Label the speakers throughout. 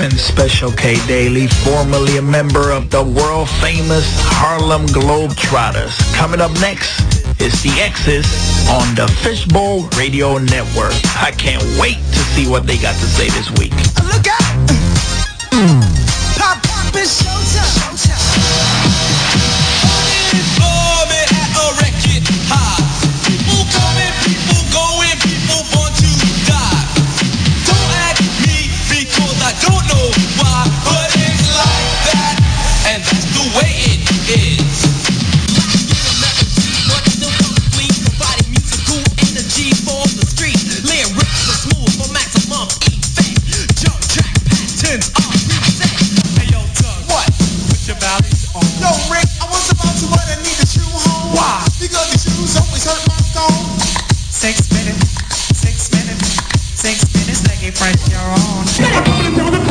Speaker 1: and Special K Daily, formerly a member of the world famous Harlem Globetrotters. Coming up next is the X's on the Fishbowl Radio Network. I can't wait to see what they got to say this week.
Speaker 2: Look out! Pop up and showtime. Performing at a record high. People coming, people going, people want to die. Don't ask me because I don't know why, but it's like that, and that's the way it is. What? Put your values on. Yo, Rick, I want somebody but I need a shoe home. Why? Because the shoes always hurt my phone. Six minutes, six minutes, six minutes, like a fresh your own.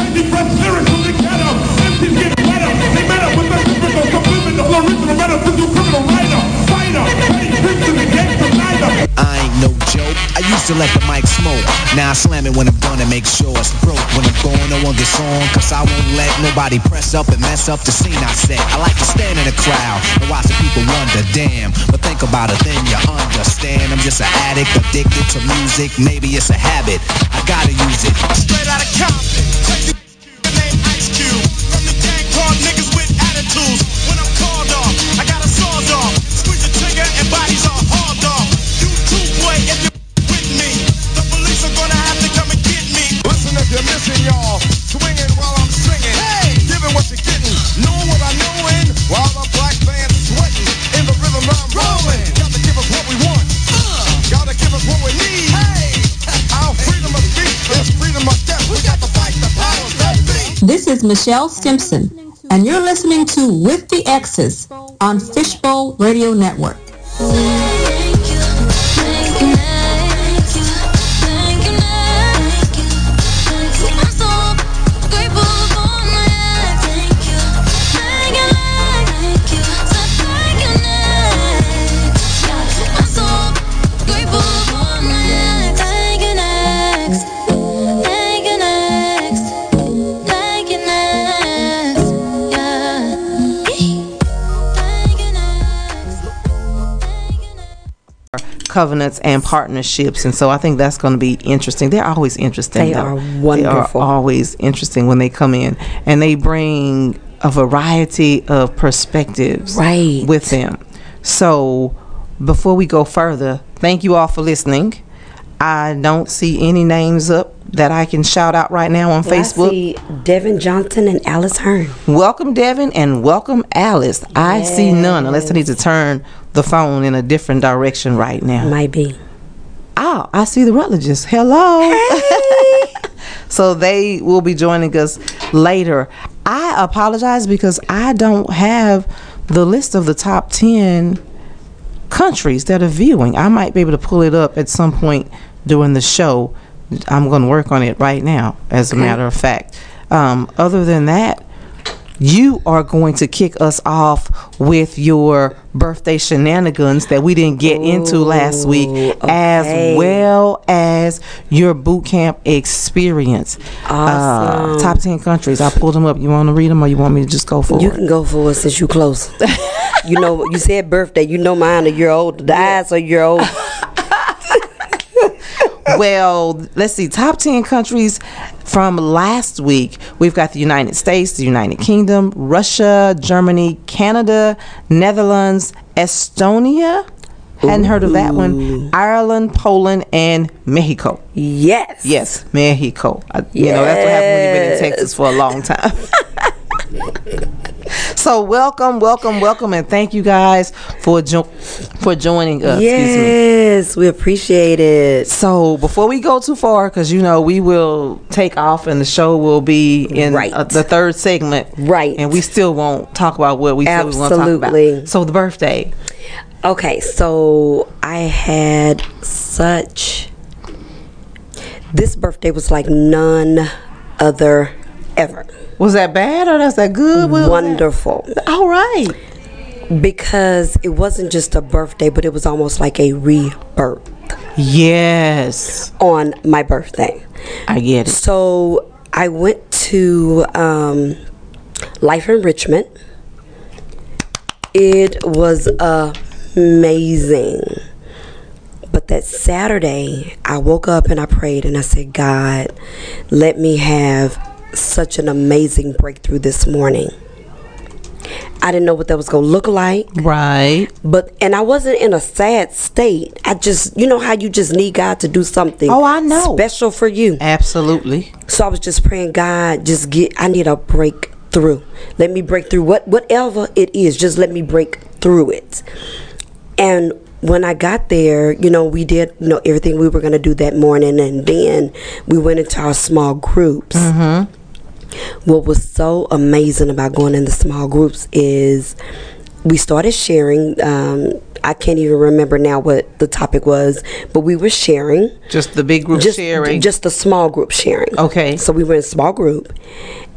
Speaker 3: I ain't no joke. I used to let the mic smoke. Now I slam it when I'm done and make sure it's broke. When I'm gone, no one gets on. Cause I won't let nobody press up and mess up the scene I set. I like to stand in the crowd and watch the people wonder, damn. But think about it, then you understand. I'm just an addict, addicted to music. Maybe it's a habit. I gotta use it.
Speaker 2: Straight out of Compton, crazy nigga named Ice Cube. From the gang called niggas with attitudes. When I'm called off, I got a sawed off. Squeeze the trigger and bodies are hauled off. You too, boy, if you with me. The police are gonna have to come and get me.
Speaker 4: Listen if you're missing, y'all. Swinging while I'm singing.
Speaker 2: Hey!
Speaker 4: Giving what you're getting. Knowing what I'm knowing. While the black fans are sweating. In the rhythm I'm rolling. Gotta give us what we want. Gotta give us what we need.
Speaker 2: Uh. Hey!
Speaker 4: Our freedom of speech is freedom of death. We got to fight the powers that be.
Speaker 5: This is Michelle Simpson, and you're listening to With the X's on Fishbowl Radio Network.
Speaker 6: covenants and partnerships and so i think that's going to be interesting they're always interesting
Speaker 7: They
Speaker 6: though.
Speaker 7: are
Speaker 6: they
Speaker 7: wonderful.
Speaker 6: are always interesting when they come in and they bring a variety of perspectives
Speaker 7: Right.
Speaker 6: with them so before we go further thank you all for listening i don't see any names up that i can shout out right now on facebook
Speaker 7: I see Devin Johnson and Alice Hearn.
Speaker 6: Welcome, Devin, and welcome, Alice. I see none unless I need to turn the phone in a different direction right now.
Speaker 7: Might be.
Speaker 6: Ah, I see the Rutledges. Hello. so they will be joining us later. I apologize because I don't have the list of the top 10 countries that are viewing. I might be able to pull it up at some point during the show. I'm going to work on it right now, as a matter of fact. Um, other than that, you are going to kick us off with your birthday shenanigans that we didn't get into last week, as well as your boot camp experience. Uh,
Speaker 7: Awesome.
Speaker 6: top 10 countries. I pulled them up. You want to read them or you want me to just go for
Speaker 7: You
Speaker 6: it?
Speaker 7: can go for it since you close. you know, you said birthday. You know mine a year old. The eyes are a year old.
Speaker 6: well, let's see. Top 10 countries from last week. We've got the United States, the United Kingdom, Russia, Germany, Canada, Netherlands, Estonia. Hadn't heard of that one. Ireland, Poland, and Mexico.
Speaker 7: Yes.
Speaker 6: Yes, Mexico. I, You know, that's what happened when you've been in Texas for a long time. so welcome, welcome, welcome, and thank you guys for jo- for joining us. Excuse me.
Speaker 7: Yes. We appreciate it.
Speaker 6: So before we go too far, because you know we will take off and the show will be in
Speaker 7: Right.
Speaker 6: uh, the third segment,
Speaker 7: Right.
Speaker 6: And we still won't talk about what we said we want to talk
Speaker 7: Absolutely.
Speaker 6: about. So the birthday,
Speaker 7: Okay, so I had such. This birthday was like none other ever.
Speaker 6: was that bad or that's that good? What was that?
Speaker 7: Wonderful.
Speaker 6: All right.
Speaker 7: Because it wasn't just a birthday, but it was almost like a rebirth
Speaker 6: Yes,
Speaker 7: on my birthday.
Speaker 6: I get it.
Speaker 7: So I went to um, Life Enrichment. It was amazing. But that Saturday, I woke up and I prayed and I said, God, let me have such an amazing breakthrough this morning. I didn't know what that was going to look like
Speaker 6: Right.
Speaker 7: but and I wasn't in a sad state. I just, you know how you just need God to do something.
Speaker 6: Oh, I know.
Speaker 7: Special for you.
Speaker 6: Absolutely.
Speaker 7: So I was just praying, God, just get. I need a breakthrough. Let me break through what whatever it is. Just let me break through it. And when I got there, you know, we did you know everything we were gonna do that morning, and then we went into our small groups. What was so amazing about going in the small groups is we started sharing. Um, I can't even remember now what the topic was, but we were sharing
Speaker 6: Just the big group
Speaker 7: just,
Speaker 6: sharing.
Speaker 7: Just the small group sharing.
Speaker 6: Okay.
Speaker 7: So we were in small group,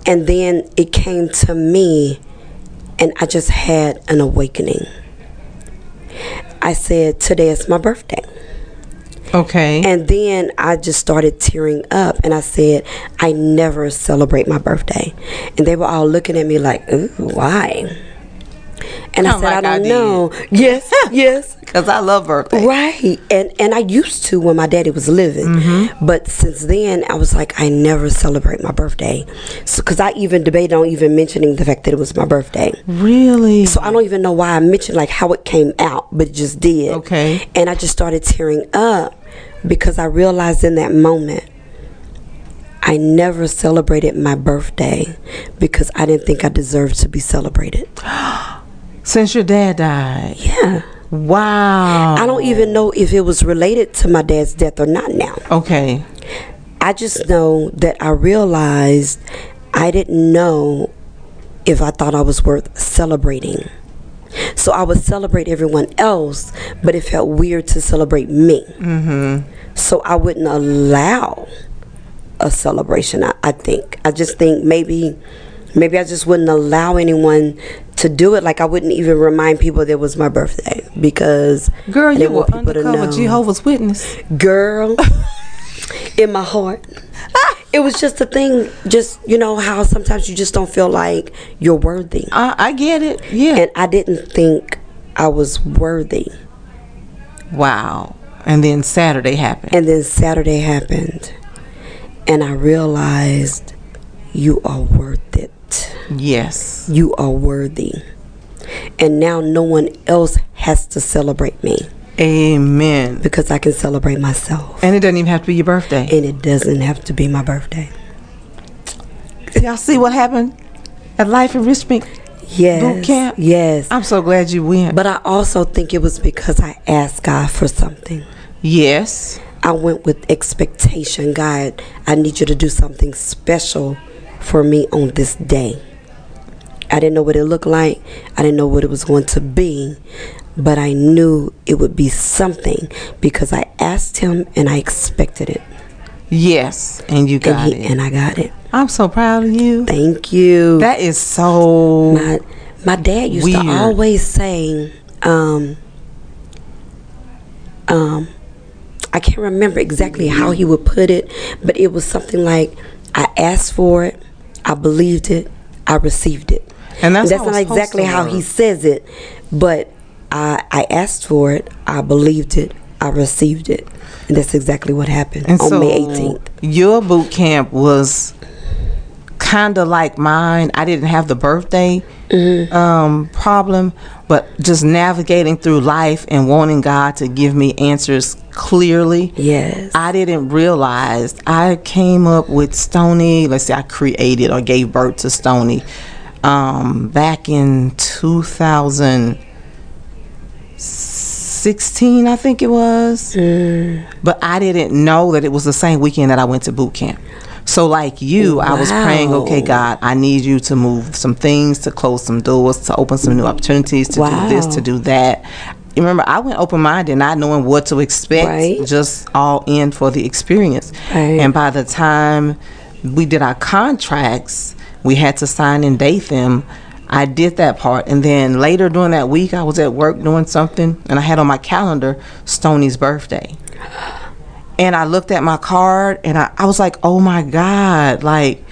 Speaker 7: and then it came to me, and I just had an awakening. I said, "Today is my birthday,"
Speaker 6: okay.
Speaker 7: and then I just started tearing up, and I said, "I never celebrate my birthday," and they were all looking at me like, "Ooh, why?" And I
Speaker 6: Kinda
Speaker 7: said, "I
Speaker 6: like I
Speaker 7: don't
Speaker 6: did."
Speaker 7: know." Yes, yes.
Speaker 6: Because I love birthday.
Speaker 7: Right. And and I used to when my daddy was living.
Speaker 6: Mm-hmm.
Speaker 7: But since then I was like I never celebrate my birthday. So cuz I even debated on even mentioning the fact that it was my birthday.
Speaker 6: Really?
Speaker 7: So I don't even know why I mentioned like how it came out, but it just did.
Speaker 6: Okay.
Speaker 7: And I just started tearing up because I realized in that moment I never celebrated my birthday because I didn't think I deserved to be celebrated.
Speaker 6: Since your dad died.
Speaker 7: Yeah.
Speaker 6: Wow.
Speaker 7: I don't even know if it was related to my dad's death or not now.
Speaker 6: Okay.
Speaker 7: I just know that I realized I didn't know if I thought I was worth celebrating. So I would celebrate everyone else, but it felt weird to celebrate me. Mm-hmm. So I wouldn't allow a celebration. I, I think. I just think maybe, maybe I just wouldn't allow anyone to do it. Like I wouldn't even remind people that it was my birthday because
Speaker 6: Girl,
Speaker 7: I
Speaker 6: you
Speaker 7: didn't
Speaker 6: were
Speaker 7: want people to
Speaker 6: undercover
Speaker 7: know
Speaker 6: Jehovah's Witness.
Speaker 7: girl in my heart.
Speaker 6: Ah.
Speaker 7: It was just a thing, just you know how sometimes you just don't feel like you're worthy.
Speaker 6: I, I get it. Yeah.
Speaker 7: And I didn't think I was worthy.
Speaker 6: wow. And then Saturday happened.
Speaker 7: And then Saturday happened, and I realized you are worth it.
Speaker 6: yes.
Speaker 7: You are worthy. And now no one else has to celebrate me
Speaker 6: Amen.
Speaker 7: because I can celebrate myself.
Speaker 6: And it doesn't even have to be your birthday.
Speaker 7: And it doesn't have to be my birthday.
Speaker 6: Y'all see what happened at Life Enrichment?
Speaker 7: Yes.
Speaker 6: Boot camp?
Speaker 7: Yes.
Speaker 6: I'm so glad you went.
Speaker 7: But I also think it was because I asked God for something.
Speaker 6: yes.
Speaker 7: I went with expectation. God, I need you to do something special for me on this day. I didn't know what it looked like, I didn't know what it was going to be, but I knew it would be something because I asked Him and I expected it.
Speaker 6: Yes. And you got
Speaker 7: and, he,
Speaker 6: it.
Speaker 7: and I got it.
Speaker 6: I'm so proud of you.
Speaker 7: Thank you.
Speaker 6: That is so.
Speaker 7: my my dad used
Speaker 6: Weird.
Speaker 7: to always say, um, um, I can't remember exactly how he would put it, but it was something like, "I asked for it, I believed it, I received it."
Speaker 6: And that's how
Speaker 7: not
Speaker 6: it's supposed
Speaker 7: exactly
Speaker 6: to
Speaker 7: how
Speaker 6: work.
Speaker 7: he says it, but I I asked for it, I believed it, I received it, and that's exactly what happened
Speaker 6: And
Speaker 7: on
Speaker 6: so
Speaker 7: May 18th.
Speaker 6: Your boot camp was kind of like mine. I didn't have the birthday
Speaker 7: Mm-hmm.
Speaker 6: um, problem, but just navigating through life and wanting God to give me answers clearly.
Speaker 7: Yes.
Speaker 6: I didn't realize I came up with Stony. Let's say I created or gave birth to Stony um, back in 2016, I think it was but I didn't know that it was the same weekend that I went to boot camp. So, like you, I was praying, okay, God, I need you to move some things, to close some doors, to open some new opportunities, to do this, to do that. You Remember, I went open minded, not knowing what to expect,
Speaker 7: Right.
Speaker 6: just all in for the experience.
Speaker 7: Right.
Speaker 6: And by the time we did our contracts, we had to sign and date them. I did that part. And then later during that week, I was at work doing something, and I had on my calendar Stoney's birthday and I looked at my card and I, I was like, oh my God, like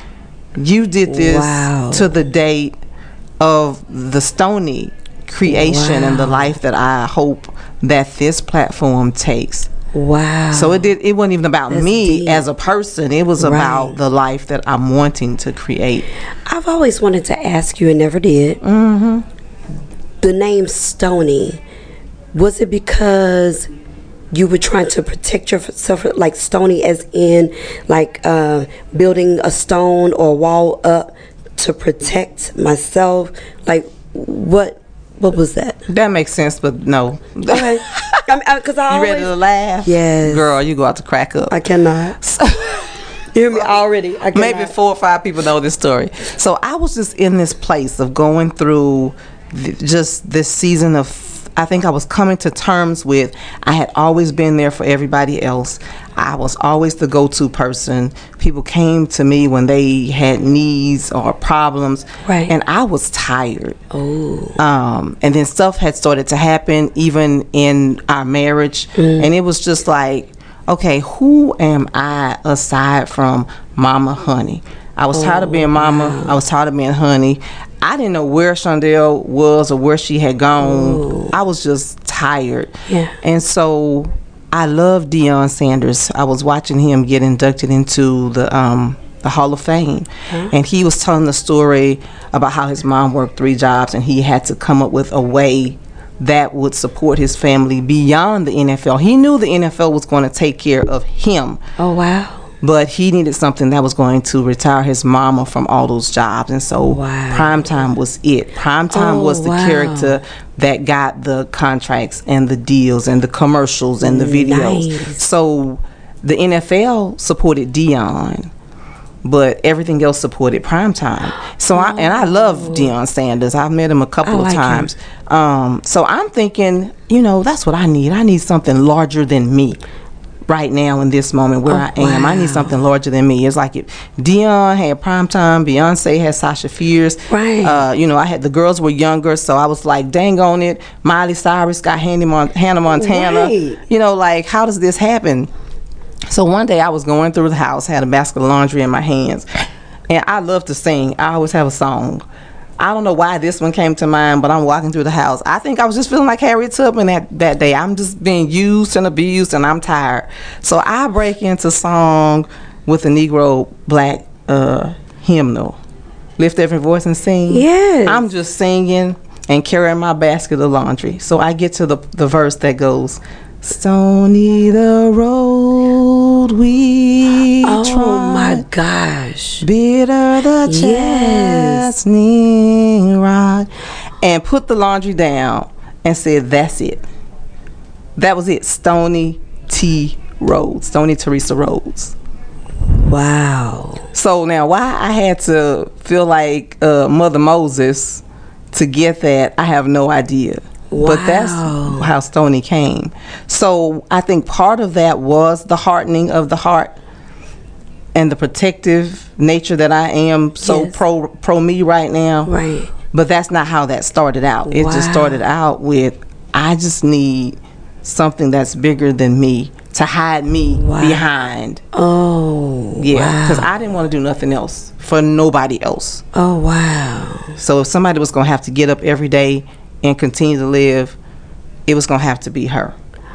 Speaker 6: You did this
Speaker 7: Wow.
Speaker 6: to the date of the Stony creation and the life that I hope that this platform takes.
Speaker 7: Wow.
Speaker 6: So it did. It wasn't even about
Speaker 7: That's
Speaker 6: me
Speaker 7: deep.
Speaker 6: as a person. It was about
Speaker 7: Right.
Speaker 6: the life that I'm wanting to create.
Speaker 7: I've always wanted to ask you and never did. Mm-hmm. The name Stony, was it because you were trying to protect yourself, like Stony, as in like uh, building a stone or wall up to protect myself? Like what? What was that?
Speaker 6: That makes sense, but no.
Speaker 7: Okay, because I, uh, 'cause I
Speaker 6: you
Speaker 7: always
Speaker 6: ready to laugh?
Speaker 7: Yes.
Speaker 6: Girl, you go out to crack up.
Speaker 7: I cannot. you hear me already? I cannot.
Speaker 6: Maybe four or five people know this story. So I was just in this place of going through th- just this season of. I think I was coming to terms with I had always been there for everybody else. I was always the go to person. People came to me when they had needs or problems.
Speaker 7: Right. Oh.
Speaker 6: And I was tired. Um, and then stuff had started to happen even in our marriage. And it was just like, okay, who am I aside from Mama Honey? I was tired of being Mama. I was tired of being Honey. I didn't know where Shondell was or where she had gone. I was just tired.
Speaker 7: Yeah.
Speaker 6: And so I love Deion Sanders. I was watching him get inducted into the um, the Hall of Fame, and he was telling the story about how his mom worked three jobs and he had to come up with a way that would support his family beyond the NFL. He knew the NFL was going to take care of him
Speaker 7: Oh wow.
Speaker 6: but he needed something that was going to retire his mama from all those jobs and so
Speaker 7: Wow.
Speaker 6: primetime was it primetime
Speaker 7: Oh,
Speaker 6: was the
Speaker 7: wow.
Speaker 6: character that got the contracts and the deals and the commercials and the videos
Speaker 7: Nice.
Speaker 6: so the nfl supported dion but everything else supported primetime so i and i love dion sanders i've met him a couple
Speaker 7: Oh. I
Speaker 6: of
Speaker 7: like him.
Speaker 6: times um, so i'm thinking you know that's what i need i need something larger than me right now in this moment where
Speaker 7: Oh,
Speaker 6: I am. I need something larger than me. It's like if Dion had primetime, Beyonce had Sasha Fierce.
Speaker 7: Right.
Speaker 6: Uh, you know, I had the girls were younger, so I was like, dang on it. Miley Cyrus got Handy Mon- Hannah Montana.
Speaker 7: Right.
Speaker 6: You know, like how does this happen? So one day I was going through the house, had a basket of laundry in my hands, and I love to sing. I always have a song. I don't know why this one came to mind, but I'm walking through the house. I think I was just feeling like Harriet Tubman that, that day. I'm just being used and abused, and I'm tired. So I break into song with a Negro black uh, hymnal. Lift every voice and sing.
Speaker 7: Yes.
Speaker 6: I'm just singing and carrying my basket of laundry. So I get to the, the verse that goes, Stony the road we
Speaker 7: Oh my
Speaker 6: trod,
Speaker 7: gosh.
Speaker 6: bitter the
Speaker 7: Yes.
Speaker 6: chastening rod, and put the laundry down and said, that's it. That was it. Stony T. Rhodes, Stony Teresa Rhodes.
Speaker 7: Wow.
Speaker 6: So now, why I had to feel like uh, Mother Moses to get that, I have no idea. But that's
Speaker 7: Wow.
Speaker 6: how Stony came. So I think part of that was the hardening of the heart and the protective nature that I am so
Speaker 7: Yes.
Speaker 6: pro pro me right now.
Speaker 7: Right.
Speaker 6: But that's not how that started out. It just
Speaker 7: Wow.
Speaker 6: started out with I just need something that's bigger than me to hide me behind.
Speaker 7: Oh.
Speaker 6: Yeah, because I didn't want to do nothing else for nobody else.
Speaker 7: Oh wow.
Speaker 6: So if somebody was going to have to get up every day and continue to live, it was going to have to be her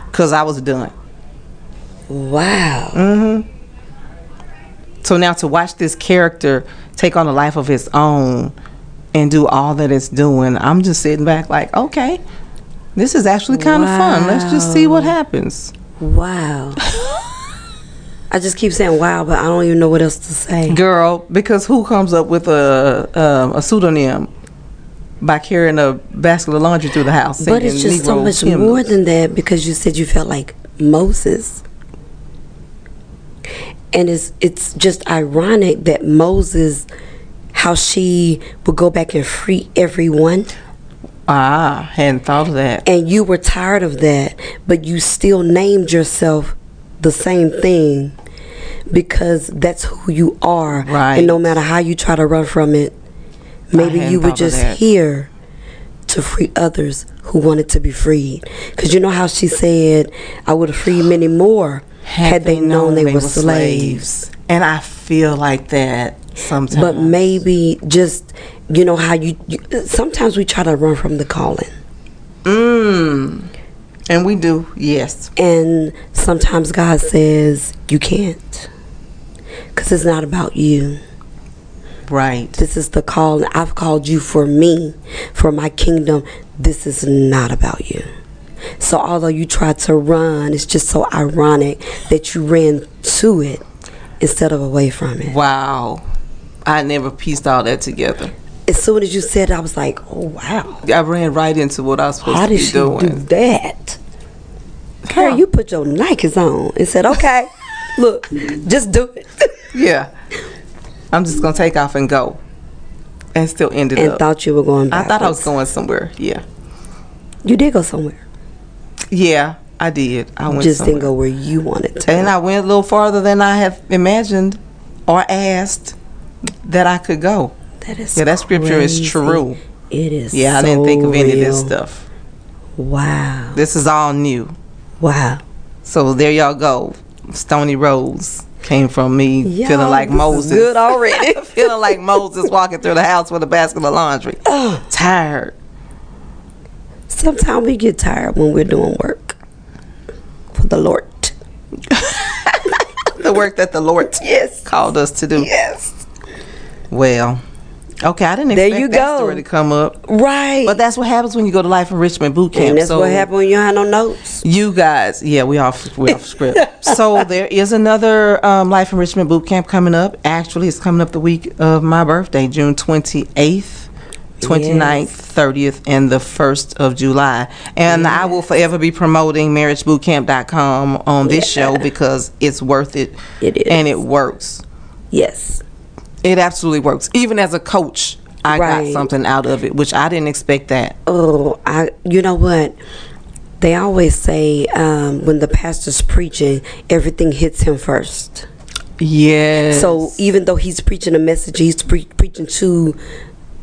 Speaker 6: because I was done. Mm-hmm.
Speaker 7: Wow.
Speaker 6: So now to watch this character take on a life of its own and do all that it's doing, I'm just sitting back like, okay, this is actually kind of fun. Let's just see what happens.
Speaker 7: Wow. I just keep saying wow, but I don't even know what else to say.
Speaker 6: Girl, because who comes up with a um, a pseudonym by carrying a basket of laundry through the house?
Speaker 7: But it's
Speaker 6: singing
Speaker 7: just so
Speaker 6: Negro
Speaker 7: much
Speaker 6: hymns?
Speaker 7: more than that because you said you felt like Moses. And it's it's just ironic that Moses how she would go back and free everyone.
Speaker 6: Ah, hadn't thought of that.
Speaker 7: and you were tired of that, but you still named yourself the same thing because that's who you are.
Speaker 6: Right.
Speaker 7: And no matter how you try to run from it, maybe
Speaker 6: hadn't
Speaker 7: you were
Speaker 6: thought of
Speaker 7: just
Speaker 6: that.
Speaker 7: here to free others who wanted to be freed. Because you know how she said, I would have freed many more had, they, known, they, were slaves.
Speaker 6: And I feel like that
Speaker 7: But
Speaker 6: Sometimes.
Speaker 7: maybe just, you know, how you, you sometimes we try to run from the calling.
Speaker 6: Mm. And we do, yes.
Speaker 7: And sometimes God says, you can't. Because it's not about you.
Speaker 6: Right.
Speaker 7: This is the call. I've called you for me, for my kingdom. This is not about you. So, although you tried to run, it's just so ironic that you ran to it instead of away from it.
Speaker 6: Wow. I never pieced all that together.
Speaker 7: As soon as you said, it, I was like, oh, wow.
Speaker 6: I ran right into what I was supposed
Speaker 7: How
Speaker 6: to be
Speaker 7: did she
Speaker 6: doing.
Speaker 7: do that? Girl,
Speaker 6: Huh.
Speaker 7: you put your Nikes on and said, okay, look, just do it.
Speaker 6: Yeah. I'm just gonna take off and go. And still ended
Speaker 7: and
Speaker 6: up.
Speaker 7: thought you were going
Speaker 6: I
Speaker 7: backwards.
Speaker 6: thought I was going somewhere. Yeah.
Speaker 7: You did go somewhere.
Speaker 6: Yeah, I did. I went
Speaker 7: just
Speaker 6: somewhere.
Speaker 7: didn't go where you wanted to.
Speaker 6: And I went a little farther than I have imagined or asked that I could go.
Speaker 7: that is
Speaker 6: Yeah, that scripture is
Speaker 7: crazy.
Speaker 6: true.
Speaker 7: It is.
Speaker 6: Yeah, I didn't
Speaker 7: so
Speaker 6: think of any of this
Speaker 7: real.
Speaker 6: stuff.
Speaker 7: Wow.
Speaker 6: This is all new.
Speaker 7: Wow.
Speaker 6: So there y'all go. Stony Rose came from me
Speaker 7: Y'all,
Speaker 6: feeling like
Speaker 7: this is
Speaker 6: Moses.
Speaker 7: good already.
Speaker 6: feeling like Moses walking through the house with a basket of laundry. Tired.
Speaker 7: Sometimes we get tired when we're doing work for the Lord.
Speaker 6: The work that the Lord
Speaker 7: Yes.
Speaker 6: called us to do.
Speaker 7: Yes.
Speaker 6: Well, okay, I didn't
Speaker 7: There
Speaker 6: expect
Speaker 7: you
Speaker 6: that
Speaker 7: go.
Speaker 6: story to come up.
Speaker 7: Right.
Speaker 6: But that's what happens when you go to Life Enrichment Boot Camp.
Speaker 7: and that's
Speaker 6: so
Speaker 7: what happened when you had no notes.
Speaker 6: You guys, yeah, we off we off script. so there is another um, Life Enrichment Boot Camp coming up. Actually, it's coming up the week of my birthday, June twenty eighth. 29th, 30th, and the 1st of July. And I will forever be promoting marriagebootcamp.com on this show because it's worth it.
Speaker 7: It is.
Speaker 6: And it works.
Speaker 7: Yes.
Speaker 6: It absolutely works. Even as a coach, I got
Speaker 7: Right.
Speaker 6: something out of it, which I didn't expect that.
Speaker 7: Oh, I. You know what? They always say um, when the pastor's preaching, everything hits him first.
Speaker 6: Yes.
Speaker 7: So even though he's preaching a message, he's pre- preaching to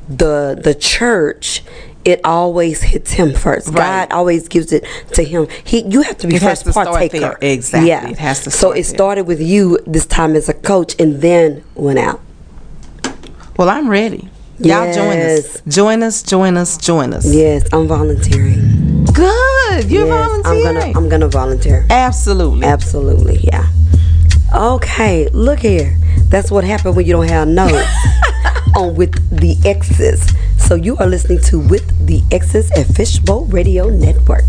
Speaker 7: the the church. It always hits him first.
Speaker 6: Right.
Speaker 7: God always gives it to him. He, you have to be
Speaker 6: It has
Speaker 7: first
Speaker 6: to start
Speaker 7: partaker.
Speaker 6: there. Exactly.
Speaker 7: Yeah.
Speaker 6: It has to
Speaker 7: so
Speaker 6: start
Speaker 7: it
Speaker 6: there.
Speaker 7: started with you this time as a coach, and then went out.
Speaker 6: Well, I'm ready. Y'all join us. Join us, join us, join us.
Speaker 7: Yes, I'm volunteering.
Speaker 6: Good. You're
Speaker 7: yes,
Speaker 6: volunteering.
Speaker 7: I'm gonna I'm gonna volunteer.
Speaker 6: Absolutely.
Speaker 7: Absolutely, yeah. Okay, look here. That's what happened when you don't have notes on with the exes. So you are listening to With the Exes at Fishbowl Radio Network.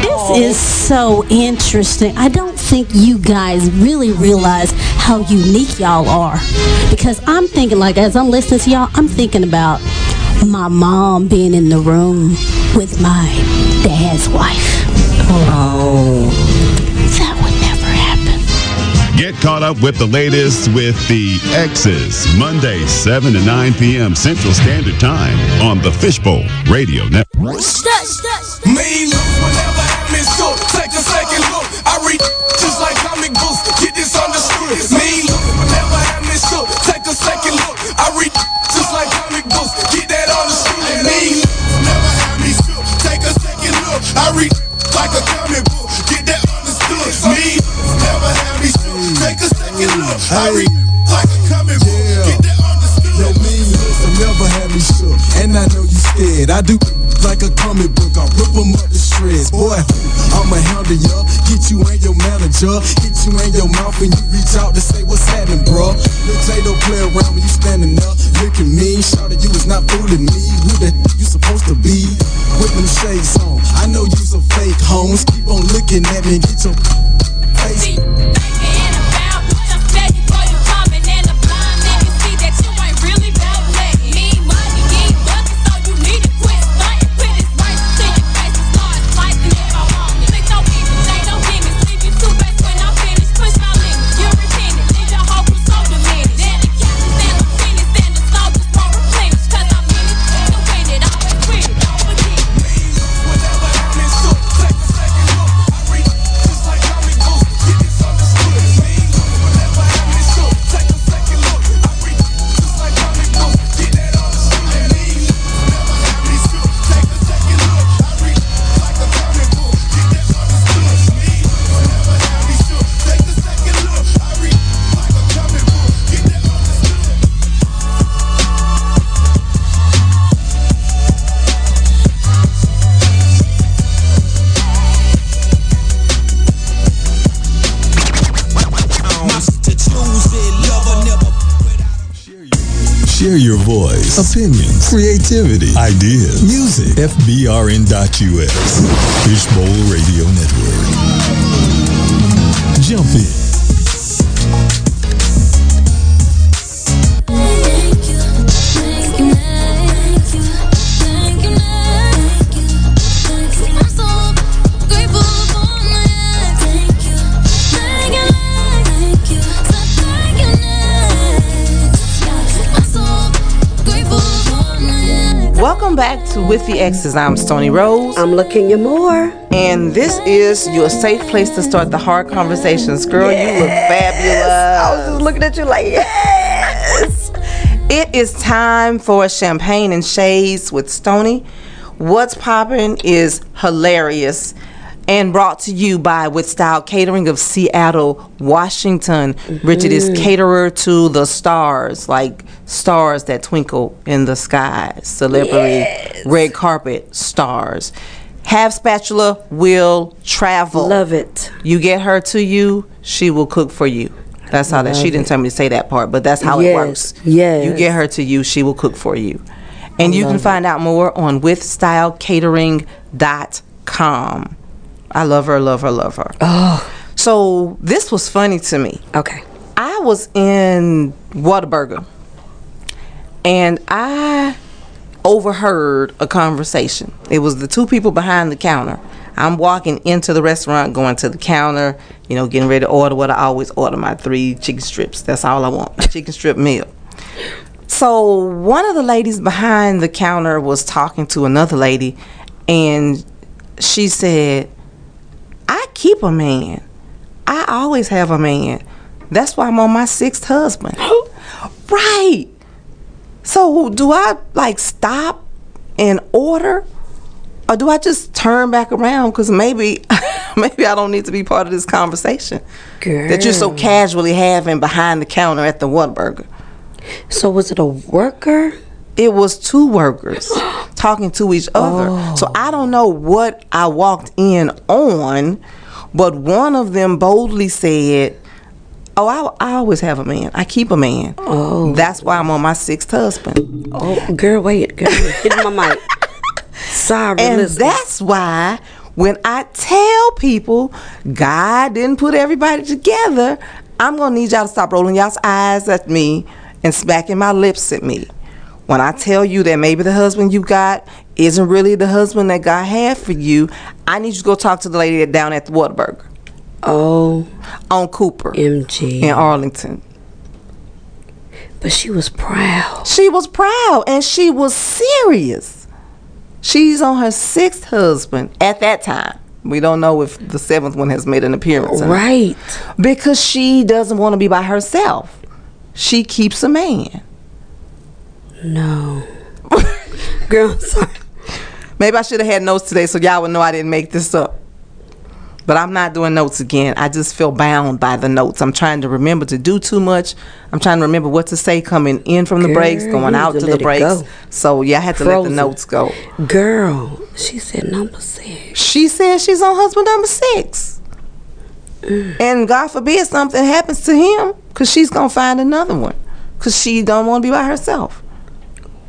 Speaker 8: This is so interesting. I don't think you guys really realize how unique y'all are. Because I'm thinking, like, as I'm listening to y'all, I'm thinking about my mom being in the room with my dad's wife. Oh. That would never happen.
Speaker 9: Get caught up with the latest with the X's Monday, 7 to 9 p.m. Central Standard Time on the Fishbowl Radio Network.
Speaker 2: Me look, whatever happens, so take a second look. I read just like comic books, get this understood. Me look, whatever happens, so take a second look. I read just like comic books, get that understood. Me look, whatever happens, so take a second look. I read like a comic book, get that understood. Me whatever happens, so take a second look. I read like a comic book, get that understood.
Speaker 10: Yo, mean looks will never have me shook. And I know you scared. I do like a comic book. I rip 'em up to shreds. Boy, I'ma handle ya. Get you and your manager. Hit you in your mouth when you reach out to say what's happening, bruh. Little Tay don't play around when you standing up. Looking mean. Shouted you was not fooling me. Who the you supposed to be? With them shades on. I know you's a fake homes. Keep on looking at me and get your face.
Speaker 11: Thinking about what I fed you for you coming in the block. voice, opinions, creativity, ideas, music. FBRN.US. Fishbowl Radio Network. Jump in.
Speaker 6: Welcome back to With the Exes. I'm Stony Rose. I'm
Speaker 7: looking you more.
Speaker 6: And this is your safe place to start the hard conversations. Girl, you look fabulous. I was
Speaker 7: just looking at you like, yes.
Speaker 6: it is time for Champagne and Shades with Stony. What's poppin' is hilarious and brought to you by With Style Catering of Seattle, Washington. Richard is
Speaker 7: Mhm.
Speaker 6: caterer to the stars, like stars that twinkle in the sky, celebrity, red carpet stars. Have spatula will travel.
Speaker 7: Love it.
Speaker 6: You get her to you, she will cook for you. That's how that. She
Speaker 7: Love
Speaker 6: didn't tell me to say that part, but that's how it
Speaker 7: Yes,
Speaker 6: works.
Speaker 7: yes.
Speaker 6: You get her to you, she will cook for you. And you can
Speaker 7: love
Speaker 6: find out more on withstylecatering.com. I love her, love her, love her. Oh. So this was funny to me.
Speaker 7: Okay.
Speaker 6: I was in Whataburger and I overheard a conversation. It was the two people behind the counter. I'm walking into the restaurant, going to the counter, you know, getting ready to order what I always order my three chicken strips. That's all I want, my chicken strip meal. So one of the ladies behind the counter was talking to another lady, and she said, I keep a man. I always have a man. That's why I'm on my sixth husband. right. So do I like stop and order? Or do I just turn back around? Because maybe maybe I don't need to be part of this conversation that you're so
Speaker 7: Girl.
Speaker 6: casually having behind the counter at the Whataburger.
Speaker 7: So was it a worker?
Speaker 6: It was two workers talking to each other.
Speaker 7: Oh.
Speaker 6: So I don't know what I walked in on, but one of them boldly said, "Oh, I, I always have a man. I keep a man. Oh, that's why I'm on my sixth husband."
Speaker 7: Oh, girl, wait, girl, hit my mic. Sorry,
Speaker 6: And
Speaker 7: listen.
Speaker 6: that's why when I tell people God didn't put everybody together, I'm gonna need y'all to stop rolling y'all's eyes at me and smacking my lips at me. When I tell you that maybe the husband you got isn't really the husband that God had for you, I need you to go talk to the lady that down at the Whataburger
Speaker 7: oh,
Speaker 6: on Cooper
Speaker 7: MG.
Speaker 6: in Arlington.
Speaker 7: But she was proud.
Speaker 6: She was proud and she was serious. She's on her sixth husband at that time. We don't know if the seventh one has made an appearance. or not.
Speaker 7: Right.
Speaker 6: Because she doesn't want to be by herself. She keeps a man.
Speaker 7: No. Girl, I'm sorry.
Speaker 6: Maybe I should have had notes today so y'all would know I didn't make this up. But I'm not doing notes again. I just feel bound by the notes. I'm trying to remember to do too much. I'm trying to remember what to say coming in from the
Speaker 7: Girl,
Speaker 6: breaks,
Speaker 7: you
Speaker 6: going
Speaker 7: need
Speaker 6: out
Speaker 7: to
Speaker 6: to
Speaker 7: let
Speaker 6: the
Speaker 7: it
Speaker 6: breaks.
Speaker 7: go.
Speaker 6: So yeah, I had to let the
Speaker 7: Frozen.
Speaker 6: notes go.
Speaker 7: Girl, she said number six.
Speaker 6: She says she's on husband number six. And God forbid something happens to him, cause she's gonna find another one, cause she don't want to be by herself.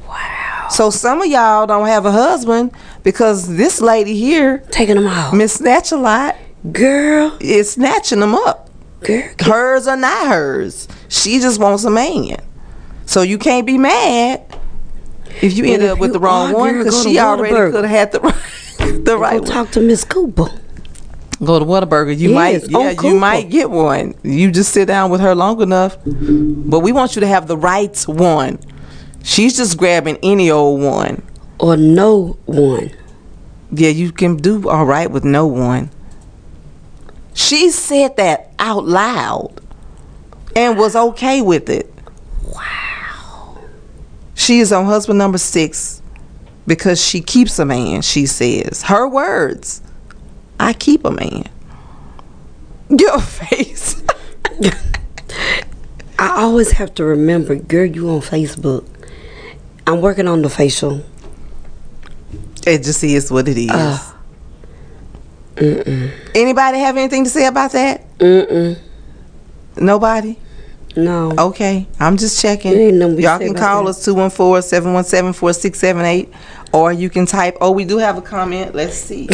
Speaker 6: Wow. So some of y'all don't have a husband because this lady here,
Speaker 7: Taking them out.
Speaker 6: Miss Snatch a lot,
Speaker 7: Girl,
Speaker 6: is snatching them up.
Speaker 7: girl,
Speaker 6: Hers or not hers, she just wants a man. So you can't be mad if you
Speaker 7: But
Speaker 6: end
Speaker 7: if
Speaker 6: up with
Speaker 7: you
Speaker 6: the wrong
Speaker 7: are,
Speaker 6: one,
Speaker 7: girl,
Speaker 6: cause
Speaker 7: go to
Speaker 6: she already
Speaker 7: Whataburger.
Speaker 6: could have had the right, the right
Speaker 7: go
Speaker 6: one.
Speaker 7: talk to Miss Cooper.
Speaker 6: Go to Whataburger. You
Speaker 7: Yes,
Speaker 6: might,
Speaker 7: on
Speaker 6: yeah, you
Speaker 7: Cooper.
Speaker 6: might get one. You just sit down with her long enough. But we want you to have the right one. She's just grabbing any old one.
Speaker 7: Or no one.
Speaker 6: Yeah, you can do all right with no one. She said that out loud and was okay with it. Wow. She is on husband number six because she keeps a man, she says. Her words I keep a man. Your face.
Speaker 7: I always have to remember, girl, you on Facebook. I'm working on the facial.
Speaker 6: It just is what it is. Anybody have anything to say about that?
Speaker 7: Mm-mm.
Speaker 6: Nobody?
Speaker 7: No.
Speaker 6: Okay, I'm just checking.
Speaker 7: It ain't nothing we
Speaker 6: Y'all
Speaker 7: said
Speaker 6: can
Speaker 7: about
Speaker 6: call
Speaker 7: that.
Speaker 6: us 214-717-4678 or you can type, oh, we do have a comment. Let's see.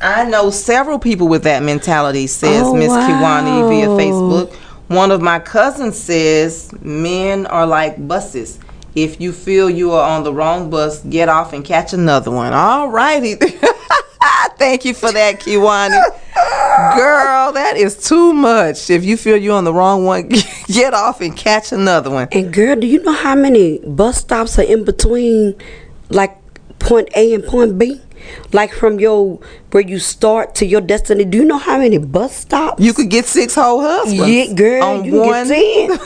Speaker 6: I know several people with that mentality, says
Speaker 7: Oh,
Speaker 6: Miss Kiwani via
Speaker 7: wow.
Speaker 6: Facebook. One of my cousins says men are like buses. If you feel you are on the wrong bus, get off and catch another one. All righty. Thank you for that, Kiwani. Girl, that is too much. If you feel you're on the wrong one, get off and catch another one.
Speaker 7: And girl, do you know how many bus stops are in between, like point A and point B? Like from your where you start to your destiny. Do you know how many bus stops?
Speaker 6: You could get six whole husbands.
Speaker 7: yeah, girl,
Speaker 6: on
Speaker 7: you can
Speaker 6: one
Speaker 7: get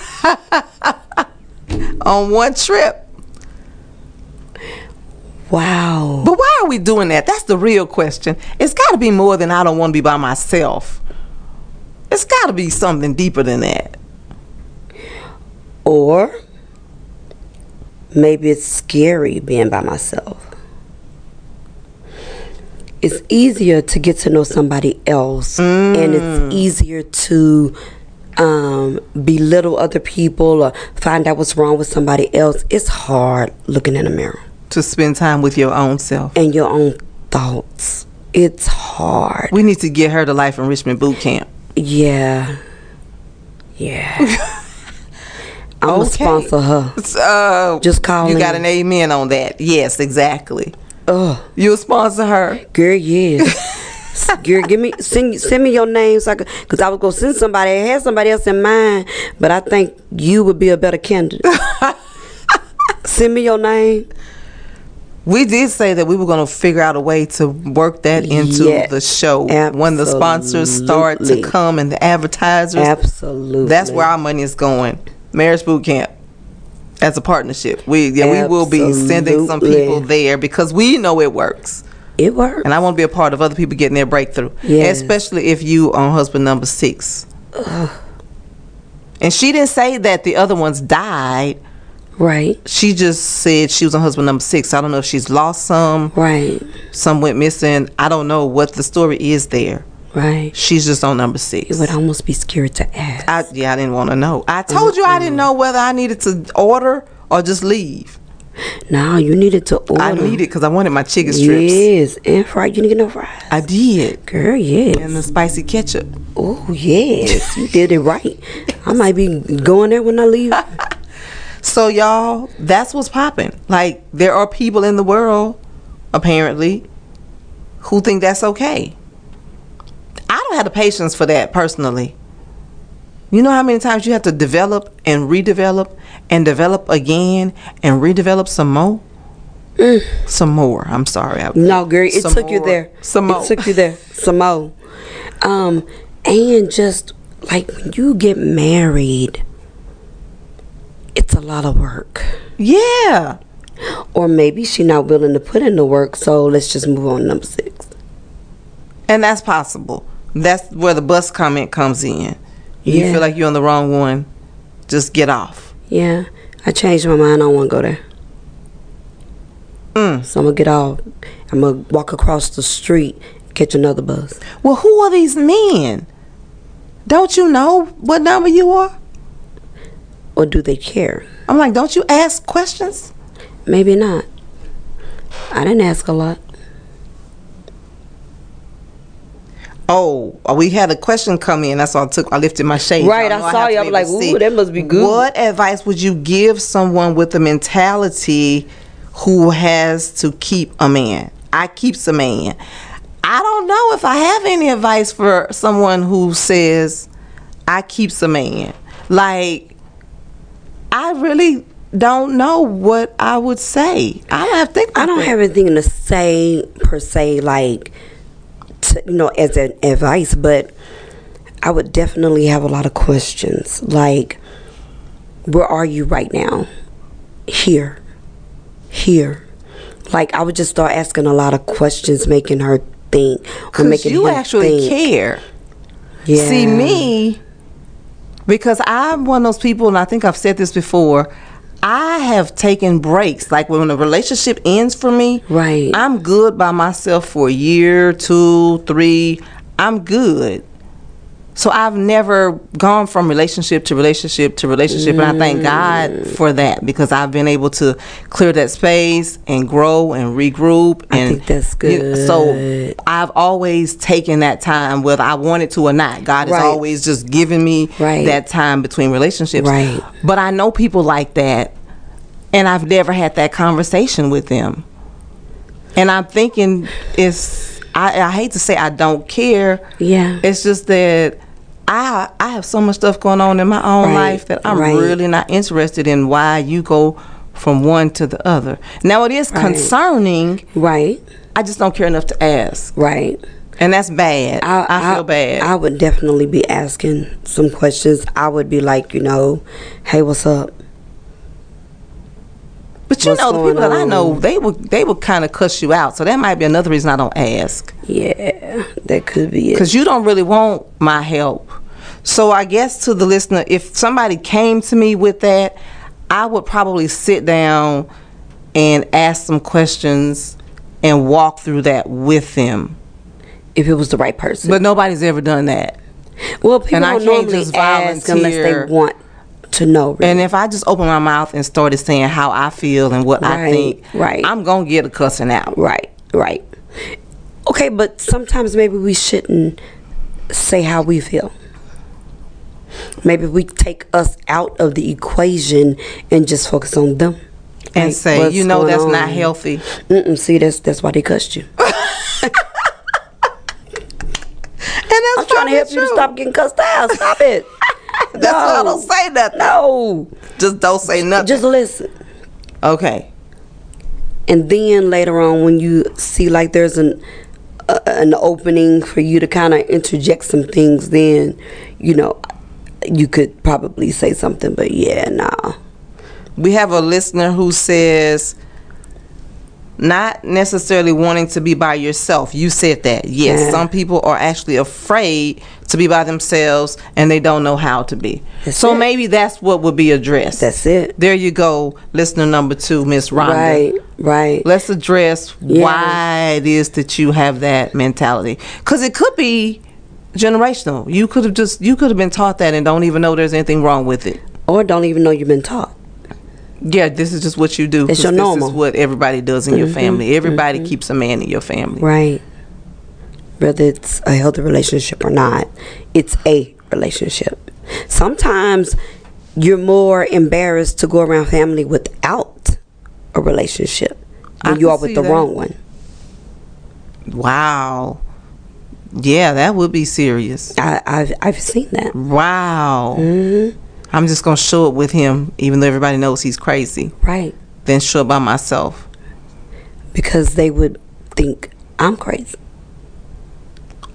Speaker 7: ten.
Speaker 6: on one trip.
Speaker 7: Wow.
Speaker 6: But why are we doing that? That's the real question. It's got to be more than I don't want to be by myself. It's got to be something deeper than that.
Speaker 7: Or maybe it's scary being by myself. It's easier to get to know somebody else, and it's easier to um, belittle other people or find out what's wrong with somebody else. It's hard looking in the mirror
Speaker 6: To spend time with your own self.
Speaker 7: and your own thoughts. It's hard.
Speaker 6: We need to get her to life enrichment boot camp.
Speaker 7: Yeah. Yeah. I'm
Speaker 6: Okay.
Speaker 7: going to sponsor her.
Speaker 6: So,
Speaker 7: Just call
Speaker 6: You
Speaker 7: in.
Speaker 6: got an amen on that. Yes, exactly.
Speaker 7: Ugh.
Speaker 6: You'll sponsor her.
Speaker 7: Girl, yeah. S- Girl, give me send send me your name so I could, cause I was gonna send somebody. I had somebody else in mind, but I think you would be a better candidate. send me your name.
Speaker 6: We did say that we were going to figure out a way to work that into
Speaker 7: Yes,
Speaker 6: the show when the sponsors start to
Speaker 7: absolutely.
Speaker 6: come and the advertisers.
Speaker 7: Absolutely.
Speaker 6: That's where our money is going. Marriage boot camp as a partnership. We yeah, we will be sending some
Speaker 7: Absolutely.
Speaker 6: people there because we know it works.
Speaker 7: it works.
Speaker 6: And I want to be a part of other people getting their breakthrough.
Speaker 7: Yes.
Speaker 6: Especially if you on husband number six. And she didn't say that the other ones died.
Speaker 7: right.
Speaker 6: She just said she was on husband number six. I don't know if she's lost some,
Speaker 7: Right.
Speaker 6: some went missing. I don't know what the story is there.
Speaker 7: Right.
Speaker 6: She's just on number six.
Speaker 7: It would almost be scary to ask.
Speaker 6: I yeah, I didn't want to know. I told you I didn't know whether I needed to order or just leave.
Speaker 7: no, you needed to order.
Speaker 6: I needed because I wanted my chicken strips.
Speaker 7: Yes, and fried. You didn't get no fries.
Speaker 6: I did.
Speaker 7: Girl,
Speaker 6: And the
Speaker 7: yes.
Speaker 6: spicy ketchup.
Speaker 7: Oh, yes. You did it right. I might be going there when I leave.
Speaker 6: So y'all, that's what's popping. Like there are people in the world, apparently, who think that's okay. I don't have the patience for that personally. You know how many times you have to develop and redevelop and develop again and redevelop some more? Some more. I'm sorry. I-
Speaker 7: Mm. No, girl, it
Speaker 6: some
Speaker 7: took you
Speaker 6: more-
Speaker 7: there.
Speaker 6: Some more.
Speaker 7: It took you there. Some more. Um, and just like when you get married, it's a lot of work.
Speaker 6: Yeah.
Speaker 7: Or maybe she not willing to put in the work, so let's just move on to number six.
Speaker 6: And that's possible. That's where the bus comment comes in. You
Speaker 7: Yeah.
Speaker 6: feel like you're on the wrong one, just get off.
Speaker 7: Yeah, I changed my mind. I don't want to go there.
Speaker 6: Mm.
Speaker 7: So I'm gonna get off. I'm gonna walk across the street, catch another bus.
Speaker 6: Well, who are these men? Don't you know what number you are?
Speaker 7: Or do they care?
Speaker 6: I'm like, don't you ask questions?
Speaker 7: Maybe not. I didn't ask a lot.
Speaker 6: Oh, we had a question come in. That's why I took. I lifted my shade.
Speaker 7: Right,
Speaker 6: Y'all know
Speaker 7: I saw
Speaker 6: have to
Speaker 7: you. I
Speaker 6: be
Speaker 7: was
Speaker 6: able to
Speaker 7: like,
Speaker 6: see.
Speaker 7: ooh, that must be good.
Speaker 6: What advice would you give someone with a mentality who has to keep a man? I keeps a man. I don't know if I have any advice for someone who says I keeps a man. Like, I really don't know what I would say. I don't have to think.
Speaker 7: I
Speaker 6: about
Speaker 7: don't
Speaker 6: that.
Speaker 7: have anything to say per se, like to, you know, as an advice, but I would definitely have a lot of questions, like where are you right now? Here, here. Like I would just start asking a lot of questions, making her think, or
Speaker 6: because
Speaker 7: making
Speaker 6: you
Speaker 7: him
Speaker 6: actually
Speaker 7: think.
Speaker 6: care.
Speaker 7: Yeah.
Speaker 6: See me because I'm one of those people, and I think I've said this before. I have taken breaks. Like when a relationship ends for me,
Speaker 7: Right.
Speaker 6: I'm good by myself for a year, two, three. I'm good. So I've never gone from relationship to relationship to relationship, and I
Speaker 7: Mm.
Speaker 6: thank God for that because I've been able to clear that space and grow and regroup. And I think that's
Speaker 7: good.
Speaker 6: so I've always taken that time, whether I wanted to or not. God
Speaker 7: Right.
Speaker 6: has always just given me
Speaker 7: Right.
Speaker 6: that time between relationships.
Speaker 7: Right.
Speaker 6: But I know people like that, and I've never had that conversation with them. And I'm thinking, it's I, I hate to say I don't care.
Speaker 7: Yeah.
Speaker 6: It's just that I I have so much stuff going on in my own
Speaker 7: Right,
Speaker 6: life that I'm
Speaker 7: right.
Speaker 6: really not interested in why you go from one to the other. Now it is
Speaker 7: Right.
Speaker 6: concerning.
Speaker 7: Right.
Speaker 6: I just don't care enough to ask.
Speaker 7: Right.
Speaker 6: And that's bad. I, feel bad.
Speaker 7: I would definitely be asking some questions. I would be like, you know, hey, what's up?
Speaker 6: but you
Speaker 7: what's
Speaker 6: know, the people
Speaker 7: going
Speaker 6: that I know,
Speaker 7: on?
Speaker 6: they would they would kind of cuss you out. So that might be another reason I don't ask.
Speaker 7: Yeah, that could be it.
Speaker 6: because you don't really want my help. So I guess to the listener, if somebody came to me with that, I would probably sit down and ask some questions and walk through that with them.
Speaker 7: if it was the right person.
Speaker 6: But nobody's ever done that.
Speaker 7: well, people
Speaker 6: and I
Speaker 7: don't
Speaker 6: can't
Speaker 7: normally
Speaker 6: just
Speaker 7: ask unless they
Speaker 6: volunteer.
Speaker 7: want to know. Really.
Speaker 6: And if I just open my mouth and started saying how I feel and what I
Speaker 7: Right,
Speaker 6: think,
Speaker 7: right.
Speaker 6: I'm gonna get a cussing out.
Speaker 7: Right, right. Okay, but sometimes maybe we shouldn't say how we feel. Maybe we take us out of the equation and just focus on them.
Speaker 6: And
Speaker 7: Like,
Speaker 6: say,
Speaker 7: what's
Speaker 6: you know,
Speaker 7: going
Speaker 6: that's not
Speaker 7: on?
Speaker 6: healthy.
Speaker 7: Mm-mm, see, that's that's why they cussed you.
Speaker 6: And that's
Speaker 7: I'm trying to help you to stop getting cussed out. Stop it.
Speaker 6: That's why I don't say nothing.
Speaker 7: No,
Speaker 6: Just don't say nothing.
Speaker 7: just listen.
Speaker 6: okay.
Speaker 7: and then later on when you see like there's an uh, an opening for you to kind of interject some things then you know you could probably say something but yeah nah
Speaker 6: We have a listener who says, not necessarily wanting to be by yourself. You said that. Yes,
Speaker 7: Yeah.
Speaker 6: some people are actually afraid to be by themselves and they don't know how to be. so
Speaker 7: it.
Speaker 6: maybe that's what would be addressed.
Speaker 7: that's it
Speaker 6: There you go, listener number two, Miss Rhonda.
Speaker 7: right right
Speaker 6: Let's address
Speaker 7: Yeah.
Speaker 6: why it is that you have that mentality. Because it could be generational. You could have just, you could have been taught that and don't even know there's anything wrong with it.
Speaker 7: or don't even know you've been taught
Speaker 6: Yeah, this is just what you do.
Speaker 7: It's
Speaker 6: 'cause
Speaker 7: your
Speaker 6: this
Speaker 7: normal. Mm-hmm.
Speaker 6: is what everybody does in your family. Everybody keeps a man in your family.
Speaker 7: right whether it's a healthy relationship or not it's a relationship sometimes you're more embarrassed to go around family without a relationship
Speaker 6: I
Speaker 7: than you
Speaker 6: can
Speaker 7: are with
Speaker 6: see
Speaker 7: the
Speaker 6: that.
Speaker 7: wrong one
Speaker 6: Wow. Yeah, that would be serious.
Speaker 7: I, I've I've seen that. Mm-hmm.
Speaker 6: Wow. I'm just gonna show up with him, even though everybody knows he's crazy.
Speaker 7: Right.
Speaker 6: Then show up by myself.
Speaker 7: Because they would think I'm crazy.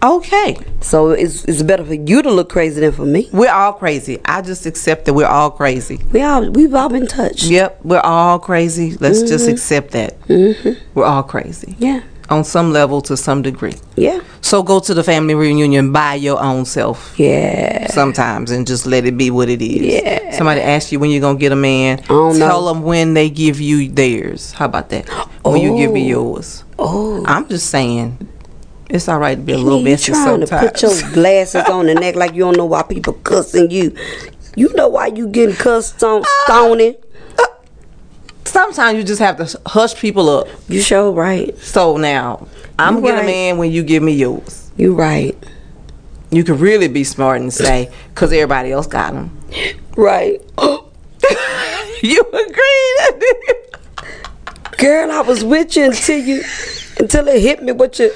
Speaker 6: Okay.
Speaker 7: So it's it's better for you to look crazy than for me.
Speaker 6: We're all crazy. I just accept that we're all crazy.
Speaker 7: We all we've all been touched.
Speaker 6: Yep, we're all crazy. Let's just
Speaker 7: Mm-hmm.
Speaker 6: accept that. We're all crazy.
Speaker 7: Yeah.
Speaker 6: On some level, to some degree.
Speaker 7: Yeah.
Speaker 6: So go to the family reunion by your own self.
Speaker 7: Yeah.
Speaker 6: sometimes and just let it be what it is. Yeah. Somebody asks you when you're gonna get a man.
Speaker 7: don't know.
Speaker 6: Tell them when they give you theirs. How about that? When you give me yours.
Speaker 7: Oh.
Speaker 6: I'm just saying, it's all right to be a
Speaker 7: You're
Speaker 6: little messy
Speaker 7: trying to
Speaker 6: sometimes.
Speaker 7: put your glasses on and act like you don't know why people cussing you. You know why you getting cussed on stoning.
Speaker 6: Ah. Uh, sometimes you just have to hush people up.
Speaker 7: You sure right.
Speaker 6: So now, I'm
Speaker 7: You
Speaker 6: gonna get
Speaker 7: right.
Speaker 6: a man when you give me yours.
Speaker 7: You right.
Speaker 6: You could really be smart and say, because everybody else got them.
Speaker 7: Right.
Speaker 6: You agree?
Speaker 7: Girl, I was with you until you until it hit me what you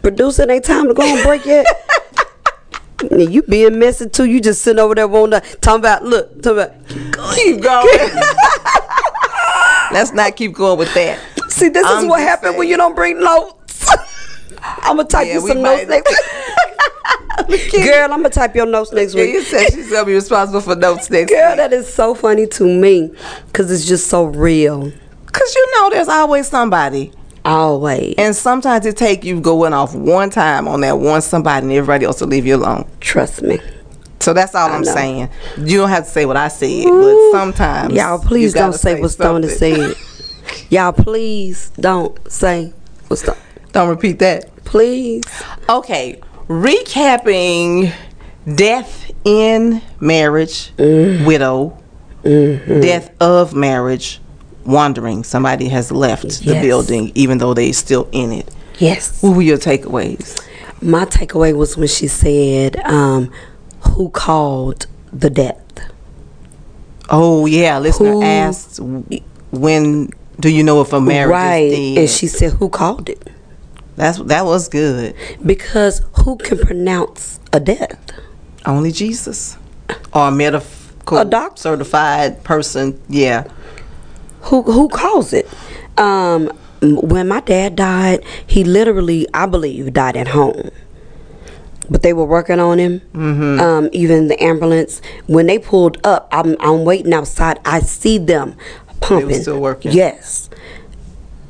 Speaker 7: producer it ain't time to go on break yet. And you being messy too, you just sitting over there wanting to talking about look, talking about
Speaker 6: keep going. Let's not keep going with that.
Speaker 7: see this
Speaker 6: I'm
Speaker 7: is what
Speaker 6: just
Speaker 7: happened when you don't bring notes. I'ma type
Speaker 6: Yeah,
Speaker 7: you
Speaker 6: we
Speaker 7: some
Speaker 6: might-
Speaker 7: notes next week. Girl, I'ma type your notes next
Speaker 6: Yeah,
Speaker 7: week.
Speaker 6: you said she's gonna be responsible for notes next
Speaker 7: Girl, that is so funny to me. Cause it's just so real.
Speaker 6: Cause you know there's always somebody.
Speaker 7: Always.
Speaker 6: And sometimes it take you going off one time on that one somebody and everybody else will leave you alone.
Speaker 7: Trust me.
Speaker 6: So that's all I am
Speaker 7: know.
Speaker 6: saying. You don't have to say what I said, but sometimes
Speaker 7: Y'all,
Speaker 6: you
Speaker 7: please don't
Speaker 6: gotta
Speaker 7: say, what Stoney
Speaker 6: something.
Speaker 7: said. Y'all, please don't say what Stoney.
Speaker 6: Don't repeat that.
Speaker 7: Please.
Speaker 6: Okay. recapping death in marriage,
Speaker 7: Mm-hmm.
Speaker 6: widow, death of marriage, wandering. Somebody has left the
Speaker 7: Yes.
Speaker 6: building, even though they still in it.
Speaker 7: Yes.
Speaker 6: What were your takeaways?
Speaker 7: My takeaway was when she said, um, "Who called the death?"
Speaker 6: Oh yeah, listener
Speaker 7: Who-
Speaker 6: asked, "When do you know if a marriage
Speaker 7: right?
Speaker 6: is dead?"
Speaker 7: And she said, "Who called it?"
Speaker 6: That's that was good
Speaker 7: because who can pronounce a death?
Speaker 6: Only Jesus, or a medical, a doctor, certified person. Yeah,
Speaker 7: who who caused it? Um, m- when my dad died, he literally, I believe, died at home. But they were working on him. Mm-hmm. Um, even the ambulance when they pulled up, I'm I'm waiting outside. I see them pumping.
Speaker 6: still working.
Speaker 7: Yes,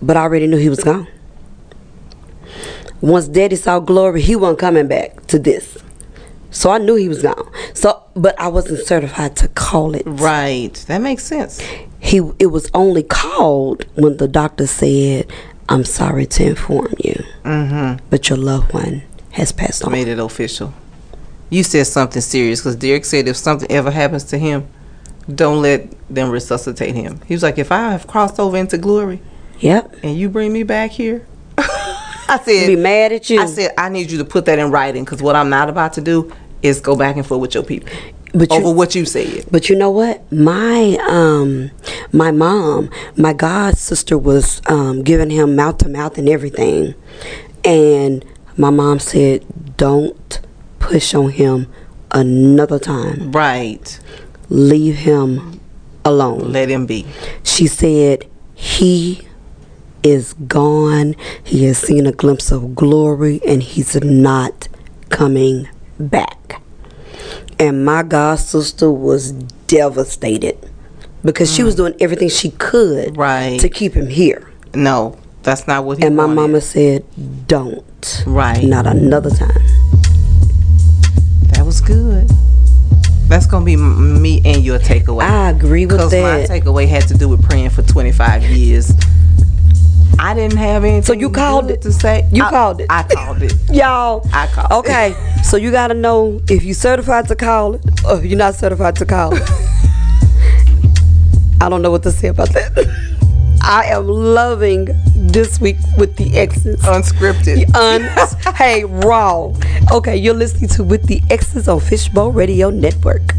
Speaker 7: but I already knew he was gone. Once Daddy saw glory, he wasn't coming back to this. So I knew he was gone. So, but I wasn't certified to call it.
Speaker 6: Right, that makes sense.
Speaker 7: He it was only called when the doctor said, "I'm sorry to inform you,
Speaker 6: Mhm.
Speaker 7: but your loved one has passed on."
Speaker 6: made it official. You said something serious because Derek said if something ever happens to him, don't let them resuscitate him. He was like, if I have crossed over into glory,
Speaker 7: yep,
Speaker 6: and you bring me back here. I said,
Speaker 7: be mad at you.
Speaker 6: I said, I need you to put that in writing because what I'm not about to do is go back and forth with your people
Speaker 7: But you-
Speaker 6: over what you said.
Speaker 7: But you know what? My um my mom, my god sister was um giving him mouth to mouth and everything. And my mom said, "Don't push on him another time.
Speaker 6: Right.
Speaker 7: Leave him alone.
Speaker 6: Let him be."
Speaker 7: She said, "He is gone. He has seen a glimpse of glory and he's not coming back." and my god sister was devastated because she was doing everything she could
Speaker 6: Right.
Speaker 7: to keep him here
Speaker 6: No, that's not what he
Speaker 7: and my
Speaker 6: wanted.
Speaker 7: mama said don't
Speaker 6: Right.
Speaker 7: not another time
Speaker 6: That was good. That's gonna be m- me and your takeaway.
Speaker 7: I agree with that.
Speaker 6: Because my takeaway had to do with praying for 25 years. I didn't have anything. So you
Speaker 7: called it.
Speaker 6: to say?
Speaker 7: You
Speaker 6: I-
Speaker 7: called it.
Speaker 6: I called it.
Speaker 7: y'all
Speaker 6: I called. it.
Speaker 7: okay so you gotta know if you certified to call it or if you're not certified to call it i don't know what to say about that i am loving this week with the exes
Speaker 6: Unscripted.
Speaker 7: Un- hey, raw. Okay, you're listening to With the X's on Fishbowl Radio Network.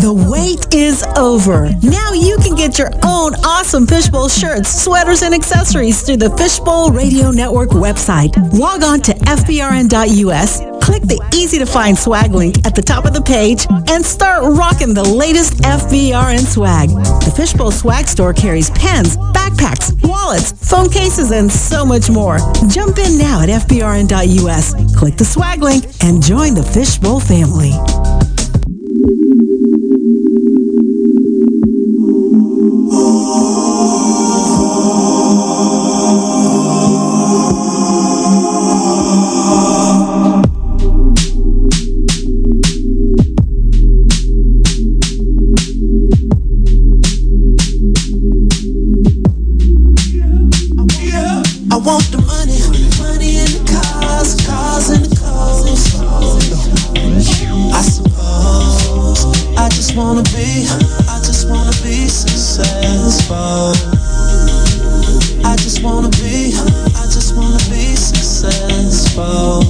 Speaker 12: The wait is over. Now you can get your own awesome Fishbowl shirts, sweaters, and accessories through the Fishbowl Radio Network website. Log on to fbrn.us, click the easy to find swag link at the top of the page, and start rocking the latest FBRN swag. The Fishbowl Swag Store carries pens, backpacks, wallets, phone cases, and so much more. Jump in now at fbrn.us, click the swag link, and join the Fishbowl family.
Speaker 13: I want the money, money in the cars, cars in the clothes. I suppose I just wanna be, I just wanna be successful. I just wanna be, I just wanna be successful.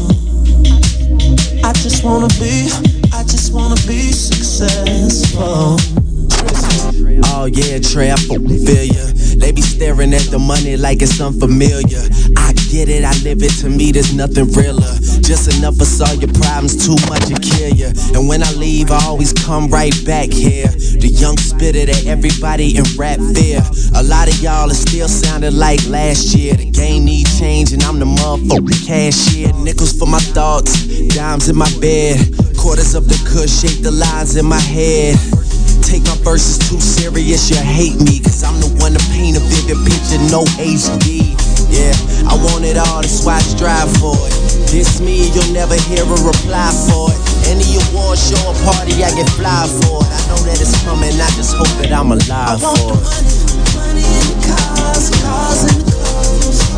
Speaker 13: I just wanna be, I just wanna be successful.
Speaker 14: Oh yeah, Trey, I fucking feel ya. They be staring at the money like it's unfamiliar. I get it, I live it. To me, there's nothing realer. Just enough for all your problems, too much to kill ya. And when I leave, I always come right back here. The young spitter that everybody in rap fear. A lot of y'all is still sounding like last year. The game need change, and I'm the motherfucking cashier. Nickels for my thoughts, dimes in my bed, quarters up the cush, shake the lines in my head. Take my verses too serious, you hate me. Cause I'm the one to paint a vivid picture, no HD. Yeah, I want it all, that's why I strive for it. This me, and you'll never hear a reply for it. Any award show or party, I get fly for it. I know that it's coming, I just hope that I'm alive for it.
Speaker 13: Cars, cars, and clothes.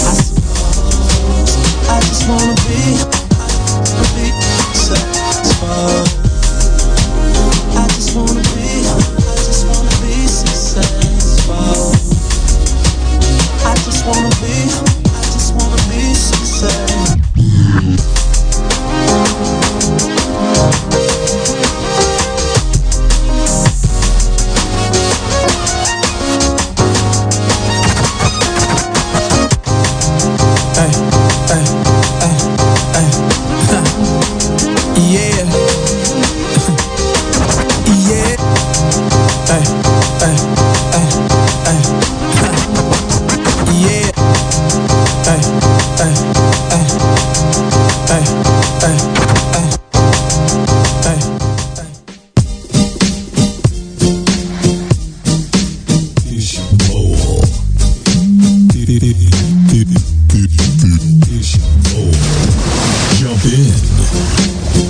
Speaker 13: I suppose I just wanna be, wanna be satisfied. I just wanna be, I just wanna be successful. I just wanna be, I just wanna be successful.
Speaker 15: Ay, ay, ay, ay, ha. Yeah. Yeah. Ay, ay, ay, ay, ha. Yeah. Ay, ay, ay, ay, ay, ay, ay.
Speaker 11: Jump in.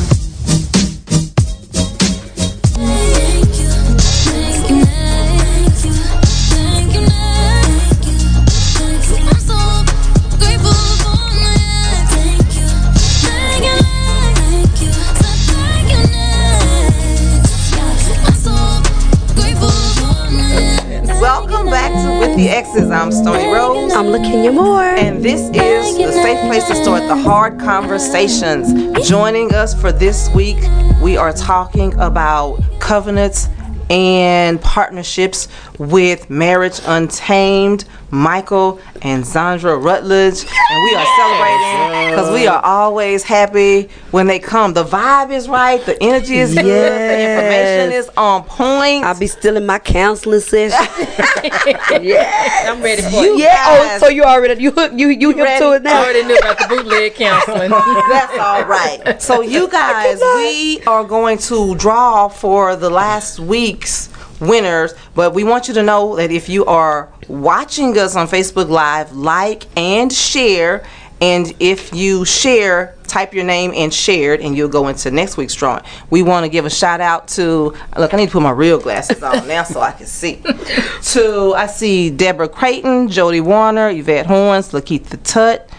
Speaker 6: Welcome back to With the Exes. I'm Stony Rose.
Speaker 7: I'm looking you more.
Speaker 6: And this is the safe place to start the hard conversations. Joining us for this week, we are talking about covenants and partnerships with Marriage Untamed, Michael and Zandra Rutledge. And we are celebrating because we are always happy when they come. The vibe is right, the energy is good, the information is on point.
Speaker 7: I'll be still in my counseling session.
Speaker 16: yeah, I'm ready for
Speaker 7: You-
Speaker 16: it.
Speaker 7: Yeah. Oh, so you already you hook you you hooked to it now.
Speaker 16: I already knew about the bootleg counseling.
Speaker 6: That's all right. So you guys, we are going to draw for the last week's winners, but we want you to know that if you are watching us on Facebook Live, like and share. And if you share, type your name and shared, and you'll go into next week's drawing. We want to give a shout out to look. I need to put my real glasses on now so I can see. to I see Deborah Creighton, Jody Warner, Yvette Horns, Lakeitha Tutt,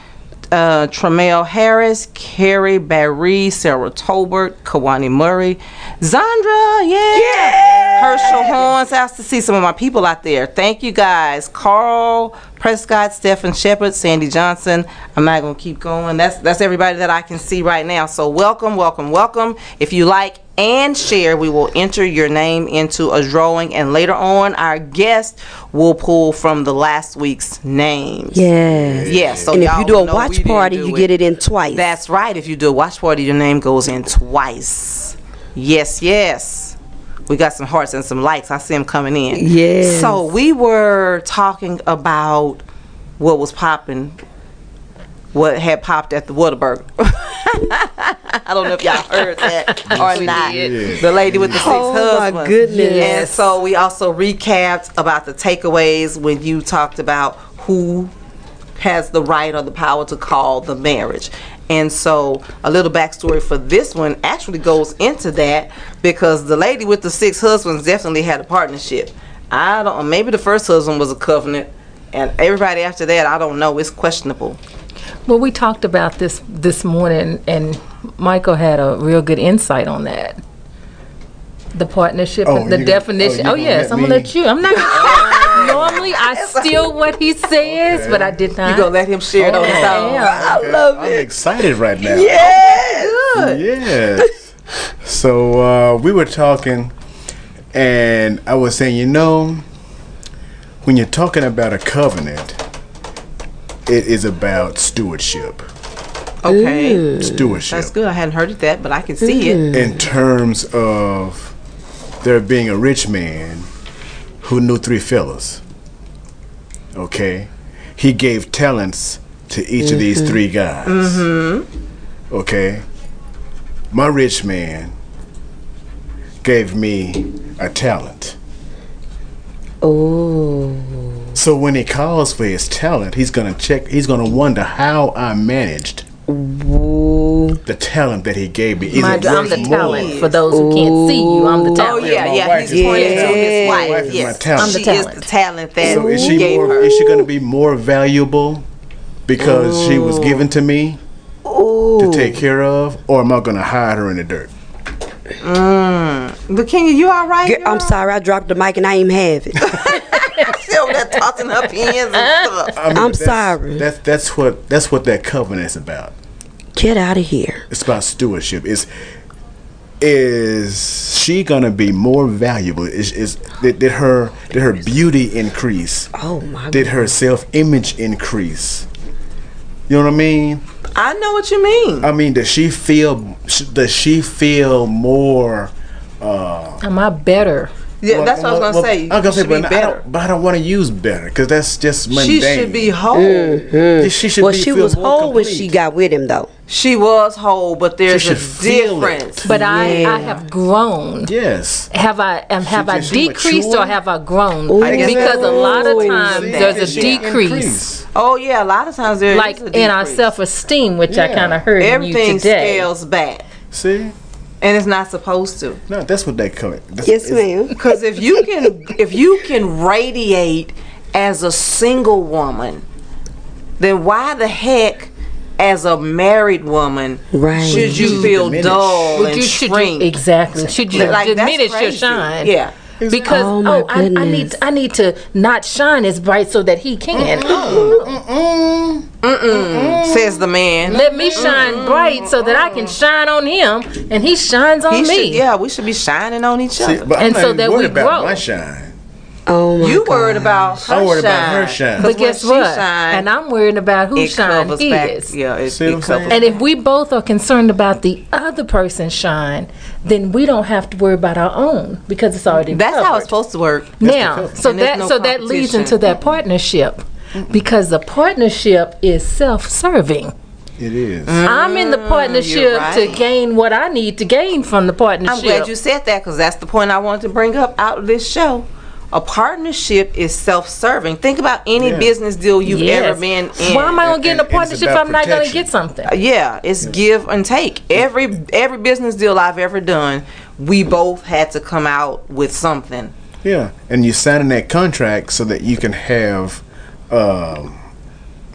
Speaker 6: uh, Tremel Harris, Carrie Barry, Sarah Tolbert, Kawani Murray, Zandra, yeah, Herschel Horns. I to see some of my people out there. Thank you guys, Carl Prescott, Stephen Shepard, Sandy Johnson. I'm not gonna keep going. That's that's everybody that I can see right now. So welcome, welcome, welcome. If you like and share, we will enter your name into a drawing, and later on, our guest will pull from the last week's names.
Speaker 7: Yes.
Speaker 6: Yeah, so
Speaker 7: and if
Speaker 6: y'all
Speaker 7: you do
Speaker 6: know
Speaker 7: a
Speaker 6: we
Speaker 7: watch
Speaker 6: didn't
Speaker 7: party,
Speaker 6: do
Speaker 7: you
Speaker 6: it.
Speaker 7: get it in twice.
Speaker 6: That's right. If you do a watch party, your name goes in twice. Yes, yes. We got some hearts and some likes. I see them coming in.
Speaker 7: Yes.
Speaker 6: So we were talking about what was popping, what had popped at the Whataburger. I don't know if y'all heard that or not. The lady with the six
Speaker 7: Oh, my
Speaker 6: husbands.
Speaker 7: goodness.
Speaker 6: And so we also recapped about the takeaways when you talked about who has the right or the power to call the marriage. And so a little backstory for this one actually goes into that because the lady with the six husbands definitely had a partnership. I don't maybe the first husband was a covenant and everybody after that I don't know, it's questionable.
Speaker 16: Well, we talked about this this morning, and Michael had a real good insight on that. The partnership,
Speaker 15: Oh,
Speaker 16: and the
Speaker 15: you- oh,
Speaker 16: definition.
Speaker 15: you
Speaker 16: Oh,
Speaker 15: gonna
Speaker 16: yes,
Speaker 15: let
Speaker 16: I'm gonna
Speaker 15: me-
Speaker 16: let you. I'm not. Gonna, normally, I steal what he says, but I did not. Oh, You gonna
Speaker 6: let him share it on his own.
Speaker 16: I
Speaker 6: love
Speaker 17: I'm excited right now.
Speaker 6: Yes.
Speaker 17: Yes. so uh, we were talking, and I was saying, you know, when you're talking about a covenant, it is about stewardship.
Speaker 6: Okay.
Speaker 17: Stewardship.
Speaker 6: That's good. I hadn't heard it that, but I can see it.
Speaker 17: in terms of there being a rich man who knew three fellas. Okay, he gave talents to each of these
Speaker 15: Mhm.
Speaker 17: three guys.
Speaker 15: Mm-hmm.
Speaker 17: Okay, my rich man gave me a talent.
Speaker 7: Oh.
Speaker 17: So when he calls for his talent, he's gonna check. He's gonna wonder how I managed the talent that he gave me. Is
Speaker 16: Mind
Speaker 17: it
Speaker 16: you, I'm
Speaker 17: worth
Speaker 16: the
Speaker 17: more?
Speaker 16: talent for those who can't see you. I'm the
Speaker 18: Oh
Speaker 16: talent.
Speaker 18: yeah, yeah. He's pointing to his wife. yes,
Speaker 17: talent. I'm the
Speaker 18: she is
Speaker 16: talent.
Speaker 18: the talent that
Speaker 17: So is she
Speaker 18: gave
Speaker 17: more?
Speaker 18: her.
Speaker 17: Is she gonna be more valuable because she was given to me to take care of, or am I gonna hide her in the dirt?
Speaker 7: Mm.
Speaker 6: But Kenya, you all right?
Speaker 7: I'm sorry, I dropped the mic and I ain't have it.
Speaker 18: She over there tossing her pins and stuff.
Speaker 17: I mean,
Speaker 7: I'm
Speaker 17: that's-
Speaker 7: sorry.
Speaker 17: That's that's what that's what that covenant is about.
Speaker 7: Get out of here.
Speaker 17: It's about stewardship. Is is she gonna be more valuable? Is is did, did her did her beauty increase?
Speaker 7: Oh my!
Speaker 17: Did her self image increase? You know what I mean?
Speaker 6: I know what you mean.
Speaker 17: I mean, does she feel? Does she feel more? Uh,
Speaker 16: Am I better?
Speaker 6: Yeah, that's what I was gonna say.
Speaker 17: I was
Speaker 6: You
Speaker 17: gonna say,
Speaker 6: should
Speaker 17: but,
Speaker 6: be
Speaker 17: I
Speaker 6: better.
Speaker 17: don't, but I don't want to use better because that's just mundane.
Speaker 6: She should be whole. Mm.
Speaker 17: Yeah, She should
Speaker 7: well,
Speaker 17: be,
Speaker 7: she
Speaker 17: feel
Speaker 7: was
Speaker 17: more
Speaker 7: whole when she got with him, though.
Speaker 6: She was whole, but there's
Speaker 7: She
Speaker 6: a
Speaker 7: should feel it.
Speaker 6: difference.
Speaker 16: But I, I have grown.
Speaker 17: Yes.
Speaker 16: Have I um, have I
Speaker 6: just- she
Speaker 16: decreased or
Speaker 6: matured?
Speaker 16: have I grown?
Speaker 6: Ooh. I guess
Speaker 16: because a
Speaker 6: that's-
Speaker 16: lot of
Speaker 6: Ooh.
Speaker 16: times
Speaker 6: See,
Speaker 16: there's a
Speaker 6: yeah.
Speaker 16: decrease.
Speaker 6: Increase. Oh yeah, a lot of times there is
Speaker 16: like
Speaker 6: a
Speaker 16: in our
Speaker 6: decrease.
Speaker 16: self-esteem, which I
Speaker 6: Yeah.
Speaker 16: kind of heard in you
Speaker 6: everything
Speaker 16: today.
Speaker 6: scales back.
Speaker 17: See,
Speaker 6: and it's not supposed to.
Speaker 17: No, that's what that comes.
Speaker 7: Yes, ma'am.
Speaker 6: Because if you can, if you can radiate as a single woman, then why the heck? As a married woman,
Speaker 7: Right.
Speaker 6: should you,
Speaker 16: Would you
Speaker 6: feel
Speaker 16: diminish?
Speaker 6: dull
Speaker 16: Would
Speaker 6: and
Speaker 16: you- should you-
Speaker 6: shrink?
Speaker 16: exactly. Should you
Speaker 6: that's
Speaker 16: diminish your
Speaker 6: crazy.
Speaker 16: shine?
Speaker 6: Yeah.
Speaker 16: Because
Speaker 6: Oh,
Speaker 16: oh,
Speaker 6: my
Speaker 16: I, I need
Speaker 6: goodness.
Speaker 16: I need to not shine as bright so that he can. Oh. Mm.
Speaker 6: Mm-mm. Says the man.
Speaker 16: Let me shine bright so that I can shine on him and he shines on
Speaker 6: He
Speaker 16: me.
Speaker 6: should- yeah, we should be shining on each other.
Speaker 16: but I'm And not so even that we worried about grow. my
Speaker 17: shine.
Speaker 7: Oh
Speaker 6: You worried about her
Speaker 16: I'm worried
Speaker 6: shine.
Speaker 16: about her shine. But guess
Speaker 6: when she
Speaker 16: what? And I'm worried about who
Speaker 6: it
Speaker 16: shine
Speaker 6: covers back-
Speaker 16: is.
Speaker 6: Yeah, it,
Speaker 17: See what I'm
Speaker 6: it covers.
Speaker 17: saying?
Speaker 16: And if we both are concerned about the other person's shine, then we don't have to worry about our own because it's already
Speaker 6: That's
Speaker 16: covered.
Speaker 6: how it's supposed to work.
Speaker 16: now so that so that leads into that partnership because the partnership is self-serving
Speaker 17: It is.
Speaker 6: Mm-hmm.
Speaker 16: i'm in the
Speaker 6: Mm,
Speaker 16: partnership to gain what i need to gain from the partnership
Speaker 6: I'm glad you said that because that's the point I wanted to bring up out of this show. A partnership is self-serving. Think about any
Speaker 16: Yeah.
Speaker 6: business deal you've
Speaker 16: Yes.
Speaker 6: ever been in.
Speaker 16: why am i going to get in a partnership if i'm not going to get something
Speaker 6: Uh, Yeah, it's give and take. Every every business deal I've ever done, we both had to come out with something.
Speaker 17: Yeah, and you're signing that contract so that you can have um,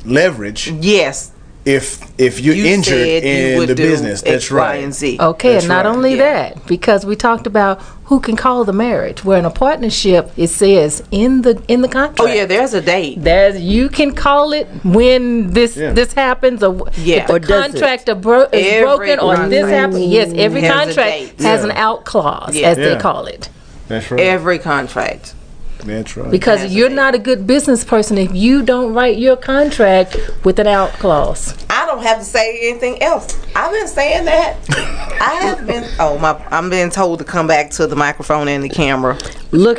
Speaker 17: leverage.
Speaker 6: Yes.
Speaker 17: If if you're
Speaker 16: You
Speaker 17: injured
Speaker 16: said you
Speaker 17: in
Speaker 16: would
Speaker 17: the
Speaker 16: do
Speaker 17: business, that's
Speaker 16: X, Y,
Speaker 17: right.
Speaker 16: and Okay,
Speaker 17: That's
Speaker 16: and not
Speaker 17: right.
Speaker 16: only that, because we talked about who can call the marriage. Where in a partnership, it says in the in the contract.
Speaker 6: Oh yeah, there's a date.
Speaker 16: There's you can call it when this
Speaker 6: Yeah.
Speaker 16: this happens or wh-
Speaker 6: Yeah.
Speaker 16: if the
Speaker 6: Or does it?
Speaker 16: contract are bro- is
Speaker 6: Every
Speaker 16: broken or this
Speaker 6: contract
Speaker 16: happens. Yes, every
Speaker 6: has a
Speaker 16: contract
Speaker 6: date.
Speaker 16: has an
Speaker 6: Yeah.
Speaker 16: out clause,
Speaker 6: Yeah.
Speaker 16: as
Speaker 6: Yeah.
Speaker 16: they call it.
Speaker 17: That's right.
Speaker 6: Every contract.
Speaker 17: That's right.
Speaker 16: Because you're not a good business person if you don't write your contract with an out clause.
Speaker 6: I don't have to say anything else. I've been saying that. I have been. Oh my! I'm being told to come back to the microphone and the camera.
Speaker 7: Look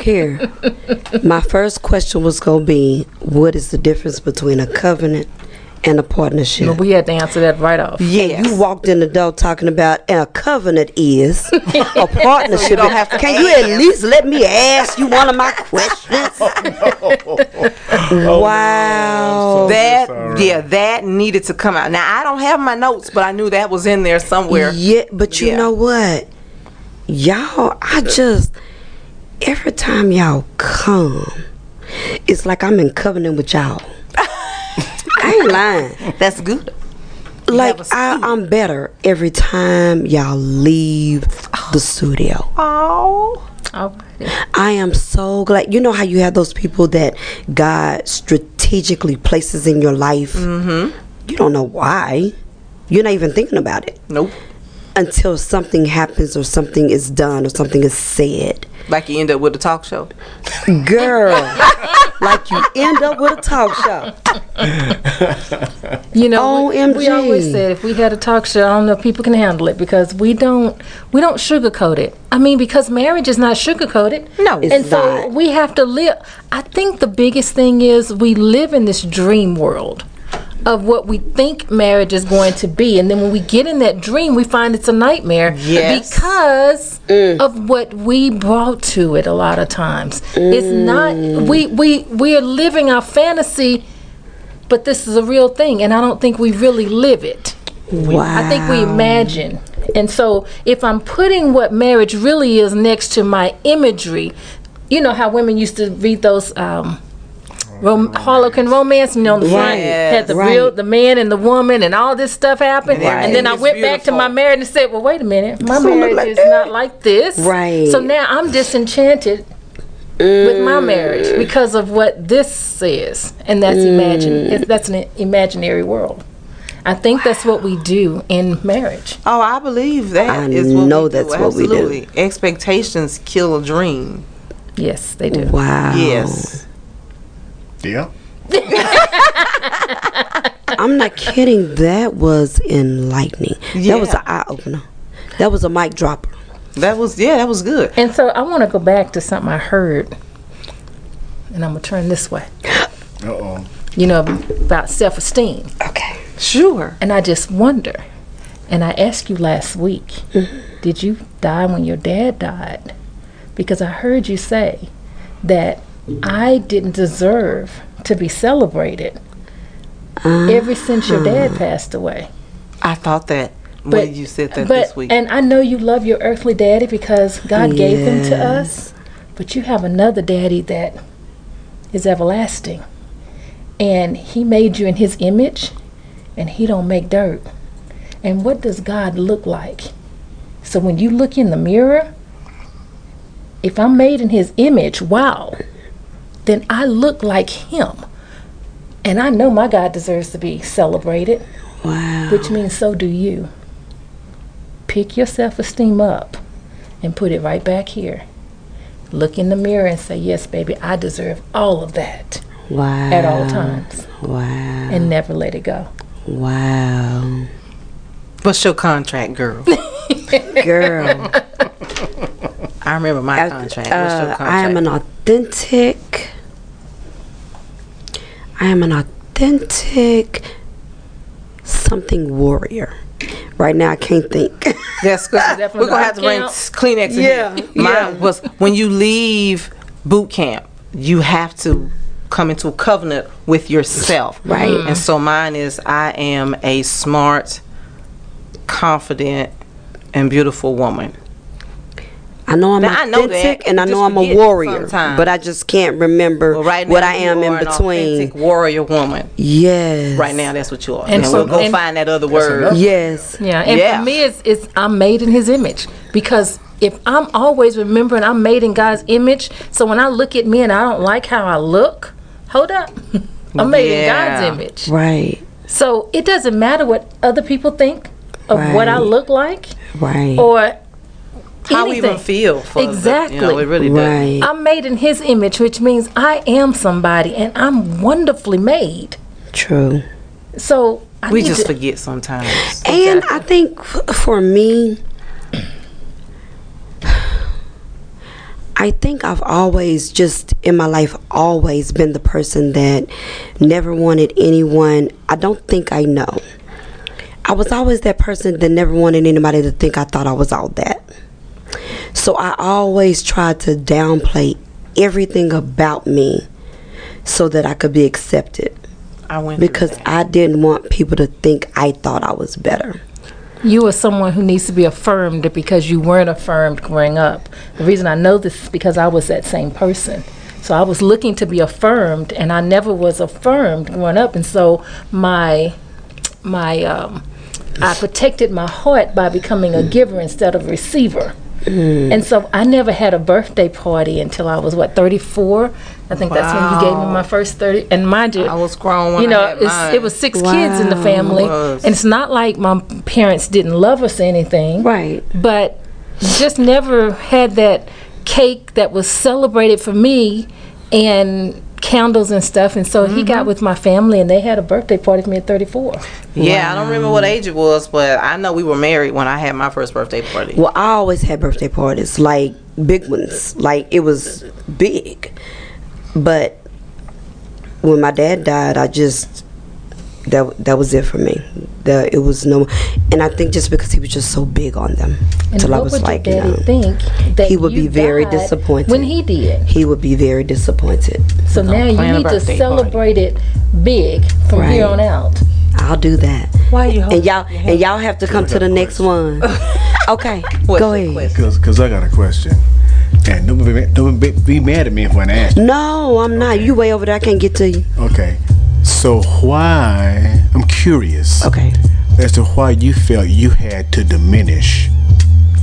Speaker 7: here. My first question was going to be what is the difference between a covenant and a partnership?
Speaker 16: But we had to answer that right off.
Speaker 7: Yeah, you walked in the door talking about and a covenant is a partnership.
Speaker 16: So you don't have to
Speaker 7: Can you at least let me ask you one of my questions?
Speaker 6: wow!
Speaker 7: so
Speaker 6: that
Speaker 7: sorry.
Speaker 6: yeah, that needed to come out. Now I don't have my notes, but I knew that was in there somewhere.
Speaker 7: Yeah, but you
Speaker 6: Yeah.
Speaker 7: know what? Y'all, I just every time y'all come, it's like I'm in covenant with y'all. I ain't lying.
Speaker 6: That's good.
Speaker 7: Like I, I'm better every time y'all leave the studio.
Speaker 6: Oh.
Speaker 7: I am so glad. You know how you have those people that God strategically places in your life.
Speaker 6: Mm-hmm.
Speaker 7: You don't know why. You're not even thinking about it.
Speaker 6: Nope.
Speaker 7: Until something happens or something is done or something is said.
Speaker 6: Like you end up with a talk show.
Speaker 7: Girl, like you end up with a talk show.
Speaker 16: You know, we- we
Speaker 7: OMG.
Speaker 16: always said if we had a talk show, I don't know if people can handle it because we don't we don't sugarcoat it. I mean, because marriage is not sugarcoated. No,
Speaker 7: It's
Speaker 16: and so
Speaker 7: not.
Speaker 16: we have to live. I think the biggest thing is we live in this dream world of what we think marriage is going to be. And then when we get in that dream, we find it's a nightmare
Speaker 19: Yes.
Speaker 16: because of what we brought to it a lot of times. It's not we we we are living our fantasy but this is a real thing and I don't think we really live it. I think we
Speaker 19: Wow.
Speaker 16: imagine. And so if I'm putting what marriage really is next to my imagery, you know how women used to read those um Rom- Harlequin romance, you know, the front
Speaker 19: Right,
Speaker 16: had the
Speaker 19: right.
Speaker 16: real the man and the woman, and all this stuff happened.
Speaker 19: Right.
Speaker 16: And then I
Speaker 19: It's
Speaker 16: went back to my marriage and said, "Well, wait a minute, my marriage is not like this."
Speaker 7: Right.
Speaker 16: So now I'm disenchanted with my marriage because of what this is, and
Speaker 6: Mm.
Speaker 16: that's imagine. It's, that's an imaginary world. I think that's what we do in marriage.
Speaker 6: Oh, I believe that
Speaker 16: I
Speaker 6: is what
Speaker 16: know
Speaker 6: we do.
Speaker 16: that's what we do.
Speaker 6: Absolutely. Expectations kill a dream.
Speaker 16: Yes, they do.
Speaker 7: Wow.
Speaker 6: Yes.
Speaker 17: Yeah.
Speaker 7: I'm not kidding. That was enlightening. That was an eye opener. That was a mic dropper.
Speaker 6: That was yeah, that was good.
Speaker 16: And so I want to go back to something I heard, and I'm gonna turn this way.
Speaker 17: Uh oh.
Speaker 16: you know, about self esteem.
Speaker 7: Okay.
Speaker 6: Sure.
Speaker 16: And I just wonder, and I asked you last week, did you die when your dad died? Because I heard you say that I didn't deserve to be celebrated
Speaker 6: Ah.
Speaker 16: ever since your dad passed away.
Speaker 6: I thought that
Speaker 16: But-
Speaker 6: when you said that
Speaker 16: but,
Speaker 6: this week.
Speaker 16: And I know you love your earthly daddy because God gave him to us, but you have another daddy that is everlasting. And he made you in his image, and he don't make dirt. And what does God look like? So when you look in the mirror, if I'm made in his image, wow, then I look like him. And I know my God deserves to be celebrated.
Speaker 7: Wow.
Speaker 16: Which means so do you. Pick your self esteem up and put it right back here. Look in the mirror and say, Yes, baby, I deserve all of that
Speaker 7: Wow.
Speaker 16: at all times
Speaker 7: Wow.
Speaker 16: and never let it go.
Speaker 7: Wow.
Speaker 6: What's your contract, girl?
Speaker 7: Girl.
Speaker 6: I remember my contract. What's your
Speaker 7: Uh,
Speaker 6: contract?
Speaker 7: I am an authentic. I am an authentic something warrior. Right now, I can't think.
Speaker 6: That's good. We're gonna have to bring Kleenex. In
Speaker 7: Yeah,
Speaker 6: here. mine was when you leave boot camp, you have to come into a covenant with yourself,
Speaker 7: Right. Mm.
Speaker 6: And so mine is, I am a smart, confident, and beautiful woman.
Speaker 7: I know I'm
Speaker 6: Now, I know
Speaker 7: authentic
Speaker 6: that.
Speaker 7: and I
Speaker 6: Just
Speaker 7: know I'm a
Speaker 6: forget
Speaker 7: warrior,
Speaker 6: sometimes.
Speaker 7: but I just can't remember
Speaker 6: Right now,
Speaker 7: what I
Speaker 6: you
Speaker 7: am in
Speaker 6: are an
Speaker 7: between.
Speaker 6: authentic warrior woman.
Speaker 7: Yes.
Speaker 6: Right now, that's what you are.
Speaker 16: And
Speaker 6: And,
Speaker 16: so-
Speaker 6: we'll go
Speaker 16: and-
Speaker 6: find that other word.
Speaker 7: Yes.
Speaker 16: Yeah, and
Speaker 6: Yeah.
Speaker 16: for me, it's, it's I'm made in His image because if I'm always remembering I'm made in God's image, so when I look at me and I don't like how I look, hold up, I'm made in God's image.
Speaker 7: Right.
Speaker 16: So it doesn't matter what other people think of what I
Speaker 7: Right.
Speaker 16: look like
Speaker 7: Right.
Speaker 16: or
Speaker 6: How we
Speaker 16: anything.
Speaker 6: even feel for the-
Speaker 16: exactly.
Speaker 6: you know, it really does.
Speaker 7: Right.
Speaker 16: I'm made in His image, which means I am somebody and I'm wonderfully made.
Speaker 7: True.
Speaker 16: So I
Speaker 6: we
Speaker 16: need
Speaker 6: just
Speaker 16: to-
Speaker 6: forget sometimes.
Speaker 7: And I think f- for me, I think I've always just in my life always been the person that never wanted anyone. I don't think I know. I was always that person that never wanted anybody to think I thought I was all that. So I always tried to downplay everything about me so that I could be accepted
Speaker 6: I went through
Speaker 7: because I didn't want people to think I thought I was better.
Speaker 16: You are someone who needs to be affirmed because you weren't affirmed growing up. The reason I know this is because I was that same person. So I was looking to be affirmed, and I never was affirmed growing up. And so my my um, I protected my heart by becoming a giver instead of receiver. And so I never had a birthday party until I was what 34. I think that's when you gave me my first 30. And mind you, I
Speaker 6: was grown when
Speaker 16: you
Speaker 6: I
Speaker 16: know,
Speaker 6: had
Speaker 16: it's,
Speaker 6: mine.
Speaker 16: it was six kids in the
Speaker 6: Wow.
Speaker 16: family,
Speaker 6: It was.
Speaker 16: and it's not like my parents didn't love us or anything,
Speaker 7: right?
Speaker 16: But just never had that cake that was celebrated for me and candles and stuff. And so he
Speaker 7: Mm-hmm.
Speaker 16: got with my family, and they had a birthday party for me at 34.
Speaker 6: Yeah, I don't remember what age it was, but I know we were married when I had my first birthday party.
Speaker 7: Well, I always had birthday parties, like big ones, like it was big. But when my dad died, I just that that was it for me. That it was no, and I think just because he was just so big on them,
Speaker 16: And
Speaker 7: till I
Speaker 16: what
Speaker 7: was
Speaker 16: would
Speaker 7: like,
Speaker 16: your daddy
Speaker 7: no.
Speaker 16: think that
Speaker 7: he would be
Speaker 16: you
Speaker 7: very
Speaker 16: died
Speaker 7: disappointed
Speaker 16: when he did?
Speaker 7: He would be very disappointed.
Speaker 16: So now you need to celebrate it big from here
Speaker 7: Right.
Speaker 16: on out.
Speaker 7: I'll do that.
Speaker 20: Why you
Speaker 7: and y'all and y'all have to come to the next one. okay, go ahead.
Speaker 17: Cause, cause I got a question, and don't be, don't be, be mad at me if I ask.
Speaker 7: No, I'm not. You way over there. I can't get to you.
Speaker 17: Okay, so why? I'm curious.
Speaker 7: Okay.
Speaker 17: As to why you felt you had to diminish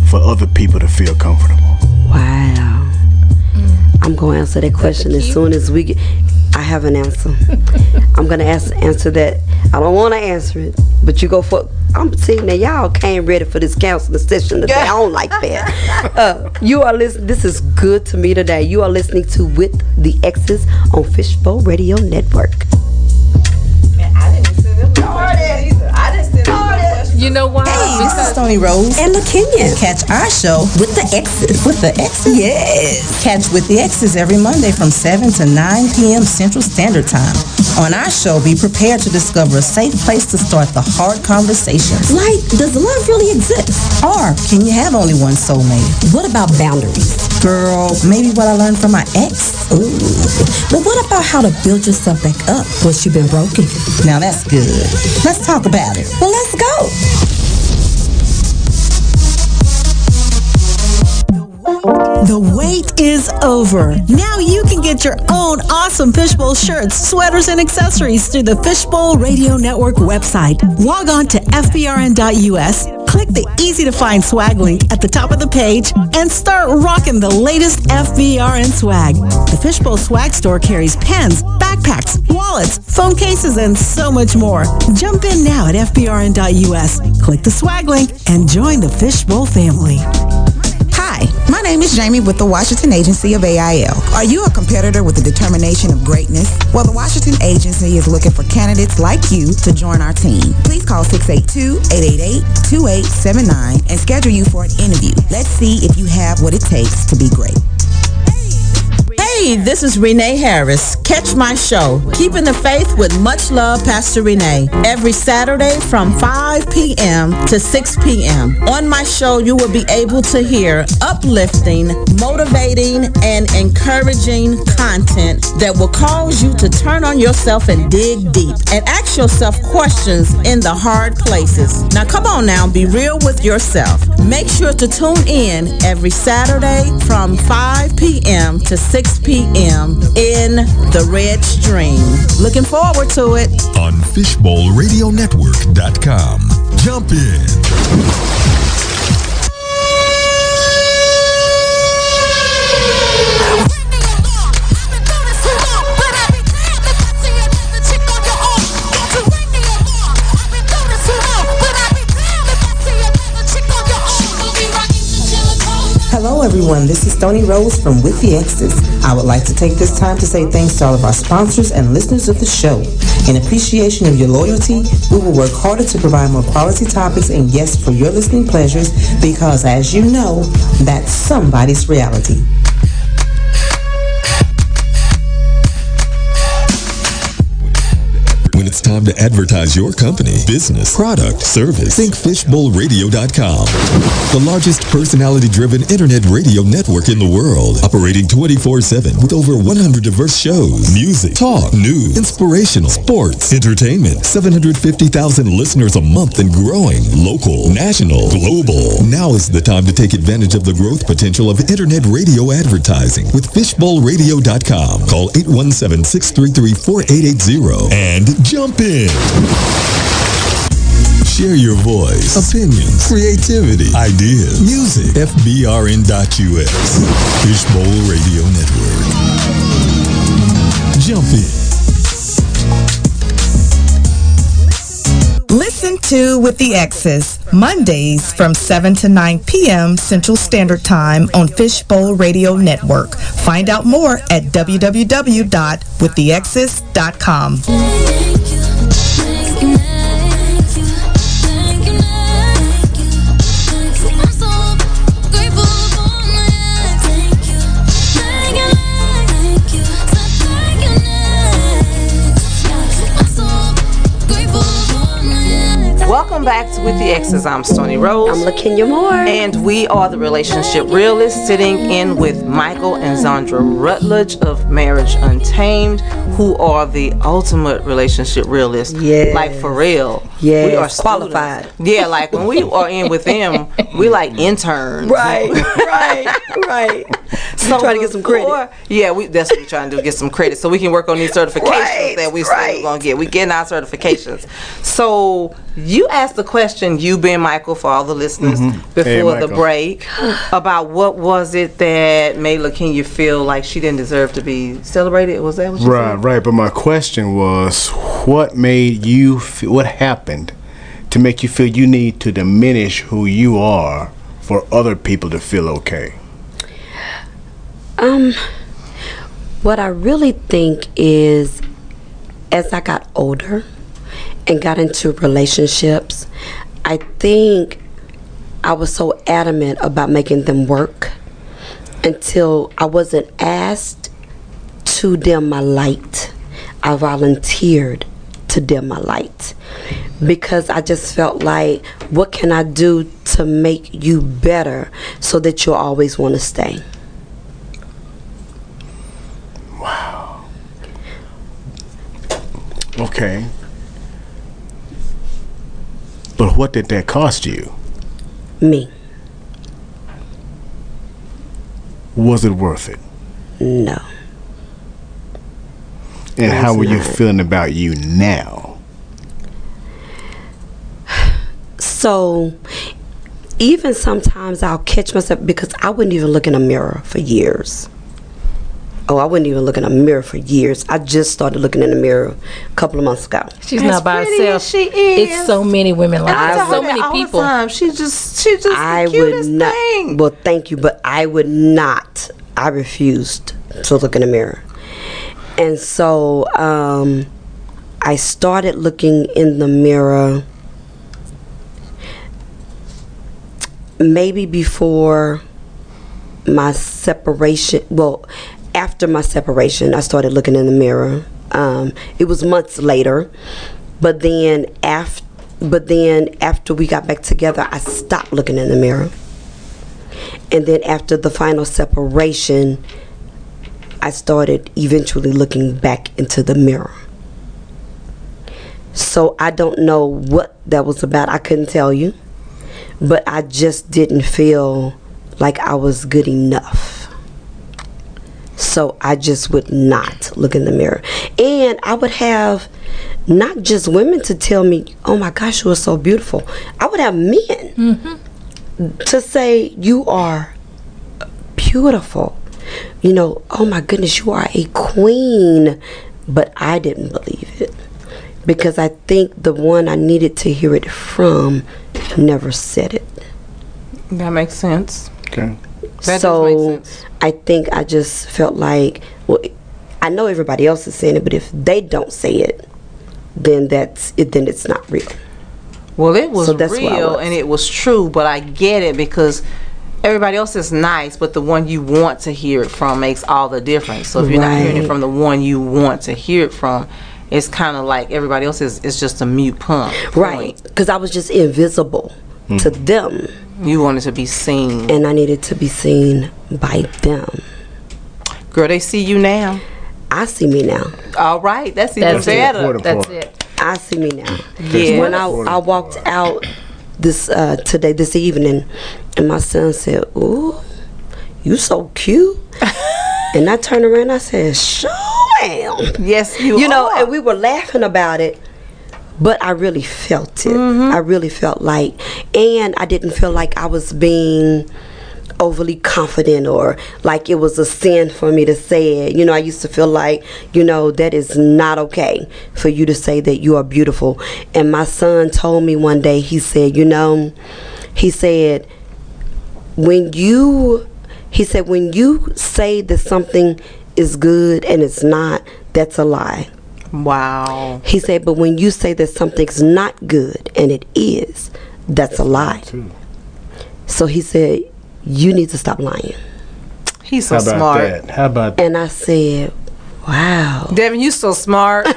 Speaker 17: for other people to feel comfortable.
Speaker 7: Wow. I'm going to answer that question as soon as we get. I have an answer. I'm going to ask, answer that. I don't want to answer it, but you go for. I'm seeing that y'all came ready for this counseling session today. I don't like that. Uh, you are listening. This is good to me today. You are listening to With the Exes on Fishbowl Radio Network.
Speaker 20: I just did
Speaker 16: You know why?
Speaker 12: Hey, this is Stony Rose and LaKenya. Catch our show with the X's. With the X's? Yes. Catch with the X's every Monday from 7 to 9 p.m. Central Standard Time. On our show, be prepared to discover a safe place to start the hard conversations. Like, does love really exist? Or can you have only one soulmate? What about boundaries? Girl, maybe what I learned from my ex. Ooh. But what about how to build yourself back up once you've been broken? Now that's good. Let's talk about it. Well, let's go. The wait is over. Now you can get your own awesome Fishbowl shirts, sweaters, and accessories through the Fishbowl Radio Network website. Log on to fbrn.us, click the easy to find swag link at the top of the page, and start rocking the latest FBRN swag. The Fishbowl swag store carries pens, backpacks, wallets, phone cases, and so much more. Jump in now at fbrn.us, click the swag link, and join the Fishbowl family.
Speaker 21: Hi, my name is Jamie with the Washington Agency of AIL. Are you a competitor with a determination of greatness? Well, the Washington Agency is looking for candidates like you to join our team. Please call 682-888-2879 and schedule you for an interview. Let's see if you have what it takes to be great.
Speaker 6: Hey, this is Renee Harris. Catch my show, Keeping the Faith with Much Love, Pastor Renee, every Saturday from 5 p.m. to 6 p.m. On my show, you will be able to hear uplifting, motivating, and encouraging content that will cause you to turn on yourself and dig deep and ask yourself questions in the hard places. Now, come on now, be real with yourself. Make sure to tune in every Saturday from 5 p.m. to 6 p.m. in the Red Stream. Looking forward to it.
Speaker 11: on fishbowlradionetwork.com. Jump in.
Speaker 12: Hello, everyone. This is Stony Rose from With the Exes. I would like to take this time to say thanks to all of our sponsors and listeners of the show. In appreciation of your loyalty, we will work harder to provide more quality topics and yes, for your listening pleasures, because as you know, that's somebody's reality.
Speaker 11: When it's time to advertise your company, business, product, service, think fishbowlradio.com. The largest personality-driven internet radio network in the world, operating 24-7 with over 100 diverse shows, music, talk, news, inspirational, sports, entertainment, 750,000 listeners a month and growing, local, national, global. Now is the time to take advantage of the growth potential of internet radio advertising with fishbowlradio.com. Call 817-633-4880 and jump in. Share your voice, opinions, creativity, ideas, music. FBRN.US. Fishbowl Radio Network. Jump in.
Speaker 19: Listen to With the Exes, Mondays from 7 to 9 p.m. Central Standard Time on Fishbowl Radio Network. Find out more at www.withthexes.com.
Speaker 15: Grateful
Speaker 6: The X's. I'm Stony Rose. I'm
Speaker 7: Lakenya Moore.
Speaker 6: And we are the Relationship Realists sitting in with Michael and Zandra Rutledge of Marriage Untamed, who are the ultimate relationship realists.
Speaker 7: Yes.
Speaker 6: Like for real.
Speaker 7: Yes,
Speaker 6: We are qualified. Yeah, like when we are in with them, we like interns.
Speaker 7: Right, right, right.
Speaker 6: So trying to get some credit. yeah, we that's what we're trying to do, get some credit so we can work on these certifications that we still gonna get. We getting our certifications. So you asked the question, you being Michael for all the listeners
Speaker 17: Mhm.
Speaker 6: before
Speaker 17: Hey,
Speaker 6: the
Speaker 17: Michael.
Speaker 6: break, about what was it that made LaKenya feel like she didn't deserve to be celebrated? Was that what you
Speaker 17: Right, right. But my question was, what made you? Fe- what happened to make you feel you need to diminish who you are for other people to feel okay?
Speaker 7: Um, what I really think is, as I got older and got into relationships, I think I was so adamant about making them work until I wasn't asked to dim my light. I volunteered to dim my light because I just felt like, what can I do to make you better so that you'll always want to stay?
Speaker 17: Okay. But what did that cost you?
Speaker 7: Me.
Speaker 17: Was it worth it?
Speaker 7: No.
Speaker 17: And how
Speaker 7: It's
Speaker 17: were you
Speaker 7: not.
Speaker 17: feeling about you now?
Speaker 7: So even sometimes I'll catch myself because I wouldn't even look in a mirror for years. Oh, I wouldn't even look in a mirror for years. I just started looking in the mirror a couple of months ago.
Speaker 16: She's not by herself.
Speaker 6: She is.
Speaker 16: It's so many women like
Speaker 7: I
Speaker 16: that. So
Speaker 7: would-
Speaker 16: many
Speaker 6: all the
Speaker 16: people.
Speaker 6: time. She just she just
Speaker 7: I would not. Well, thank you, but I would not. I refused to look in the mirror, and so um, I started looking in the mirror. Maybe before my separation. Well, after my separation, I started looking in the mirror. Um, it was months later, but then after, but then after we got back together, I stopped looking in the mirror. And then after the final separation, I started eventually looking back into the mirror. So I don't know what that was about. I couldn't tell you. But I just didn't feel like I was good enough. So I just would not look in the mirror. And I would have not just women to tell me, oh my gosh, you are so beautiful. I would have men to say, you are beautiful. You know, oh my goodness, you are a queen. But I didn't believe it because I think the one I needed to hear it from never said it.
Speaker 6: said? That makes sense.
Speaker 17: Okay.
Speaker 6: That
Speaker 7: so I think I just felt like, well, I know everybody else is saying it, but if they don't say it, then that's it. Then it's not real.
Speaker 6: Well, it was
Speaker 7: So that's where I
Speaker 6: real
Speaker 7: was.
Speaker 6: and it was true, but I get it because everybody else is nice, but the one you want to hear it from makes all the difference. So if you're not hearing it
Speaker 7: Right.
Speaker 6: from the one you want to hear it from, it's kind of like everybody else is it's just a mute pump.
Speaker 7: Right? Because I was just invisible to them.
Speaker 6: You wanted to be seen,
Speaker 7: and I needed to be seen by them.
Speaker 6: Girl, they see you now.
Speaker 7: I see me now.
Speaker 6: All right, that's even
Speaker 7: That's it.
Speaker 6: better.
Speaker 7: Quarter That's part. I see me now.
Speaker 6: Yeah.
Speaker 7: When I, I walked out this uh, today, this evening, and my son said, "Ooh, you so cute," and I turned around, I said, "Sure am."
Speaker 6: Yes, you.
Speaker 7: You know, and we were laughing about it, but I really felt it.
Speaker 6: Mm-hmm.
Speaker 7: I really felt like, and I didn't feel like I was being overly confident or like it was a sin for me to say it. You know, I used to feel like, you know, that is not okay for you to say that you are beautiful. And my son told me one day, he said, you know, he said, when you he said when you say that something is good and it's not that's a lie
Speaker 6: wow
Speaker 7: he said but when you say that something's not good and it is that's a lie so he said you need to stop lying
Speaker 6: He's so
Speaker 17: How about
Speaker 6: smart.
Speaker 17: that? How about
Speaker 7: and i said wow
Speaker 6: Devin, you so smart.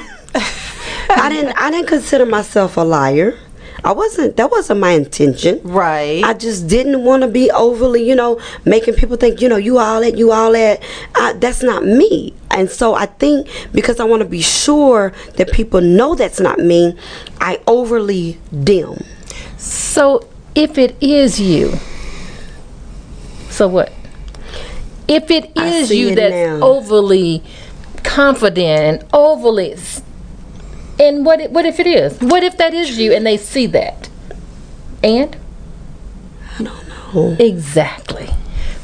Speaker 7: I didn't I didn't consider myself a liar. I wasn't. That wasn't my intention.
Speaker 6: Right.
Speaker 7: I just didn't want to be overly, you know, making people think, you know, you all that, you all that. I, that's not me. And so I think because I want to be sure that people know that's not me, I overly dim.
Speaker 16: So if it is you, so what? If it is
Speaker 7: see
Speaker 16: you
Speaker 7: it
Speaker 16: that's
Speaker 7: now.
Speaker 16: overly confident and overly, s- and what? i- What if it is? What if that is you and they see that? And I don't know exactly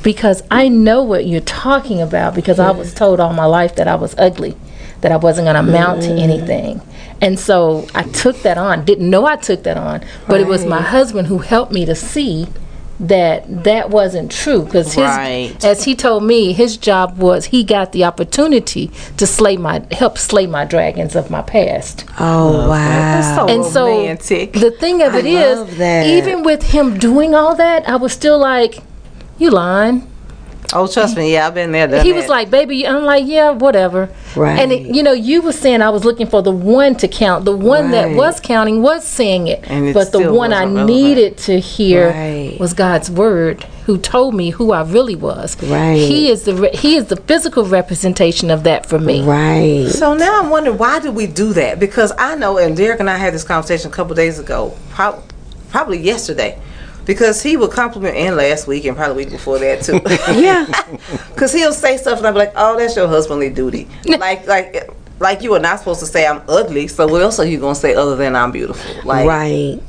Speaker 16: because I know what you're talking about because I was told all my life that I was ugly, that I wasn't going to amount to
Speaker 22: Mm.
Speaker 16: anything. And so I took that on. Didn't know I took that on, but it was my
Speaker 22: Right.
Speaker 16: husband who helped me to see that that wasn't true because his
Speaker 6: Right.
Speaker 16: as he told me his job was he got the opportunity to slay my help slay my dragons of my past
Speaker 7: Oh wow!
Speaker 16: and so the thing of
Speaker 7: I
Speaker 16: it is,
Speaker 7: love that.
Speaker 16: even with him doing all that, I was still like, "You lying."
Speaker 6: Oh, trust me. Yeah, I've been there. Done
Speaker 16: he was
Speaker 6: that.
Speaker 16: like, "Baby," and I'm like, "Yeah, whatever."
Speaker 6: Right.
Speaker 16: And it, you know, you were saying I was looking for the one to count. The one that
Speaker 6: Right.
Speaker 16: was counting was saying it,
Speaker 6: And it
Speaker 16: but the
Speaker 6: still
Speaker 16: one I
Speaker 6: wasn't relevant.
Speaker 16: needed to hear
Speaker 7: Right.
Speaker 16: was God's word, who told me who I really was.
Speaker 7: Right.
Speaker 16: He is the re- he is the physical representation of that for me.
Speaker 7: Right.
Speaker 6: So now I'm wondering why do we do that? Because I know, and Derek and I had this conversation a couple days ago, prob- probably yesterday, because he would compliment and last week and probably week before that too.
Speaker 7: yeah,
Speaker 6: because he'll say stuff and I'm like, oh, that's your husbandly duty. like, like, like you are not supposed to say I'm ugly. So what else are you gonna say other than I'm beautiful? Like,
Speaker 7: right.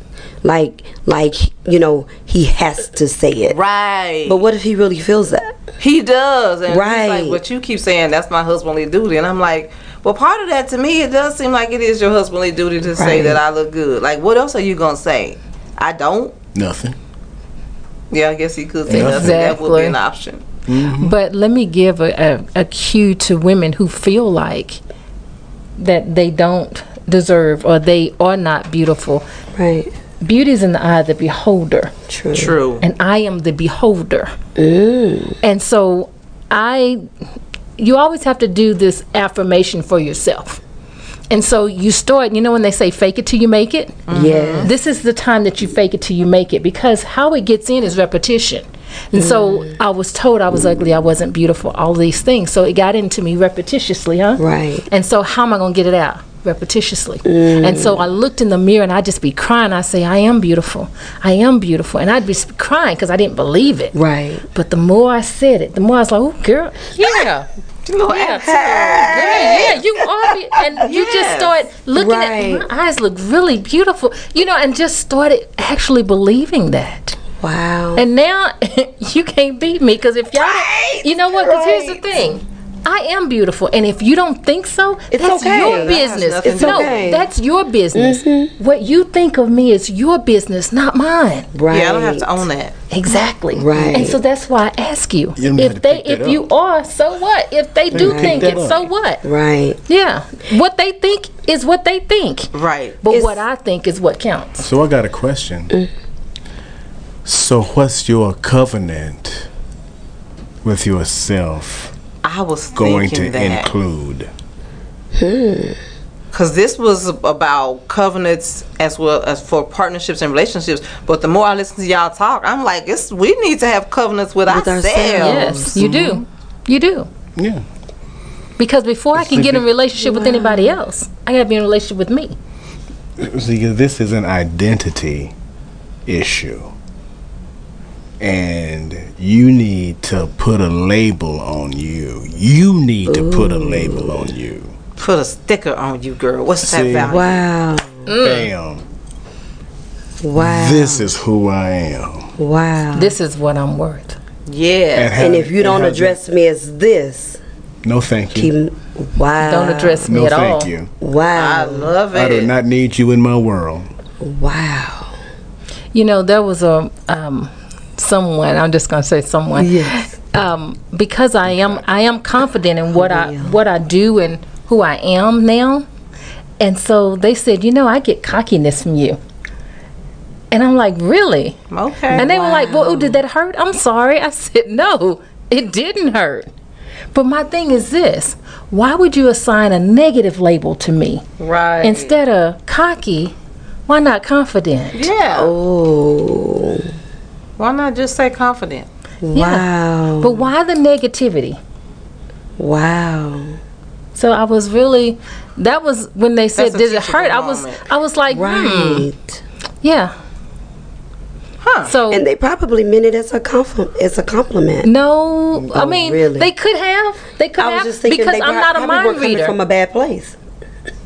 Speaker 7: Like, like you know, he has to say it.
Speaker 6: Right.
Speaker 7: But what if he really feels that?
Speaker 6: He does, and right.
Speaker 7: Right.
Speaker 6: like, "But you keep saying that's my husbandly duty," and I'm like, "Well, part of that to me, it does seem like it is your husbandly duty to say
Speaker 17: Right.
Speaker 6: that I look good. Like, what else are you gonna say? I don't.
Speaker 17: Nothing.
Speaker 6: Yeah, I guess he could say nothing. That would be an
Speaker 16: Exactly.
Speaker 6: option.
Speaker 7: Mm-hmm.
Speaker 16: But let me give a, a, a cue to women who feel like that they don't deserve or they are not beautiful.
Speaker 7: Right.
Speaker 16: Beauty is in the eye of the beholder.
Speaker 7: True.
Speaker 6: True.
Speaker 16: And I am the beholder. And so I you always have to do this affirmation for yourself. And so you start, you know when they say fake it till you make it?
Speaker 7: Yes.
Speaker 16: This is the time that you fake it till you make it because how it gets in is repetition. And so
Speaker 7: Mm.
Speaker 16: I was told I was ugly, I wasn't beautiful, all these things. So it got into me repetitiously, huh?
Speaker 7: Right.
Speaker 16: And so how am I going to get it out? Repetitiously.
Speaker 7: Mm.
Speaker 16: And so I looked in the mirror and I just be crying. I say, I am beautiful. I am beautiful. And I'd be s- crying because I didn't believe it.
Speaker 7: Right.
Speaker 16: But the more I said it, the more I was like, oh, girl, yeah. Yeah, too. yeah, yeah, you are, be- and you just
Speaker 22: Yes.
Speaker 16: start looking
Speaker 22: Right.
Speaker 16: at my eyes look really beautiful, you know, and just started actually believing that.
Speaker 7: Wow.
Speaker 16: And now you can't beat me because if y'all, you know what? Because here's the thing. I am beautiful, and if you don't think so, that's
Speaker 7: okay.
Speaker 16: your
Speaker 7: That has
Speaker 16: business.
Speaker 7: nothing to
Speaker 16: no,
Speaker 7: do with it. Mm-hmm.
Speaker 16: that's your business. What you think of me is your business, not mine.
Speaker 6: Yeah, I don't have to own that.
Speaker 16: Exactly.
Speaker 6: Right.
Speaker 16: And so that's why I ask you,
Speaker 6: You don't know how to
Speaker 16: if they,
Speaker 6: pick that
Speaker 16: if you
Speaker 6: up.
Speaker 16: are, so what? If they do
Speaker 7: Right.
Speaker 16: think
Speaker 7: Pick that
Speaker 16: it,
Speaker 7: up.
Speaker 16: so what?
Speaker 7: Right.
Speaker 16: Yeah. What they think is what they think.
Speaker 6: Right.
Speaker 16: But what I think is what counts.
Speaker 17: So I got a question. So what's your covenant with yourself
Speaker 6: I was
Speaker 17: going to
Speaker 6: thinking that.
Speaker 17: include?
Speaker 6: Because this was about covenants as well as for partnerships and relationships. But the more I listen to y'all talk, I'm like, it's, we need to have covenants with, ourselves.
Speaker 16: Yes, you do. You do.
Speaker 17: Yeah.
Speaker 16: Because before I can get in a relationship with anybody else, I gotta be in a relationship with me.
Speaker 17: See, this is an identity issue. And you need to put a label on you. You need to put a label on you.
Speaker 6: Put a sticker on you, girl. What's
Speaker 17: See?
Speaker 6: that value?
Speaker 7: Wow.
Speaker 18: Mm.
Speaker 17: Bam.
Speaker 7: Wow.
Speaker 17: This is who I am.
Speaker 7: Wow.
Speaker 16: This is what I'm worth.
Speaker 6: Yeah.
Speaker 17: And how-
Speaker 7: And if you
Speaker 17: and
Speaker 7: don't
Speaker 17: how you-
Speaker 7: address me as this,
Speaker 17: No, thank you.
Speaker 7: wow.
Speaker 17: Don't address me No, at thank all. you.
Speaker 7: Wow. I
Speaker 6: love
Speaker 17: I do not need you in my world.
Speaker 7: Wow.
Speaker 16: You know, there was a um, someone. I'm just gonna say someone.
Speaker 7: Yes.
Speaker 16: Um, because I am, I am confident in what I what I do and who I am now. And so they said, you know, I get cockiness from you. And I'm like, really?
Speaker 6: Okay.
Speaker 16: And they were like, well, ooh, did that hurt? I'm sorry. I said, no, it didn't hurt. But my thing is this why would you assign a negative label to me?
Speaker 6: Right.
Speaker 16: Instead of cocky, Why not confident?
Speaker 18: Yeah.
Speaker 7: Oh.
Speaker 18: Why not just say confident?
Speaker 7: Wow.
Speaker 16: But why the negativity?
Speaker 7: Wow.
Speaker 16: So I was really, that was when they said,
Speaker 18: That's a
Speaker 16: "Did it
Speaker 18: teachable
Speaker 16: hurt?" I was,
Speaker 18: moment.
Speaker 16: I was like, right.
Speaker 7: Right.
Speaker 16: Yeah.
Speaker 18: Huh.
Speaker 16: So
Speaker 7: and they probably meant it as a compliment. As a compliment.
Speaker 16: No, I
Speaker 7: Oh,
Speaker 16: mean
Speaker 7: really?
Speaker 16: they could have, they could
Speaker 7: I was
Speaker 16: have,
Speaker 7: just thinking
Speaker 16: because
Speaker 7: they
Speaker 16: I'm not
Speaker 7: prob-
Speaker 16: a
Speaker 7: probably were
Speaker 16: mind
Speaker 7: coming
Speaker 16: reader.
Speaker 7: from a bad place.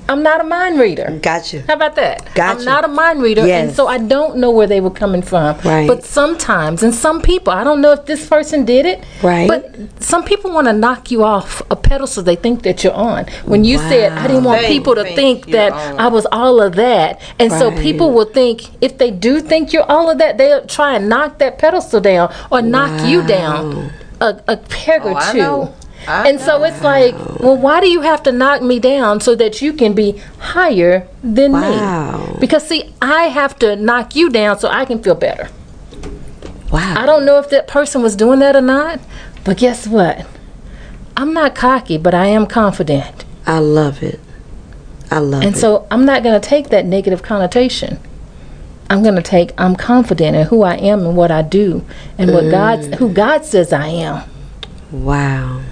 Speaker 16: I'm not a mind reader.
Speaker 7: Gotcha.
Speaker 16: How about that?
Speaker 7: Gotcha.
Speaker 16: I'm not a mind reader, and
Speaker 7: Yes.
Speaker 16: so I don't know where they were coming from.
Speaker 7: Right.
Speaker 16: But sometimes, and some people, I don't know if this person did it.
Speaker 7: Right.
Speaker 16: But some people want to knock you off a pedestal they think that you're on. When you said, I didn't want
Speaker 18: They
Speaker 16: people to
Speaker 18: think
Speaker 16: think,
Speaker 18: you're
Speaker 16: that
Speaker 18: on.
Speaker 16: I was all of that, and so
Speaker 18: Right.
Speaker 16: people will think if they do think you're all of that, they'll try and knock that pedestal down or knock you down a, a peg or
Speaker 18: Oh, I
Speaker 16: two.
Speaker 18: know.
Speaker 16: and so it's like, well, why do you have to knock me down so that you can be higher than me? Because see, I have to knock you down so I can feel better.
Speaker 7: Wow.
Speaker 16: I don't know if that person was doing that or not, but guess what? I'm not cocky, but I am confident.
Speaker 7: I love it. I love
Speaker 16: and
Speaker 7: it.
Speaker 16: so I'm not going to take that negative connotation. I'm going to take I'm confident in who I am and what I do and what God who God says I am.
Speaker 7: Wow.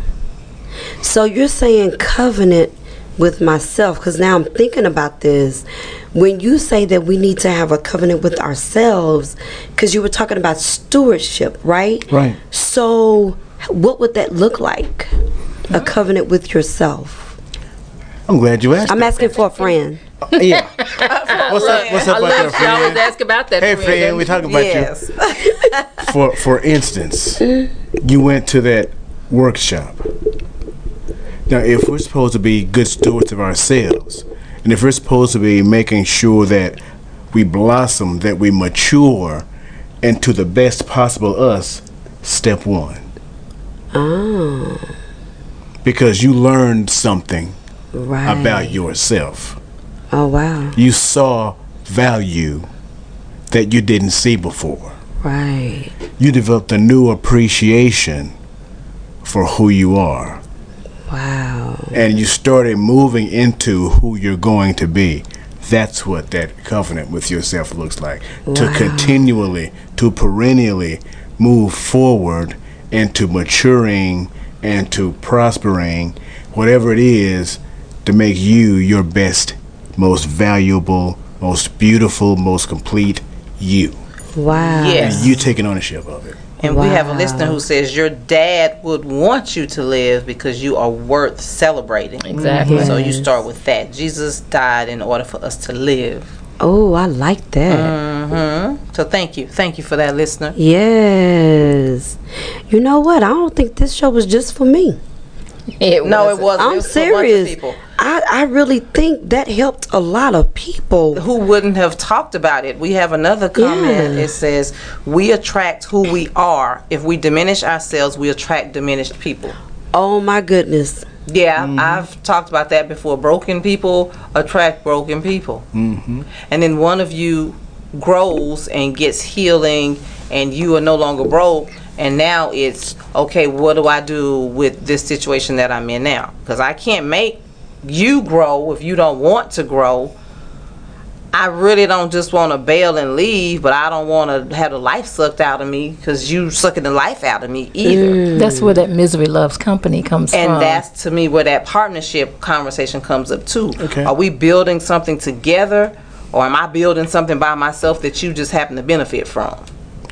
Speaker 7: So you're saying covenant with myself because now I'm thinking about this. When you say that we need to have a covenant with ourselves, because you were talking about stewardship, right?
Speaker 17: Right.
Speaker 7: So, what would that look like? A covenant with yourself.
Speaker 17: I'm glad you asked.
Speaker 7: I'm asking for a friend.
Speaker 17: yeah. What's up? What's up out there, friend?
Speaker 16: about
Speaker 17: that Hey, friend. friend, we talking about you. Yes. For for instance, you went to that workshop. Now, if we're supposed to be good stewards of ourselves, and if we're supposed to be making sure that we blossom, that we mature into the best possible us, step one.
Speaker 7: Oh.
Speaker 17: Because you learned something
Speaker 7: Right.
Speaker 17: about yourself.
Speaker 7: Oh wow.
Speaker 17: You saw value that you didn't see before.
Speaker 7: Right.
Speaker 17: You developed a new appreciation for who you are.
Speaker 7: Wow.
Speaker 17: And you started moving into who you're going to be. That's what that covenant with yourself looks like. To
Speaker 7: Wow.
Speaker 17: continually, to perennially move forward into maturing and to prospering, whatever it is, to make you your best, most valuable, most beautiful, most complete you.
Speaker 7: Wow.
Speaker 6: Yes.
Speaker 17: And you taking ownership of it.
Speaker 6: And we have a listener who says your dad would want you to live because you are worth celebrating.
Speaker 16: Exactly.
Speaker 6: So you
Speaker 16: Yes.
Speaker 6: start with that. Jesus died in order for us to live.
Speaker 7: Oh, I like that.
Speaker 6: Mm-hmm. So thank you. Thank you for that listener.
Speaker 7: Yes. You know what? I don't think this show was just for me.
Speaker 6: no, it wasn't. It
Speaker 7: I'm
Speaker 6: was for a bunch of
Speaker 7: serious.
Speaker 6: people.
Speaker 7: I, I really think that helped a lot of people.
Speaker 6: Who wouldn't have talked about it? We have another comment.
Speaker 7: Yeah.
Speaker 6: It says, We attract who we are. If we diminish ourselves, we attract diminished people.
Speaker 7: Oh my goodness.
Speaker 6: Yeah, I've talked about that before. Broken people attract broken people.
Speaker 17: Mm-hmm.
Speaker 6: and then one of you grows and gets healing and you are no longer broke and now it's okay what do i do with this situation that i'm in now because i can't make you grow if you don't want to grow i really don't just want to bail and leave but i don't want to have the life sucked out of me because you sucking the life out of me either
Speaker 16: Mm. That's where that misery loves company comes
Speaker 6: and
Speaker 16: from.
Speaker 6: that's to me where that partnership conversation comes up too.
Speaker 16: Okay.
Speaker 6: Are we building something together or am I building something by myself that you just happen to benefit from?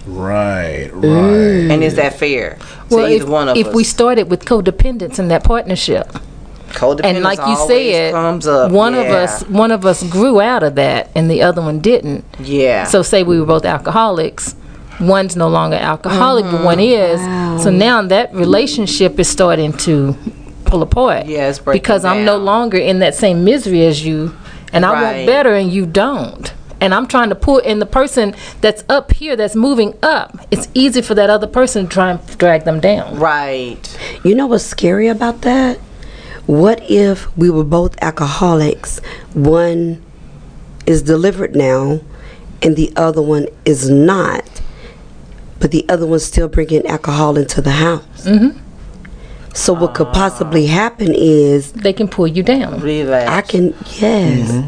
Speaker 17: Right, right.
Speaker 6: And is that fair to
Speaker 16: well,
Speaker 6: either
Speaker 16: if,
Speaker 6: one of
Speaker 16: if
Speaker 6: us?
Speaker 16: we started with codependence in that partnership,
Speaker 6: Codependence
Speaker 16: and like you
Speaker 6: always
Speaker 16: said,
Speaker 6: comes up.
Speaker 16: one of
Speaker 6: Yeah.
Speaker 16: us one of us grew out of that, and the other one didn't.
Speaker 6: Yeah.
Speaker 16: So say we were both alcoholics. One's no longer alcoholic, but one is.
Speaker 6: Mm-hmm.
Speaker 16: So now that relationship is starting to pull apart.
Speaker 6: Yes,
Speaker 16: because I'm no longer in that same misery as you, and I
Speaker 6: Right.
Speaker 16: want better, and you don't. And I'm trying to pull in the person that's up here, that's moving up. It's easy for that other person to try and drag them down.
Speaker 6: Right.
Speaker 7: You know what's scary about that? What if we were both alcoholics? One is delivered now, and the other one is not, but the other one's still bringing alcohol into the house.
Speaker 16: Mm-hmm.
Speaker 7: So what could possibly happen is
Speaker 16: They can pull you down.
Speaker 6: Relax.
Speaker 7: I can yes.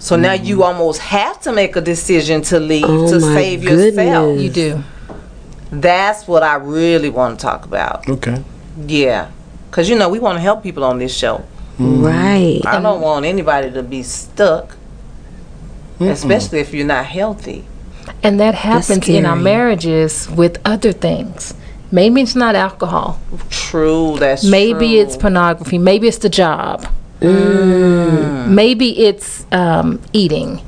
Speaker 6: So now you almost have to make a decision to leave
Speaker 7: Oh
Speaker 6: to
Speaker 7: my
Speaker 6: save yourself.
Speaker 7: goodness. You do.
Speaker 6: That's what I really want to talk about.
Speaker 17: Okay.
Speaker 6: Yeah. Because, you know, we want to help people on this show.
Speaker 7: Right.
Speaker 6: I don't want anybody to be stuck, especially if you're not healthy.
Speaker 16: And that happens in our
Speaker 6: scary.
Speaker 16: marriages with other things. Maybe it's not alcohol.
Speaker 6: True, that's
Speaker 16: Maybe
Speaker 6: true.
Speaker 16: it's pornography. Maybe it's the job. mm,
Speaker 6: Mm. Hmm.
Speaker 16: Maybe it's um, eating.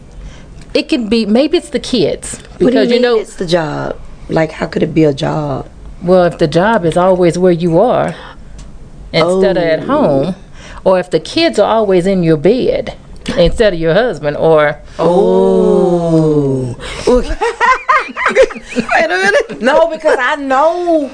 Speaker 16: It can be. Maybe it's the kids
Speaker 7: do you
Speaker 16: because you,
Speaker 7: mean
Speaker 16: know
Speaker 7: it's the job. Like, how could it be a job?
Speaker 16: Well, if the job is always where you are instead of
Speaker 6: Oh.
Speaker 16: at home, or if the kids are always in your bed instead of your husband, or
Speaker 7: oh,
Speaker 6: Wait a minute. No, because I know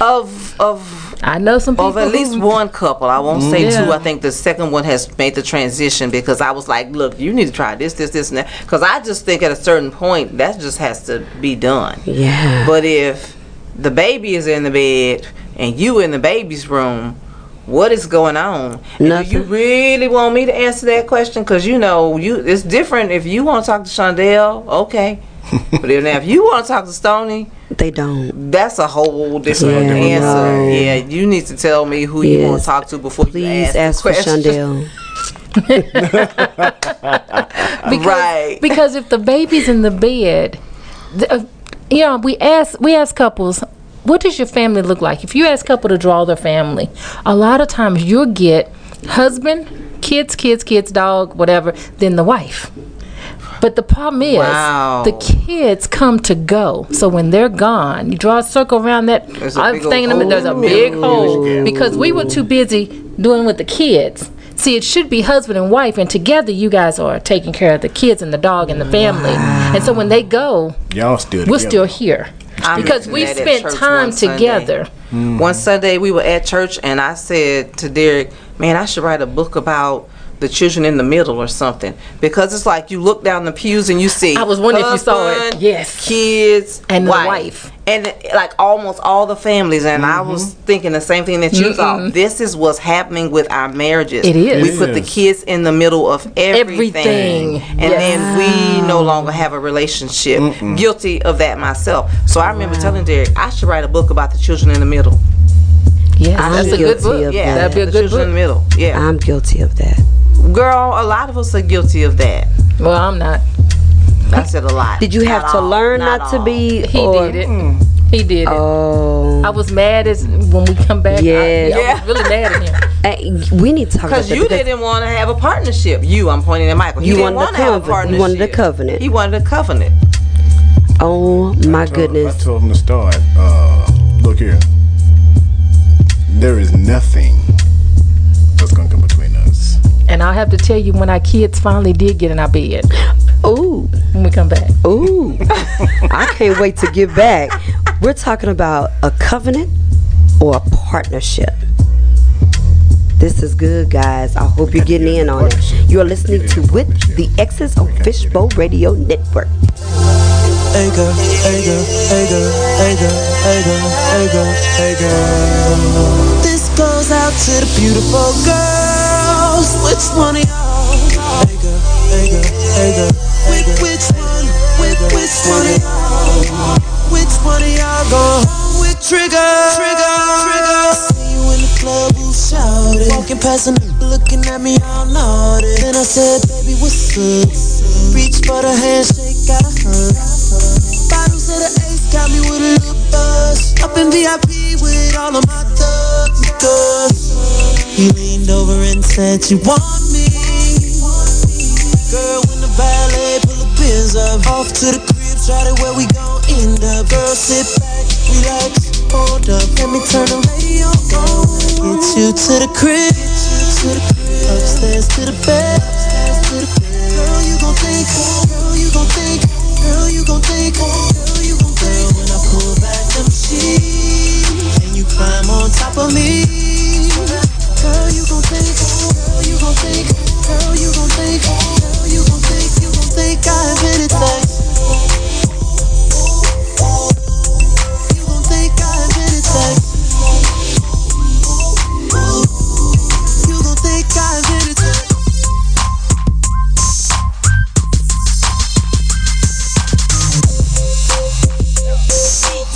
Speaker 6: of of
Speaker 16: I know some
Speaker 6: of at least one couple. I won't say
Speaker 18: Mm.
Speaker 6: two.
Speaker 18: Yeah.
Speaker 6: I think the second one has made the transition because I was like, look, you need to try this, this, this, and that. Because I just think at a certain point that just has to be done.
Speaker 7: Yeah.
Speaker 6: But if the baby is in the bed and you in the baby's room. What is going on? And Do you really want me to answer that question? Because you know, you it's different. If you want to talk to Shondell, okay. but if, now if you want to talk to Stony,
Speaker 7: they don't.
Speaker 6: That's a whole different
Speaker 7: Yeah,
Speaker 6: answer.
Speaker 7: no.
Speaker 6: Yeah, you need to tell me who you want
Speaker 7: Yes.
Speaker 6: to talk to before you
Speaker 7: Please
Speaker 6: ask,
Speaker 7: ask
Speaker 6: the
Speaker 7: for
Speaker 6: question.
Speaker 7: Shondell.
Speaker 16: because,
Speaker 6: right.
Speaker 16: because if the baby's in the bed, the, uh, you know, we ask we ask couples, what does your family look like? If you ask couple to draw their family, a lot of times you'll get husband, kids, kids, kids, dog, whatever, then the wife. But the problem is,
Speaker 6: Wow.
Speaker 16: the kids come to go. So when they're gone, you draw a circle around that
Speaker 6: There's a
Speaker 16: I'm
Speaker 6: big old
Speaker 16: thinking them, there's a
Speaker 6: hole.
Speaker 16: big
Speaker 6: Huge
Speaker 16: hole
Speaker 6: gap.
Speaker 16: because we were too busy doing with the kids. See, it should be husband and wife, and together you guys are taking care of the kids and the dog and the family. And so when they go,
Speaker 17: Y'all still
Speaker 16: we're
Speaker 17: together.
Speaker 16: still here
Speaker 6: I
Speaker 16: because
Speaker 6: mentioned
Speaker 16: we
Speaker 6: that at
Speaker 16: spent
Speaker 6: church
Speaker 16: time
Speaker 6: one Sunday.
Speaker 16: together. Mm.
Speaker 6: One Sunday we were at church and I said to Derek, "Man, I should write a book about the children in the middle or something because it's like you look down the pews and you see
Speaker 16: I was wondering if you saw it.
Speaker 6: husband,
Speaker 16: Yes.
Speaker 6: kids
Speaker 16: And the
Speaker 6: wife.
Speaker 16: wife. Mm-hmm.
Speaker 6: and like almost all the families and I was thinking the same thing that you thought. This is what's happening with our marriages.
Speaker 16: It is.
Speaker 6: We
Speaker 16: It
Speaker 6: put the
Speaker 16: is.
Speaker 6: kids in the middle of everything,
Speaker 16: Everything.
Speaker 6: and then we no longer have a relationship. Guilty of that myself. So I remember telling Derek, I should write a book about the children in the middle.
Speaker 16: Yes,
Speaker 6: I'm
Speaker 16: that's a good
Speaker 6: guilty
Speaker 16: book.
Speaker 6: of
Speaker 16: Yeah,
Speaker 6: that.
Speaker 16: that'd be a
Speaker 6: The
Speaker 16: good
Speaker 6: children in
Speaker 16: book.
Speaker 6: the middle. Yeah.
Speaker 7: I'm guilty of that.
Speaker 6: Girl, a lot of us are guilty of that.
Speaker 16: Well, I'm not.
Speaker 6: I said a lot.
Speaker 7: Did you have
Speaker 6: Not
Speaker 7: to
Speaker 6: all,
Speaker 7: learn not,
Speaker 6: all.
Speaker 7: to
Speaker 6: Hmm.
Speaker 7: be?
Speaker 16: He
Speaker 7: or-
Speaker 16: did it. He did it.
Speaker 7: Oh.
Speaker 16: I was mad as when we come back.
Speaker 7: Yes.
Speaker 16: I, I was really mad at him.
Speaker 7: Hey, we need to talk about
Speaker 6: Because
Speaker 7: that.
Speaker 6: you didn't want to have a partnership. You, I'm pointing at Michael. He
Speaker 7: You
Speaker 6: didn't want
Speaker 7: wanted a
Speaker 6: to have a
Speaker 7: covenant.
Speaker 6: partnership.
Speaker 7: You wanted a covenant.
Speaker 6: He wanted a covenant.
Speaker 7: oh my goodness.
Speaker 17: I told him to start. Uh, look here. There is nothing that's gonna come between us.
Speaker 16: And I'll have to tell you when our kids finally did get in our bed.
Speaker 7: Ooh.
Speaker 16: When we come back.
Speaker 7: Ooh. I can't wait to get back. We're talking about a covenant or a partnership. This is good, guys. I hope you're getting in on it. You're listening to With the Exes on Fishbowl Radio Network.
Speaker 13: Hey girl, hey girl, hey girl, hey girl, hey girl, hey girl, hey girl. This goes out to the beautiful girls. Which one of y'all? Hey girl, hey girl, hey girl, hey girl. Which one? Which which one of y'all? Which one of y'all go home with trigger? Trigger, trigger. See you in the club, who shouted? Walking past and looking at me all naughty. Then I said, baby, what's up? Reach for the handshake, got a hug. Bottles of the ace got me with a little buzz. Up in VIP with all of my thugs. niggas. He leaned over and said, You want me? Girl, when the valet pull the pins up, off to the crib, try to where we gon' end up. Girl, sit back, relax, hold up, let me turn the radio on. Get you to the crib, to the crib, upstairs to the bed, upstairs to the bed. Girl, you gon' think, girl, you gon' think, girl, you gon' think, girl, you gon' think. When I pull back them sheets and you climb on top of me. Girl, you gon' think, girl, you gon' think, girl, you gon' think, girl, you gon' think, you gon' think I have anything. You gon' think I have anything. You gon' think I have anything.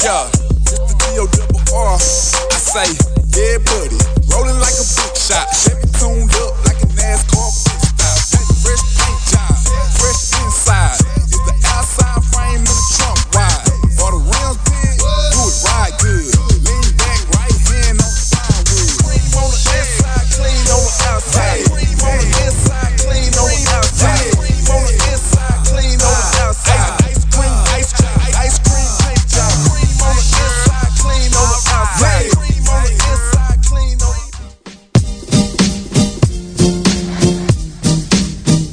Speaker 22: your double R. I say, yeah, buddy, rolling like a big shot. Chevy tuned up like a NASCAR pit stop. Fresh paint job, fresh inside. Is the outside frame in the trunk wide? Are the rims big? Do it ride good. Lean back, right hand on the sidewheel. Cream on the inside, clean on the outside. Cream on the inside, clean on the outside. Cream on the inside, clean on the outside. Ice cream, ice cream, ice cream paint job. Cream on the inside, clean on the outside. Cream on the inside, clean on the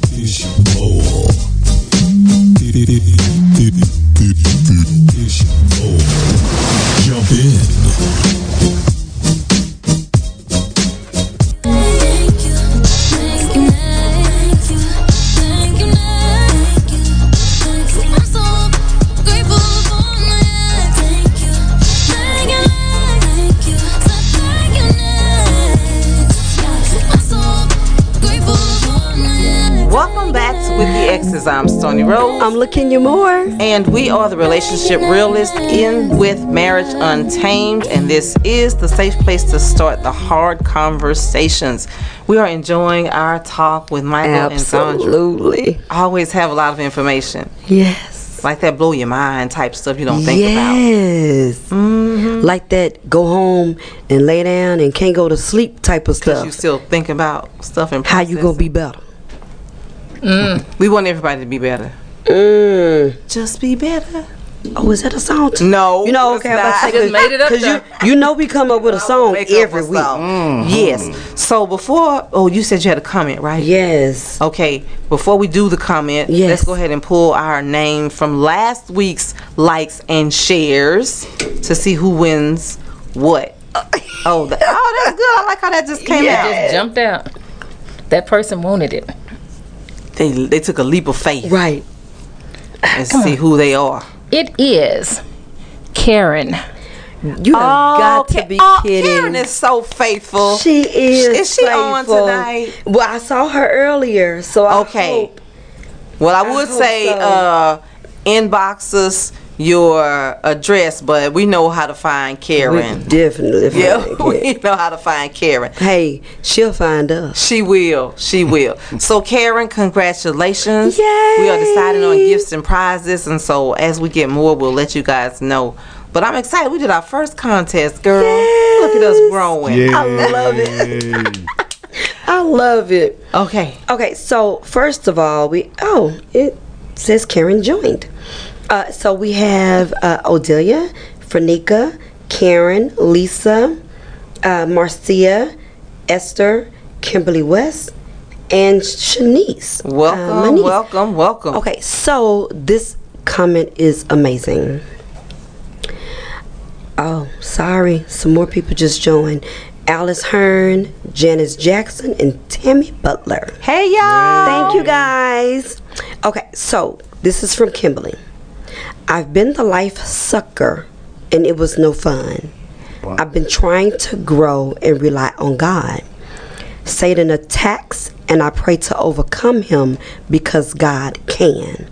Speaker 11: Fishbowl. Fishbowl. Jump in.
Speaker 6: Welcome back to With the Exes. I'm Stony Rose.
Speaker 7: I'm looking you more.
Speaker 6: And we are the relationship realist in with Marriage Untamed. And this is the safe place to start the hard conversations. We are enjoying our talk with Michael and
Speaker 7: Absolutely.
Speaker 6: Sandra. Always have a lot of information.
Speaker 7: Yes.
Speaker 6: Like that blow your mind type stuff you don't think about. Mm-hmm.
Speaker 7: yes. Like that, go home and lay down and can't go to sleep type of
Speaker 6: Because you
Speaker 7: stuff.
Speaker 6: still think about stuff and
Speaker 7: How you gonna be better?
Speaker 6: We want everybody to be better. Just be better.
Speaker 7: Oh, is that a song? Too?
Speaker 6: No,
Speaker 7: you know. Okay,
Speaker 6: it's
Speaker 7: I'm about to
Speaker 6: not.
Speaker 7: say,
Speaker 6: Just made it up,
Speaker 7: you you know we come up with a song every week.
Speaker 6: Mm-hmm. Yes. So before, oh, you said you had a comment, right?
Speaker 7: Yes.
Speaker 6: Okay. Before we do the comment, let's go ahead and pull our name from last week's likes and shares to see who wins what. oh, the, oh, that's good. I like how that just came out.
Speaker 16: It just jumped out. That person wanted it.
Speaker 6: They they took a leap of faith,
Speaker 7: right?
Speaker 6: And
Speaker 16: Come
Speaker 6: see
Speaker 16: on.
Speaker 6: who they are.
Speaker 16: It is Karen.
Speaker 7: You have got to be kidding.
Speaker 6: Oh, Karen is so faithful.
Speaker 7: She is.
Speaker 6: Is she on
Speaker 7: faithful.
Speaker 6: tonight?
Speaker 7: Well, I saw her earlier, so I okay. Hope.
Speaker 6: Well, I would
Speaker 7: hope
Speaker 6: say
Speaker 7: so.
Speaker 6: uh, inbox us your address, but we know how to find Karen.
Speaker 7: We definitely. find
Speaker 6: yeah,
Speaker 7: it.
Speaker 6: we know how to find Karen.
Speaker 7: Hey, she'll find us.
Speaker 6: She will. She will. so, Karen, congratulations. Yay! We are deciding on gifts and prizes, and so as we get more, we'll let you guys know. But I'm excited. We did our first contest, girl. Look at us growing.
Speaker 7: I love
Speaker 6: it.
Speaker 7: I love it.
Speaker 6: Okay.
Speaker 7: Okay. So first of all, we oh it says Karen joined. Uh, so we have uh, Odelia, Franika, Karen, Lisa, uh, Marcia, Esther, Kimberly West, and Shanice. Uh,
Speaker 6: Welcome,
Speaker 7: my niece.
Speaker 6: welcome, welcome.
Speaker 7: Okay. So this comment is amazing. Oh, sorry. Some more people just joined. Alice Hearn, Janice Jackson, and Tammy Butler.
Speaker 6: Hey, y'all.
Speaker 7: Thank you, guys. Okay, so this is from Kimberly. I've been the life sucker, and it was no fun. I've been trying to grow and rely on God. Satan attacks, and I pray to overcome him because God can.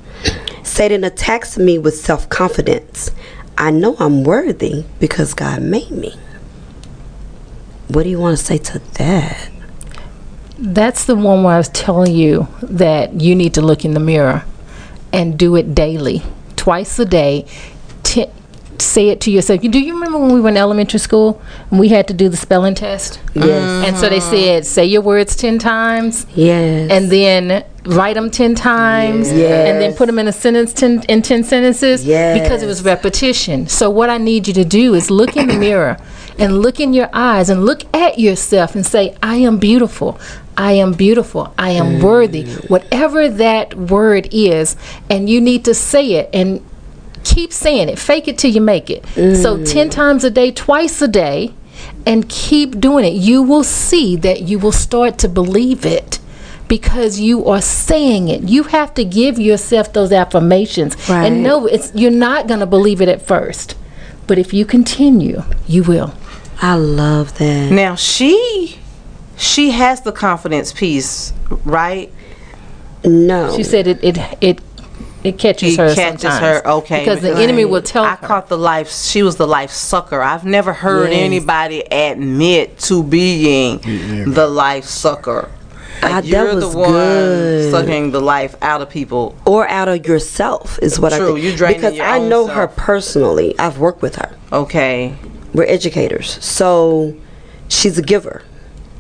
Speaker 7: Satan attacks me with self confidence. I know I'm worthy because God made me. What do you want to say to that?
Speaker 16: That's the one where I was telling you that you need to look in the mirror and do it daily, twice a day. T- say it to yourself. You- Do you remember when we were in elementary school and we had to do the spelling test? Mm-hmm.
Speaker 7: Yes.
Speaker 16: And so they said, say your words 10 times.
Speaker 7: Yes.
Speaker 16: And then write them 10 times.
Speaker 7: Yes.
Speaker 16: And then put them in a sentence 10, in 10 sentences. Because it was repetition. So what I need you to do is look in the mirror and look in your eyes and look at yourself and say, I am beautiful. I am beautiful. I am worthy. Whatever that word is, and you need to say it and keep saying it. Fake it till you make it. So 10 times a day, twice a day, and keep doing it. You will see that you will start to believe it because you are saying it. You have to give yourself those affirmations
Speaker 7: Right.
Speaker 16: and know it's you're not going to believe it at first. But if you continue, you will.
Speaker 7: I love that.
Speaker 6: Now she she has the confidence piece, right?
Speaker 7: No.
Speaker 16: She said it it it it catches
Speaker 18: He
Speaker 16: her.
Speaker 18: catches
Speaker 16: sometimes.
Speaker 18: her. Okay,
Speaker 16: Because the enemy will tell
Speaker 18: I caught the life. She was the life sucker. I've never heard
Speaker 16: Yes.
Speaker 18: anybody admit to being the life sucker. Like,
Speaker 7: Ah, that
Speaker 18: you're
Speaker 7: was
Speaker 18: the one
Speaker 7: good.
Speaker 18: sucking the life out of people.
Speaker 7: or out of yourself is what I
Speaker 18: True,
Speaker 7: think.
Speaker 18: you draining
Speaker 7: because
Speaker 18: your
Speaker 7: I
Speaker 18: own
Speaker 7: know
Speaker 18: self.
Speaker 7: her personally. I've worked with her.
Speaker 18: Okay.
Speaker 7: We're educators, so she's a giver.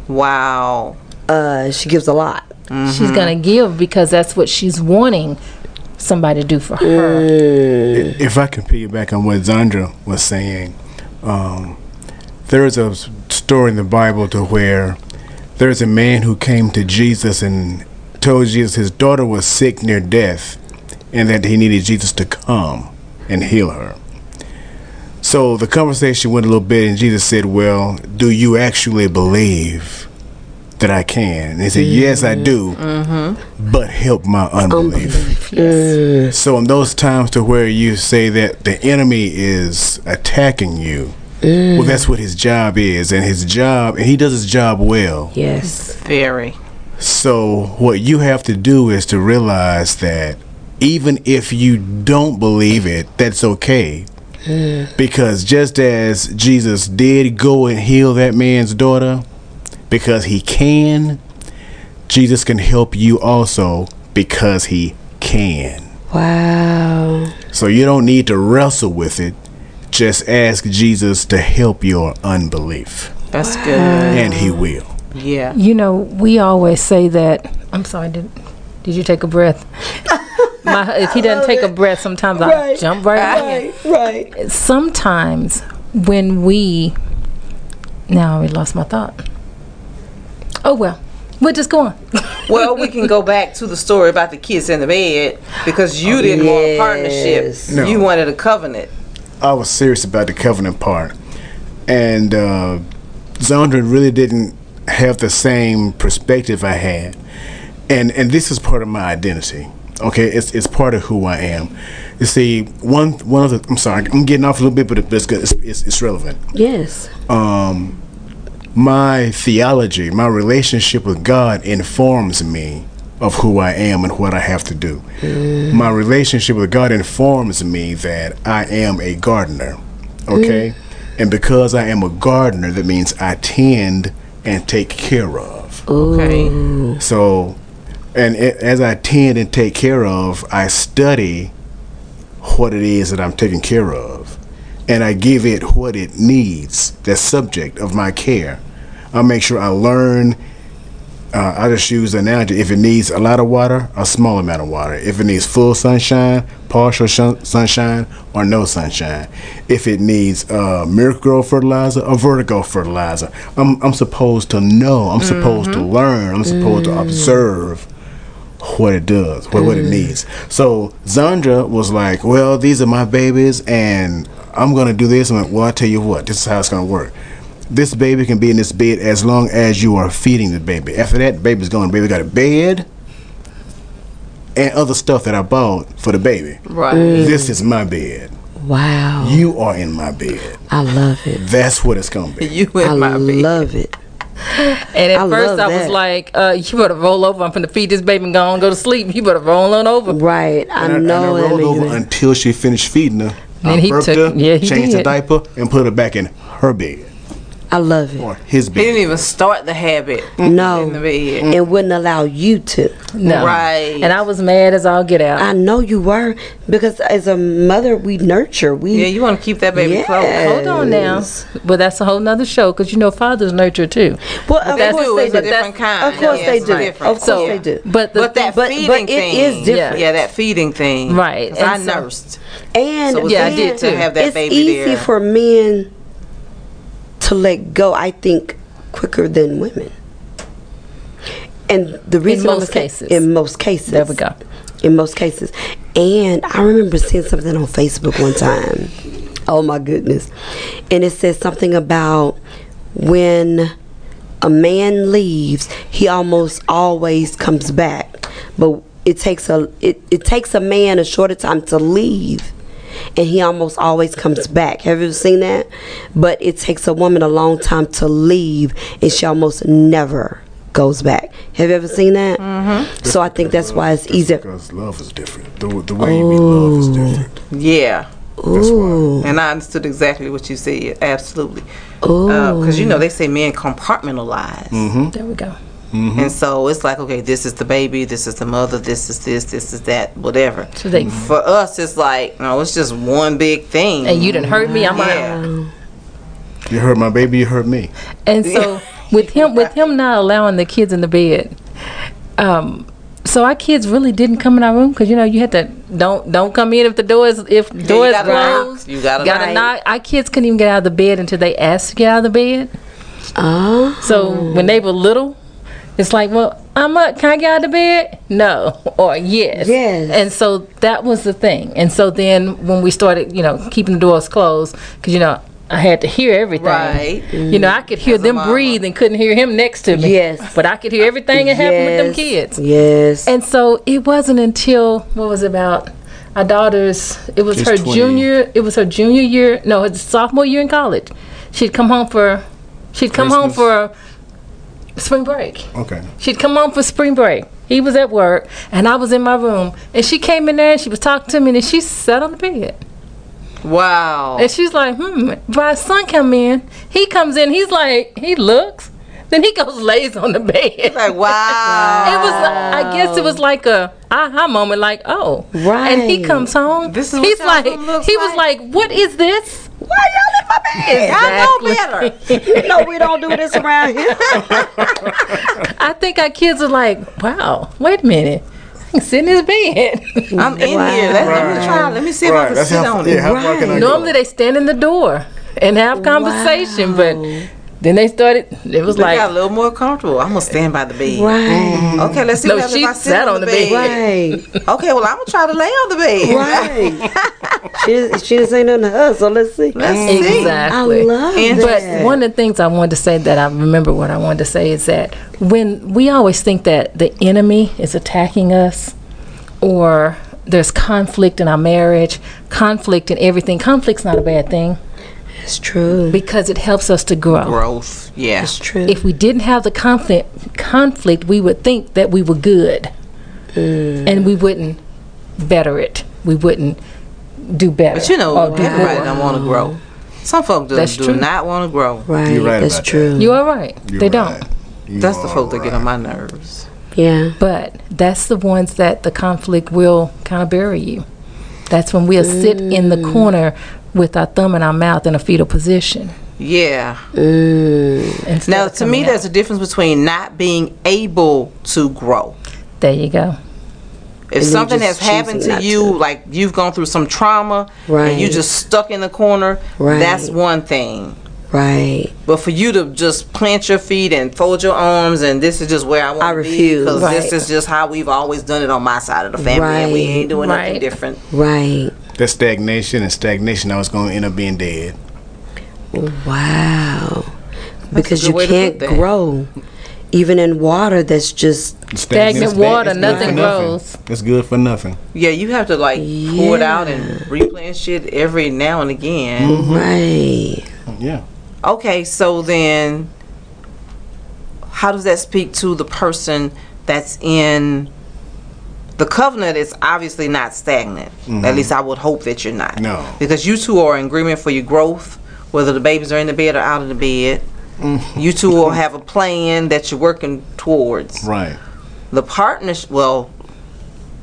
Speaker 18: Wow. Mm-hmm.
Speaker 7: Uh, she gives a lot.
Speaker 16: She's gonna give because that's what she's wanting somebody to do for her.
Speaker 17: I- If I can piggyback on what Zandra was saying, um, there is a s- story in the Bible to where there's a man who came to Jesus and told Jesus his daughter was sick near death and that he needed Jesus to come and heal her. So the conversation went a little bit, and Jesus said, Well, do you actually believe that I can? And he
Speaker 2: Mm-hmm.
Speaker 17: said, Yes, I do but help my unbelief. So in those times to where you say that the enemy is attacking you, well, that's what his job is, and his job, and he does his job well.
Speaker 7: Yes.
Speaker 18: Very.
Speaker 17: So what you have to do is to realize that even if you don't believe it, that's okay. Because just as Jesus did go and heal that man's daughter, because he can, Jesus can help you also because he can.
Speaker 7: Wow.
Speaker 17: So you don't need to wrestle with it. Just ask Jesus to help your unbelief.
Speaker 18: That's good.
Speaker 17: And he will.
Speaker 18: Yeah.
Speaker 16: You know, we always say that. I'm sorry. Did Did you take a breath? My, if he doesn't take a breath, sometimes I
Speaker 7: Right,
Speaker 16: jump right, in. Right. Sometimes when we now I already lost my thought. Oh well, we'll just go on.
Speaker 18: well, we can go back to the story about the kids in the bed because you didn't want a partnership.
Speaker 17: No.
Speaker 18: You wanted a covenant.
Speaker 17: I was serious about the covenant part, and uh, Zondra really didn't have the same perspective I had, and and this is part of my identity. Okay, it's it's part of who I am. You see, one one of the I'm sorry, I'm getting off a little bit, but it's good. It's, it's, it's relevant.
Speaker 7: Yes.
Speaker 17: Um, my theology, my relationship with God informs me of who I am and what I have to do. My relationship with God informs me that I am a gardener. Okay? And because I am a gardener, that means I tend and take care of. Mm.
Speaker 18: Okay.
Speaker 17: So, and a- as I tend and take care of, I study what it is that I'm taking care of. And I give it what it needs, the subject of my care. I make sure I learn. Uh, I just use the analogy. If it needs a lot of water, a small amount of water. If it needs full sunshine, partial shun- sunshine, or no sunshine. If it needs uh, miracle grow fertilizer or vertical fertilizer. I'm, I'm supposed to know. I'm supposed to learn. I'm supposed to observe what it does, what,
Speaker 16: Mm-hmm.
Speaker 17: what it needs. So Zandra was like, Well, these are my babies, and I'm going to do this. I'm like, Well, I'll tell you what, this is how it's going to work. This baby can be in this bed as long as you are feeding the baby. After that, baby's gone. Baby got a bed and other stuff that I bought for the baby.
Speaker 18: Right. Mm.
Speaker 17: This is my bed.
Speaker 7: Wow.
Speaker 17: You are in my bed.
Speaker 7: I love it.
Speaker 17: That's what it's going to be.
Speaker 18: You
Speaker 7: I love it.
Speaker 16: And at
Speaker 7: I
Speaker 16: first,
Speaker 7: love
Speaker 16: I was
Speaker 7: that.
Speaker 16: like, uh, "You better roll over. I'm finna feed this baby and go on, go to sleep. You better roll on over."
Speaker 7: Right. I
Speaker 17: And and I rolled over until she finished feeding her.
Speaker 16: Then
Speaker 17: I
Speaker 16: he
Speaker 17: burped
Speaker 16: took-
Speaker 17: her,
Speaker 16: yeah, he
Speaker 17: changed the
Speaker 16: did.
Speaker 17: diaper, and put her back in her bed.
Speaker 7: I love it.
Speaker 17: Or his
Speaker 18: He
Speaker 17: bed.
Speaker 18: didn't even start the habit.
Speaker 7: No.
Speaker 18: In the bed.
Speaker 7: And wouldn't allow you to.
Speaker 16: Mm. No.
Speaker 18: Right.
Speaker 16: And I was mad as all get out.
Speaker 7: I know you were because as a mother, we nurture. We
Speaker 18: Yeah, you want to keep that baby close.
Speaker 16: Hold on now,
Speaker 7: Yes.
Speaker 16: but that's a whole nother show because you know fathers nurture too.
Speaker 7: Well,
Speaker 18: But
Speaker 7: of
Speaker 18: they
Speaker 7: course
Speaker 18: do,
Speaker 7: they
Speaker 18: it's a
Speaker 7: do.
Speaker 18: different kind.
Speaker 7: Of course
Speaker 18: Yeah,
Speaker 7: they
Speaker 18: it's
Speaker 7: do.
Speaker 18: different.
Speaker 7: Of course
Speaker 18: So-
Speaker 7: they do.
Speaker 16: but the
Speaker 18: But that
Speaker 7: but- but
Speaker 18: feeding
Speaker 7: it
Speaker 18: thing
Speaker 7: is different.
Speaker 18: Yeah, that feeding thing.
Speaker 16: Right,
Speaker 18: 'Cause
Speaker 16: and
Speaker 18: I
Speaker 16: so-
Speaker 18: nursed.
Speaker 7: And
Speaker 18: So it's Yeah, I did easy to too. have that
Speaker 7: it's
Speaker 18: baby
Speaker 7: easy
Speaker 18: there.
Speaker 7: for men to let go. I think quicker than women. And the reason I'm
Speaker 16: most
Speaker 7: saying-
Speaker 16: cases.
Speaker 7: in most cases,
Speaker 16: There we go.
Speaker 7: In most cases, and I remember seeing something on Facebook one time. Oh my goodness! And it said something about when a man leaves, he almost always comes back. But it takes a it, it takes a man a shorter time to leave and he almost always comes back. Have you ever seen that? But it takes a woman a long time to leave and she almost never goes back. Have you ever seen that?
Speaker 6: Mhm.
Speaker 7: So I think that's why it's easier. Oh.
Speaker 17: Because love is different. The, Mm-hmm. the way we love is different.
Speaker 6: Yeah.
Speaker 7: Ooh.
Speaker 6: And I understood exactly what you said. Absolutely.
Speaker 7: Ooh.
Speaker 6: Because you know they say men compartmentalize.
Speaker 17: Mm-hmm.
Speaker 16: There we go.
Speaker 6: And so it's like, okay, this is the baby, this is the mother, this is this, this is that, whatever.
Speaker 16: So they-
Speaker 6: For us, it's like, no, it's just one big thing.
Speaker 16: And you done hurt me, I'm
Speaker 6: yeah.
Speaker 17: You hurt my baby, you hurt me.
Speaker 16: And so with him with him not allowing the kids in the bed, um, so our kids really didn't come in our room because you know you had to don't don't come in if the door is if
Speaker 6: you
Speaker 16: door is
Speaker 6: gotta knock.
Speaker 16: closed.
Speaker 6: You gotta knock.
Speaker 16: knock. Our kids couldn't even get out of the bed until they asked to get out of the bed.
Speaker 7: Oh.
Speaker 16: So when they were little, it's like, well, I'm up. Can I get out of the bed? No, or yes. Yes. And so that was the thing. And so then when we started, you know, keeping the doors closed, because you know. I had to hear everything.
Speaker 6: Right.
Speaker 16: You know, I could hear them breathe and couldn't hear him next to me. Yes. But I could hear everything that happened with them
Speaker 7: Yes.
Speaker 16: kids.
Speaker 7: Yes.
Speaker 16: And so it wasn't until what was it about our daughter's it was
Speaker 7: She's
Speaker 16: her
Speaker 7: 20.
Speaker 16: junior it was her junior year no it's sophomore year in college. She'd come home for she'd come home for spring break.
Speaker 17: Okay.
Speaker 16: She'd come home for spring break. He was at work and I was in my room and she came in there and she was talking to me and she sat on the bed.
Speaker 6: Wow.
Speaker 16: And she's like, hmm. My son come in. He comes in. He's like, he looks. Then he goes lays on the bed.
Speaker 6: Like wow.
Speaker 16: it was. like- I guess it was like a aha moment. Like oh,
Speaker 6: Right.
Speaker 16: And he comes home.
Speaker 6: This is what
Speaker 16: he's
Speaker 6: y'all
Speaker 16: like. He
Speaker 6: room looks
Speaker 16: was like, what is this?
Speaker 7: Why y'all in my bed?
Speaker 16: I know better.
Speaker 7: You know we don't do this around here.
Speaker 16: I think our kids are like, wow. Wait a minute. I can sit in his bed.
Speaker 6: I'm in here. Let, let me try. Let me see if I can sit on it.
Speaker 16: Normally they stand in the door and have conversation, but then they started. It was
Speaker 6: They
Speaker 16: like
Speaker 6: got a little more comfortable. I'm gonna stand by the bed.
Speaker 7: Right.
Speaker 6: Okay, let's see
Speaker 16: No,
Speaker 6: what happens
Speaker 16: she
Speaker 6: if I sit
Speaker 16: sat
Speaker 6: on,
Speaker 16: on
Speaker 6: the
Speaker 16: the
Speaker 6: bed.
Speaker 7: Right.
Speaker 6: okay, well I'm gonna try to lay on the bed.
Speaker 7: Right. she, didn't- she didn't say nothing to us, so let's see.
Speaker 16: Exactly.
Speaker 7: I love
Speaker 16: But
Speaker 7: that.
Speaker 16: one of the things I wanted to say that I remember what I wanted to say is that when we always think that the enemy is attacking us or there's conflict in our marriage, conflict in everything, conflict's not a bad thing.
Speaker 7: It's true.
Speaker 16: Because it helps us to grow.
Speaker 6: Growth. Yeah. It's
Speaker 7: true.
Speaker 16: If we didn't have the conflict, conflict, we would think that we were good, and we wouldn't better it. We wouldn't do better.
Speaker 6: But you know,
Speaker 16: or do
Speaker 6: everybody
Speaker 16: more.
Speaker 6: don't want to grow. Some folk do,
Speaker 16: Oh, That's
Speaker 6: do
Speaker 16: true.
Speaker 6: not want to grow.
Speaker 7: Right, You're right that's about that. true.
Speaker 16: You are right.
Speaker 6: You're
Speaker 16: they
Speaker 6: right.
Speaker 16: don't.
Speaker 6: That's the folk that get on my nerves.
Speaker 7: Yeah.
Speaker 16: But that's the ones that the conflict will kind of bury you. That's when we'll sit in the
Speaker 6: Mm.
Speaker 16: corner with our thumb in our mouth in a fetal position.
Speaker 6: Yeah.
Speaker 16: Instead
Speaker 6: Now,
Speaker 16: of
Speaker 6: to me,
Speaker 16: coming
Speaker 6: there's a difference between not being able to grow.
Speaker 16: There you go.
Speaker 6: If
Speaker 16: And you
Speaker 6: something has
Speaker 16: just
Speaker 6: happened
Speaker 16: choosing
Speaker 6: to
Speaker 16: not
Speaker 6: you, like you've gone through some trauma,
Speaker 7: Right.
Speaker 6: and you just stuck in the corner,
Speaker 7: Right.
Speaker 6: that's one thing.
Speaker 7: Right.
Speaker 6: But for you to just plant your feet and fold your arms, and this is just where I want to be,
Speaker 7: refuse.
Speaker 6: because this
Speaker 7: Right.
Speaker 6: is just how we've always done it on my side of the family, and we
Speaker 7: Right.
Speaker 6: ain't doing
Speaker 7: Right.
Speaker 6: nothing different.
Speaker 7: Right.
Speaker 17: That stagnation and stagnation, I was going to end up being dead.
Speaker 7: Wow.
Speaker 17: good
Speaker 7: because you
Speaker 17: way to
Speaker 7: can't
Speaker 17: put that.
Speaker 7: grow. Even in water that's just
Speaker 17: It's bad- it's good for It's good for nothing.
Speaker 6: Yeah, you have to like pour it out and replant shit every now and again.
Speaker 7: Right.
Speaker 17: Yeah.
Speaker 6: Okay, so then how does that speak to the person that's in the covenant is obviously not stagnant. At
Speaker 17: Mhm.
Speaker 6: least I would hope that you're not.
Speaker 17: No.
Speaker 6: Because you two are in agreement for your growth, whether the babies are in the bed or out of the bed.
Speaker 17: Mm-hmm.
Speaker 6: You two will have a plan that you're working towards.
Speaker 17: Right.
Speaker 6: The partnership, well,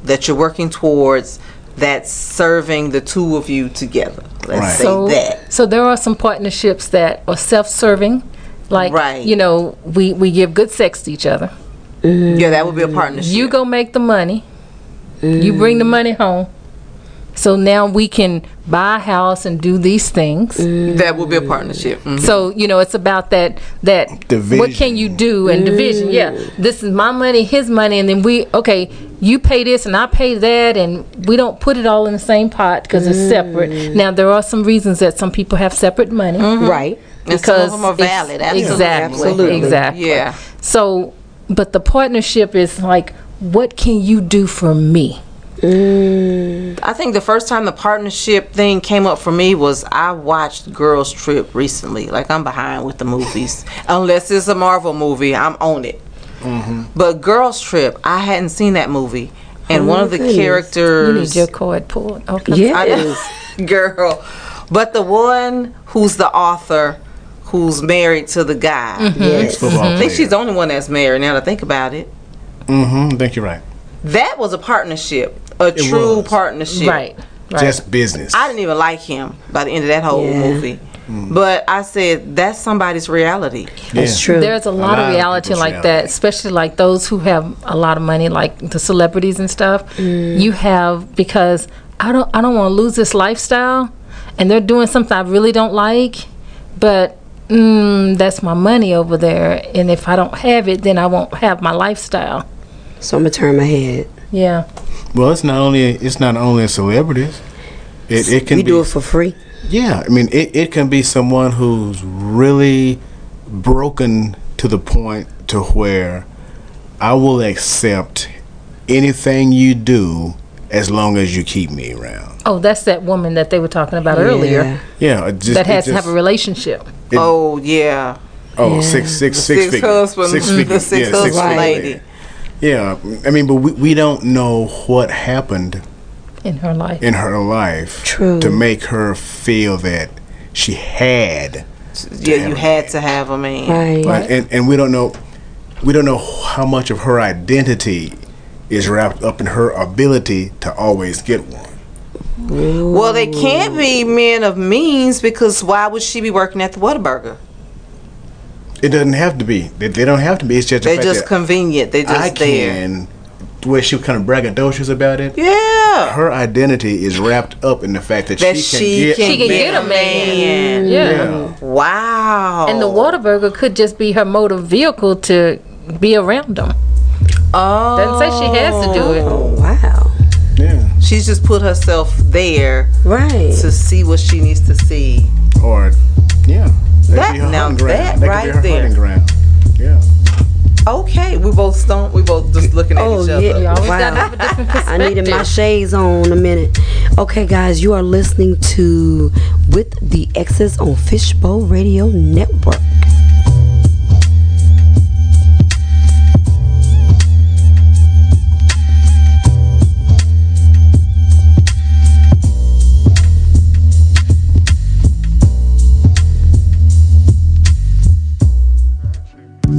Speaker 6: that you're working towards that's serving the two of you together. Let's say
Speaker 16: so,
Speaker 6: that.
Speaker 16: So there are some partnerships that are self-serving, like you know, we we give good sex to each other.
Speaker 6: Yeah, that would be a partnership.
Speaker 16: uh, You go make the money. You bring the money home. So now we can buy a house and do these things.
Speaker 6: That would be a partnership. Mhm.
Speaker 16: So you know, it's about that that what can you do and division. Yeah,
Speaker 6: Mm.
Speaker 16: this is my money, his money, and then we okay. You pay this and I pay that, and we don't put it all in the same pot because
Speaker 6: Mm.
Speaker 16: it's separate. Now there are some reasons that some people have separate money,
Speaker 6: Mhm. Right. And some of them are
Speaker 16: it's-
Speaker 6: valid, absolutely.
Speaker 16: Exactly,
Speaker 6: Absolutely.
Speaker 16: exactly.
Speaker 6: Yeah.
Speaker 16: So, but the partnership is like, what can you do for me?
Speaker 6: I think the first time the partnership thing came up for me was I watched Girls Trip recently. Like I'm behind with the movies. Unless it's a Marvel movie, I'm on it.
Speaker 17: Mm-hmm.
Speaker 6: But Girls Trip, I hadn't seen that movie. And
Speaker 16: Oh
Speaker 6: one
Speaker 16: my
Speaker 6: of the
Speaker 16: goodness.
Speaker 6: characters.
Speaker 16: You need your cord pulled. Okay.
Speaker 6: I do. Girl. But the one who's the author who's married to the guy.
Speaker 16: Mm-hmm.
Speaker 17: Mhm. Yes. Ex-football
Speaker 6: I think
Speaker 17: player.
Speaker 6: she's the only one that's married now that I think about it.
Speaker 17: Mm-hmm. I think you're right.
Speaker 6: That was a partnership, a
Speaker 17: It
Speaker 6: true
Speaker 17: was.
Speaker 6: partnership.
Speaker 17: Right, right. Just business. Hmm.
Speaker 6: I didn't even like him by the end of that whole
Speaker 17: Yeah.
Speaker 6: movie. But I said, that's somebody's reality.
Speaker 16: There's a lot, of reality like that, especially like those who have a lot of money, like the celebrities and stuff.
Speaker 6: Mm-hmm.
Speaker 16: You have because I don't I don't want to lose this lifestyle, and they're doing something I really don't like, but mm, that's my money over there, and if I don't have it, then I won't have my lifestyle.
Speaker 7: So I'm gonna turn my head.
Speaker 16: Yeah.
Speaker 17: Well, it's not only it's not only celebrities. It it can
Speaker 7: We
Speaker 17: be,
Speaker 7: do it for free.
Speaker 17: Yeah, I mean it, it can be someone who's really broken to the point to where I will accept anything you do as long as you keep me around.
Speaker 16: Oh, that's that woman that they were talking about earlier
Speaker 17: Yeah, it just, it
Speaker 16: that has to
Speaker 17: just-
Speaker 16: have a relationship.
Speaker 17: it-
Speaker 6: oh yeah.
Speaker 17: Oh, six, six,
Speaker 6: The
Speaker 17: six
Speaker 6: six
Speaker 17: figure.
Speaker 6: husband-
Speaker 17: six
Speaker 6: the
Speaker 17: figure.
Speaker 6: six
Speaker 17: yeah, six
Speaker 6: husband
Speaker 17: figure.
Speaker 6: lady.
Speaker 17: Yeah, I mean, but we, we don't know what happened
Speaker 16: in her life.
Speaker 17: in her life
Speaker 16: True.
Speaker 17: to make her feel that she had. to
Speaker 6: Yeah,
Speaker 17: have
Speaker 6: you
Speaker 17: a
Speaker 6: had to have a man.
Speaker 17: Right, And, and we don't know, we don't know how much of her identity is wrapped up in her ability to always get one.
Speaker 6: Well, they can't be men of means because why would she be working at the Whataburger?
Speaker 17: It doesn't have to be. They, they don't have to be. It's just the
Speaker 6: They're
Speaker 17: fact
Speaker 6: just
Speaker 17: that
Speaker 6: convenient. They're just
Speaker 17: I
Speaker 6: there.
Speaker 17: can. Where she was kind of braggadocious about it.
Speaker 6: Yeah.
Speaker 17: Her identity is wrapped up in the fact that,
Speaker 6: That
Speaker 17: she can get
Speaker 16: she can get a man. Yeah.
Speaker 6: Wow.
Speaker 16: And the Whataburger could just be her motor vehicle to be around them.
Speaker 6: Oh.
Speaker 16: Doesn't say she has to do it.
Speaker 6: wow.
Speaker 17: Yeah.
Speaker 6: She's just put herself there.
Speaker 7: Right.
Speaker 6: To see what she needs to see.
Speaker 17: Or, yeah. That'd
Speaker 6: That,
Speaker 17: be her
Speaker 6: now
Speaker 17: hunting ground.
Speaker 6: that
Speaker 17: could be
Speaker 6: right
Speaker 17: her
Speaker 6: there.
Speaker 17: hunting ground. Yeah.
Speaker 6: Okay, we both stoned. We both just looking at each other.
Speaker 7: wow. I needed my shades on a minute. Okay, guys, you are listening to With the Exes on Fishbowl Radio Network.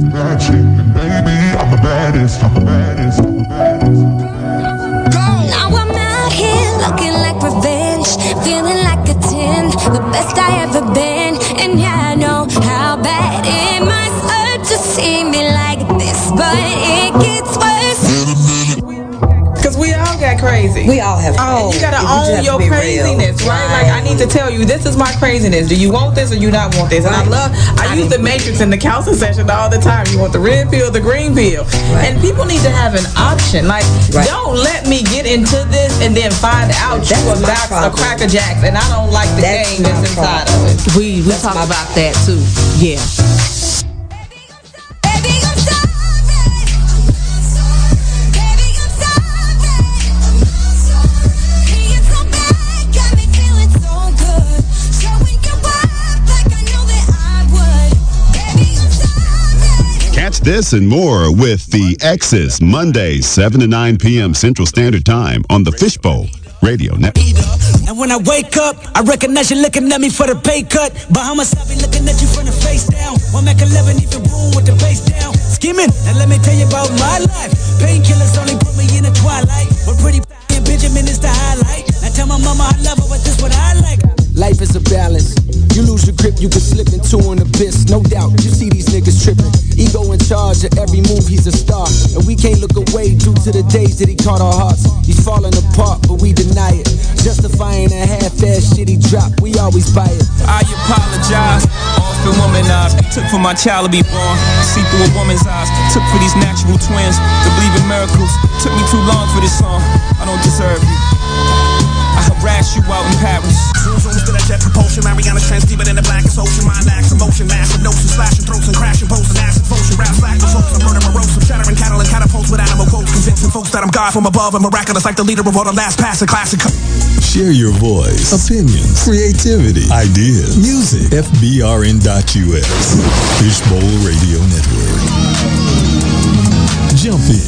Speaker 23: I'm the baddest, I'm the baddest, I'm the baddest.
Speaker 15: Now I'm out here looking like revenge, feeling like a 10, the best I ever been. And yeah, I know how bad it must hurt to see me like this, but it gets worse.
Speaker 19: Cause we all got crazy.
Speaker 15: We all have
Speaker 19: Oh,
Speaker 15: crazy.
Speaker 19: you gotta
Speaker 15: You
Speaker 19: own
Speaker 15: just
Speaker 19: your
Speaker 15: be real.
Speaker 19: craziness, right? Like I need to tell you, this is my craziness. Do you want this or you not want this? And I love. I use the matrix in the counseling session all the time. You want the red pill, the green pill, and people need to have an option. Like, Right. don't let me get into this and then find out you a box of cracker jacks, and I don't like the game that's inside of it.
Speaker 24: We we talk about that too. Yeah.
Speaker 9: Catch this and more with the X's Monday, 7 to 9 p.m. Central Standard Time on the Fishbowl Radio Network.
Speaker 25: And when I wake up, I recognize you looking at me for the pay cut. Bahamas, I be looking at you from the face down. One Mac 11, even room with the face down. Skimming, and let me tell you about my life. Painkillers only put me in the twilight. But pretty and Benjamin is the highlight. I tell my mama I love her, but this what I like.
Speaker 2: Life is a balance. You lose your grip, you can slip into an abyss. No doubt, you see these niggas tripping. Ego in charge of every move, he's a star. And we can't look away due to the days that he taught our hearts. He's falling apart, but we deny it. Justifying a half-ass shit he dropped, we always buy it.
Speaker 25: I apologize. Often womanized. Took for my child to be born. See through a woman's eyes. Took for these natural twins to believe in miracles. Took me too long for this song. I don't deserve you. I harass you out in Paris.
Speaker 3: Cruise rooms to that jet propulsion, Mariana trans deeper than the blackest ocean. Mind acts, emotion, massive notion, slashing throats and crashing, posing acid, potion, rap, slack, the folks. I'm murder, morose, I'm shattering cattle and catapults with animal quotes, convincing folks that I'm God from above and miraculous, like the leader of all the last pass and classic.
Speaker 11: Share your voice, opinions, creativity, ideas, music. FBRN.us. Fishbowl Radio Network. Jump in.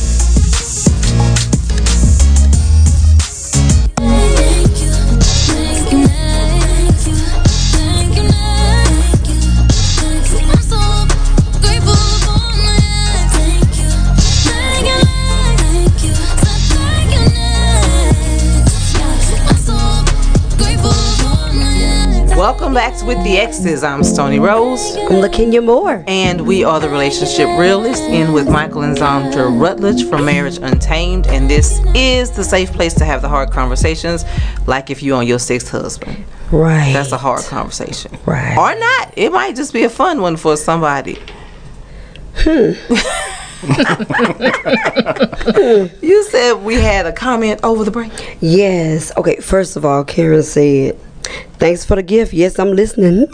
Speaker 6: Welcome back to With the Exes. I'm Stony Rose. I'm
Speaker 7: Lakenya Moore.
Speaker 6: And we are the Relationship Realist in with Michael and Zandra Rutledge from Marriage Untamed. And this is the safe place to have the hard conversations, like if you on your sixth husband.
Speaker 7: Right.
Speaker 6: That's a hard conversation.
Speaker 7: Right.
Speaker 6: Or not. It might just be a fun one for somebody. you said we had a comment over the break.
Speaker 7: Yes. Okay. First of all, Karen said, "Thanks for the gift." Yes, I'm listening.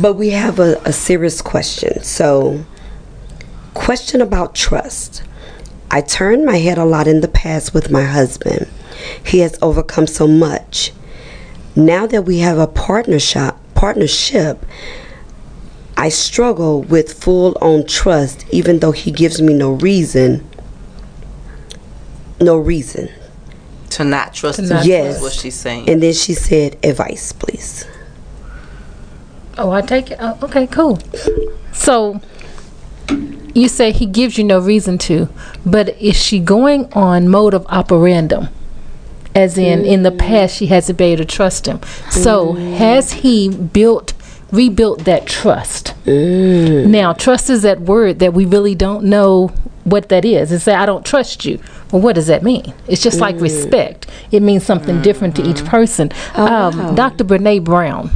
Speaker 7: but we have a, a serious question. So, question about trust. I turned my head a lot in the past with my husband. He has overcome so much. Now that we have a partnership, partnership, I struggle with full on trust, even though he gives me no reason. No reason.
Speaker 6: To not trust him is
Speaker 7: yes.
Speaker 6: what she's saying.
Speaker 7: And then she said, advice, please.
Speaker 16: Oh, I take it. Oh, okay, cool. So you say he gives you no reason to, but is she going on mode of operandum? As in, in the past, she hasn't been able to trust him. So has he built, rebuilt that trust? Now, trust is that word that we really don't know what that is. It's that I don't trust you. Well, what does that mean? It's just like
Speaker 26: Mm.
Speaker 16: respect. It means something different to each person. um,
Speaker 26: wow.
Speaker 16: Dr. Brene Brown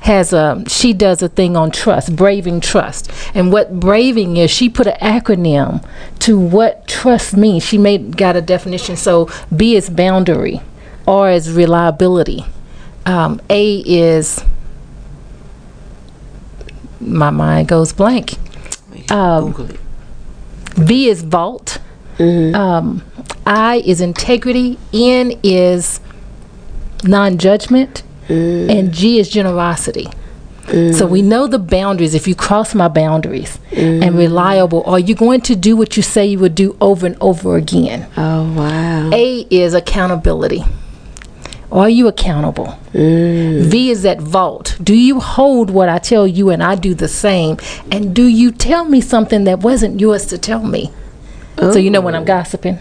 Speaker 16: has a she does a thing on trust, braving trust, and what braving is. She put an acronym to what trust means. She made got a definition. So B is boundary, R is reliability, um, A is my mind goes blank. Um, v is vault.
Speaker 7: Mm-hmm.
Speaker 16: Um, I is integrity. N is non judgment.
Speaker 7: Mm.
Speaker 16: And G is generosity. So we know the boundaries. If you cross my boundaries
Speaker 7: Mm.
Speaker 16: and reliable, are you going to do what you say you would do over and over again?
Speaker 7: Oh, wow.
Speaker 16: A is accountability. Are you accountable? V is that vault. Do you hold what I tell you and I do the same? And do you tell me something that wasn't yours to tell me? So you know when I'm gossiping.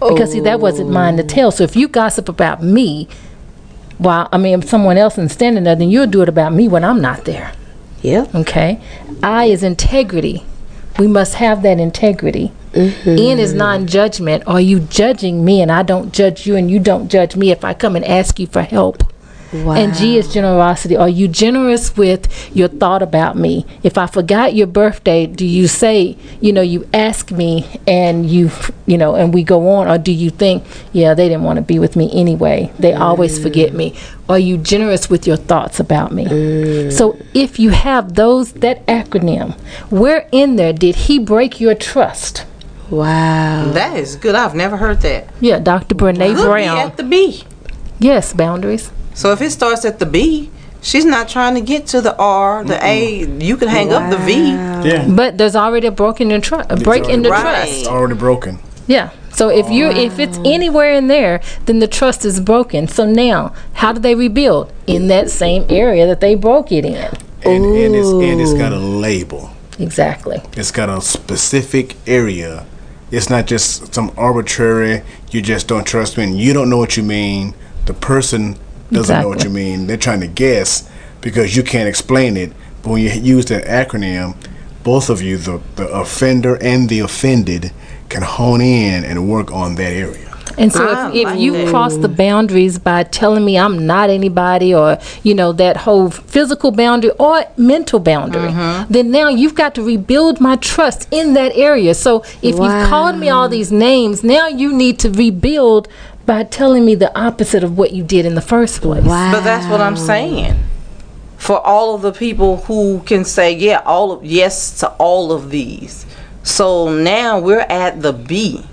Speaker 16: Because see, that wasn't mine to tell. So if you gossip about me, while I mean if someone else is standing there, then you'll do it about me when I'm not there.
Speaker 7: Yeah.
Speaker 16: Okay. I is integrity. We must have that integrity. N is non judgment. Are you judging me and I don't judge you and you don't judge me if I come and ask you for help? And G is generosity. Are you generous with your thought about me? If I forgot your birthday, do you say, you know, you ask me and you, you know, and we go on? Or do you think, yeah, they didn't want to be with me anyway? They always forget me. Are you generous with your thoughts about me? So if you have those, that acronym, where in there did he break your trust?
Speaker 7: Wow.
Speaker 6: That is good. I've never heard that.
Speaker 16: Yeah, Dr. Brene
Speaker 6: Could be
Speaker 16: Brown.
Speaker 6: at the B.
Speaker 16: Yes, boundaries.
Speaker 6: So if it starts at the B, she's not trying to get to the R, the A. You can hang up the V.
Speaker 17: Yeah.
Speaker 16: But there's already a broken in tru- a break in the trust.
Speaker 17: It's already broken.
Speaker 16: Yeah. So if you if
Speaker 17: Oh.
Speaker 16: it's anywhere in there, then the trust is broken. So now, how do they rebuild in that same area that they broke it in?
Speaker 17: And, and, it's, and it's got a label.
Speaker 16: Exactly.
Speaker 17: It's got a specific area. It's not just some arbitrary, you just don't trust me and you don't know what you mean. The person doesn't know what you mean. They're trying to guess because you can't explain it. But when you use that acronym, both of you, the, the offender and the offended, can hone in and work on that area.
Speaker 16: And so
Speaker 6: Ah,
Speaker 17: I
Speaker 16: if,
Speaker 17: like
Speaker 16: if you
Speaker 17: that.
Speaker 16: cross the boundaries by telling me I'm not anybody or, you know, that whole physical boundary or mental boundary,
Speaker 6: Mm-hmm.
Speaker 16: then now you've got to rebuild my trust in that area. So if you've called me all these names, now you need to rebuild by telling me the opposite of what you did in the first place.
Speaker 6: But that's what I'm saying. For all of the people who can say yeah, all of yes to all of these. So now we're at the B.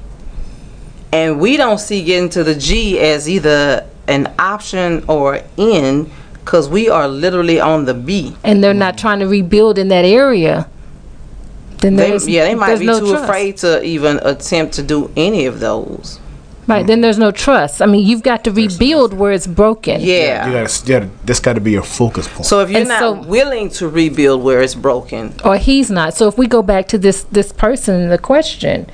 Speaker 6: And we don't see getting to the G as either an option or in cuz we are literally on the B.
Speaker 16: And they're not trying to rebuild in that area Then
Speaker 6: They,
Speaker 16: there's-
Speaker 6: yeah, they might
Speaker 16: there's
Speaker 6: be
Speaker 16: no
Speaker 6: too
Speaker 16: trust.
Speaker 6: afraid to even attempt to do any of those.
Speaker 16: Right, then there's no trust. I mean, you've got to rebuild where it's broken.
Speaker 6: Yeah.
Speaker 17: You gotta, you gotta, that's got to be your focus point.
Speaker 6: So if you're
Speaker 16: And
Speaker 6: not
Speaker 16: so-
Speaker 6: willing to rebuild where it's broken,
Speaker 16: Or he's not. So if we go back to this this person in the question,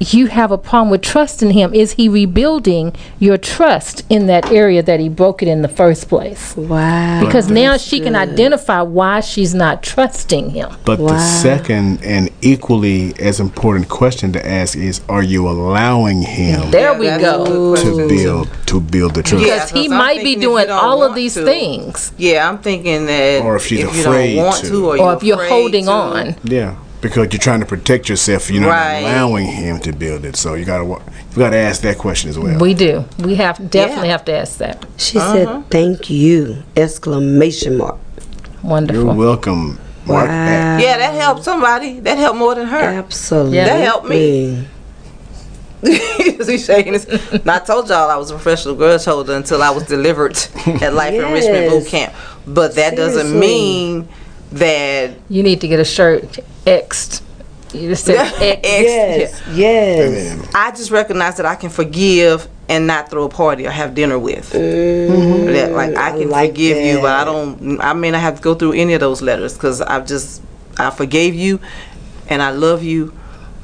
Speaker 16: you have a problem with trusting him. Is he rebuilding your trust in that area that he broke it in the first place?
Speaker 7: Wow.
Speaker 16: Because now she can identify why she's not trusting him.
Speaker 17: But the second and equally as important question to ask is: Are you allowing him
Speaker 16: There we go.
Speaker 17: to build to build the trust?
Speaker 16: Because he might be doing all of these things.
Speaker 6: Yeah, I'm thinking that
Speaker 17: Or if she's
Speaker 6: you
Speaker 17: afraid
Speaker 6: don't want to,
Speaker 17: to.
Speaker 6: or,
Speaker 17: Or
Speaker 6: you're
Speaker 16: if you're
Speaker 6: afraid
Speaker 16: holding
Speaker 6: to.
Speaker 16: on.
Speaker 17: Yeah, because you're trying to protect yourself. You're not
Speaker 6: Right.
Speaker 17: allowing him to build it. So you gotta wa- you gotta ask that question as well.
Speaker 16: We do. We have definitely have to ask that.
Speaker 7: She
Speaker 16: Uh-huh.
Speaker 7: said, "Thank you!" Exclamation mark.
Speaker 16: Wonderful.
Speaker 17: You're welcome. Mark.
Speaker 7: Wow.
Speaker 6: Yeah, that helped somebody. That helped more than her.
Speaker 7: Absolutely.
Speaker 6: That helped me. He's shaking his. And I told y'all I was a professional grudge holder until I was delivered at Life Enrichment Boot
Speaker 16: Yes.
Speaker 6: Camp. But that doesn't
Speaker 16: Seriously.
Speaker 6: mean that
Speaker 16: You need to get a shirt X'd. You just said X.
Speaker 6: eh, Yes,
Speaker 7: yes.
Speaker 6: I just recognize that I can forgive and not throw a party or have dinner with. That, like Mm-hmm. I can forgive you, but I don't. I may not have to go through any of those letters because I've just I forgave you, and I love you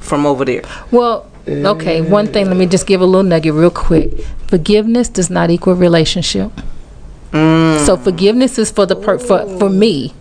Speaker 6: from over there.
Speaker 16: Well,
Speaker 6: Mm.
Speaker 16: okay, one thing, let me just give a little nugget real quick. Forgiveness does not equal relationship. So forgiveness is for the per- for, for me.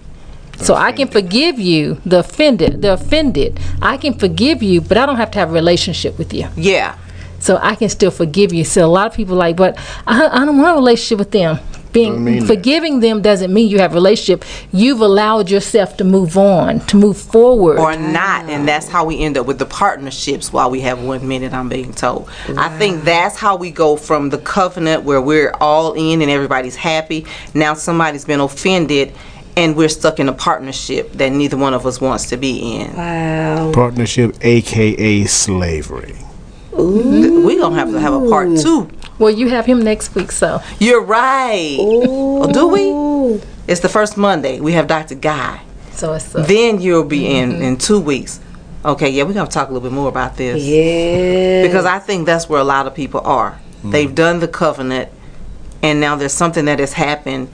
Speaker 16: So I can forgive you, the offended, the offended. I can forgive you, but I don't have to have a relationship with you.
Speaker 6: Yeah.
Speaker 16: So I can still forgive you. So a lot of people like, but I, I don't want a relationship with them.
Speaker 17: Doesn't mean
Speaker 16: Being
Speaker 17: that.
Speaker 16: forgiving them doesn't mean you have a relationship. You've allowed yourself to move on, to move forward.
Speaker 6: Or not, and that's how we end up with the partnerships. While we have one minute, I'm being told. I think that's how we go from the covenant where we're all in and everybody's happy. Now somebody's been offended, and we're stuck in a partnership that neither one of us wants to be in.
Speaker 7: Wow.
Speaker 17: Partnership, aka slavery.
Speaker 6: We gonna have to have a part two.
Speaker 16: Well, you have him next week, so.
Speaker 6: You're right. Oh, do we? It's the first Monday. We have Dr. Guy.
Speaker 16: So Mm-hmm. it's a,
Speaker 6: Then you'll be in in two weeks. Okay, yeah, we're gonna talk a little bit more about this.
Speaker 7: Yeah.
Speaker 6: Because I think that's where a lot of people are.
Speaker 17: Mm.
Speaker 6: They've done the covenant and now there's something that has happened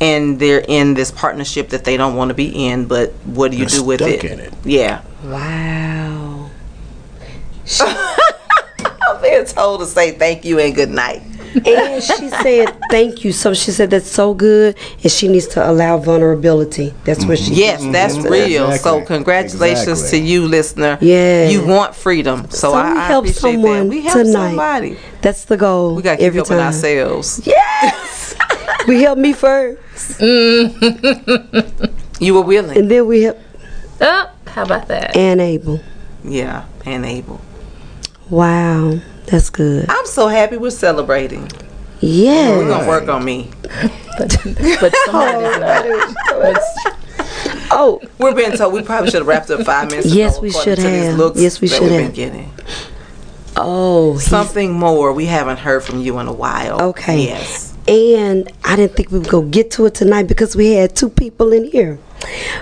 Speaker 6: and they're in this partnership that they don't want to be in, but what do you
Speaker 17: They're
Speaker 6: do with
Speaker 17: stuck
Speaker 6: it?
Speaker 17: in it.
Speaker 6: Yeah.
Speaker 7: Wow.
Speaker 6: I'm being told to say thank you and good night.
Speaker 7: and she said, "Thank you." So she said, "That's so good," and she needs to allow vulnerability. That's what
Speaker 17: Mm-hmm.
Speaker 7: she.
Speaker 6: Yes, that's real. So congratulations to you, listener.
Speaker 7: Yeah.
Speaker 6: you want freedom. So,
Speaker 7: So
Speaker 6: I,
Speaker 7: we
Speaker 6: I
Speaker 7: help
Speaker 6: appreciate
Speaker 7: someone
Speaker 6: that. We help
Speaker 7: tonight.
Speaker 6: somebody.
Speaker 7: That's the goal.
Speaker 6: We got to keep
Speaker 7: every
Speaker 6: helping
Speaker 7: time.
Speaker 6: ourselves.
Speaker 7: Yes. we help me first.
Speaker 6: Mm-hmm. you were willing.
Speaker 7: And then we help
Speaker 16: Oh, how about that?
Speaker 7: and able.
Speaker 6: Yeah, and able.
Speaker 7: Wow, that's good.
Speaker 6: I'm so happy we're celebrating.
Speaker 7: Yeah.
Speaker 6: We're gonna work on me.
Speaker 16: but somebody's not.
Speaker 7: Oh,
Speaker 6: we're being told we probably should have wrapped up five minutes. ago
Speaker 7: Yes, we
Speaker 6: according
Speaker 7: should
Speaker 6: to these
Speaker 7: have.
Speaker 6: looks
Speaker 7: Yes, we
Speaker 6: that
Speaker 7: should
Speaker 6: we've Been
Speaker 7: have.
Speaker 6: getting
Speaker 7: Oh,
Speaker 6: something more. We haven't heard from you in a while. Okay. Yes.
Speaker 7: And I didn't think we would go get to it tonight because we had two people in here.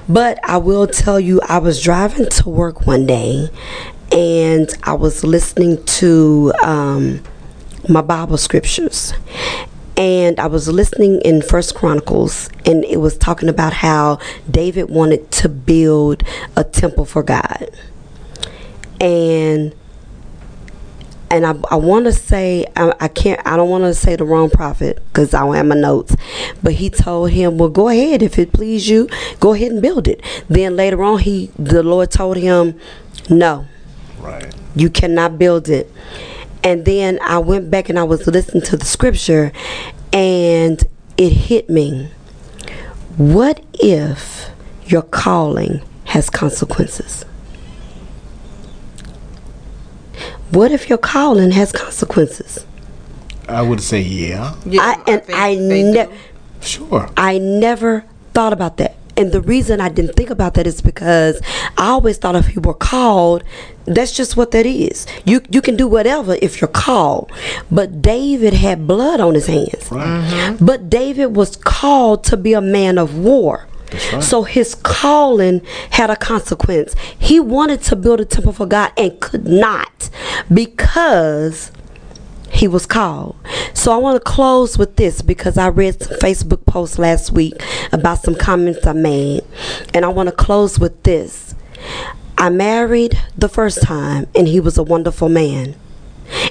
Speaker 7: But I will tell you, I was driving to work one day and I was listening to um, my Bible scriptures. And I was listening in First Chronicles, and it was talking about how David wanted to build a temple for God. And and I, I want to say I, I can't I don't want to say the wrong prophet because I don't have my notes, but he told him, "Well, go ahead if it please you, go ahead and build it." Then later on, he the Lord told him, "No,
Speaker 17: right,
Speaker 7: you cannot build it." And then I went back and I was listening to the scripture, and it hit me. What if your calling has consequences? What if your calling has consequences?
Speaker 17: I would say yeah.
Speaker 7: I, and I, never.
Speaker 17: Sure.
Speaker 7: I never thought about that. And the reason I didn't think about that is because I always thought if you were called, that's just what that is. You you can do whatever if you're called. But David had blood on his hands. But David was called to be a man of war. So his calling had a consequence. He wanted to build a temple for God and could not because he was called. So I want to close with this because I read some Facebook posts last week about some comments I made. And I want to close with this. I married the first time, and he was a wonderful man.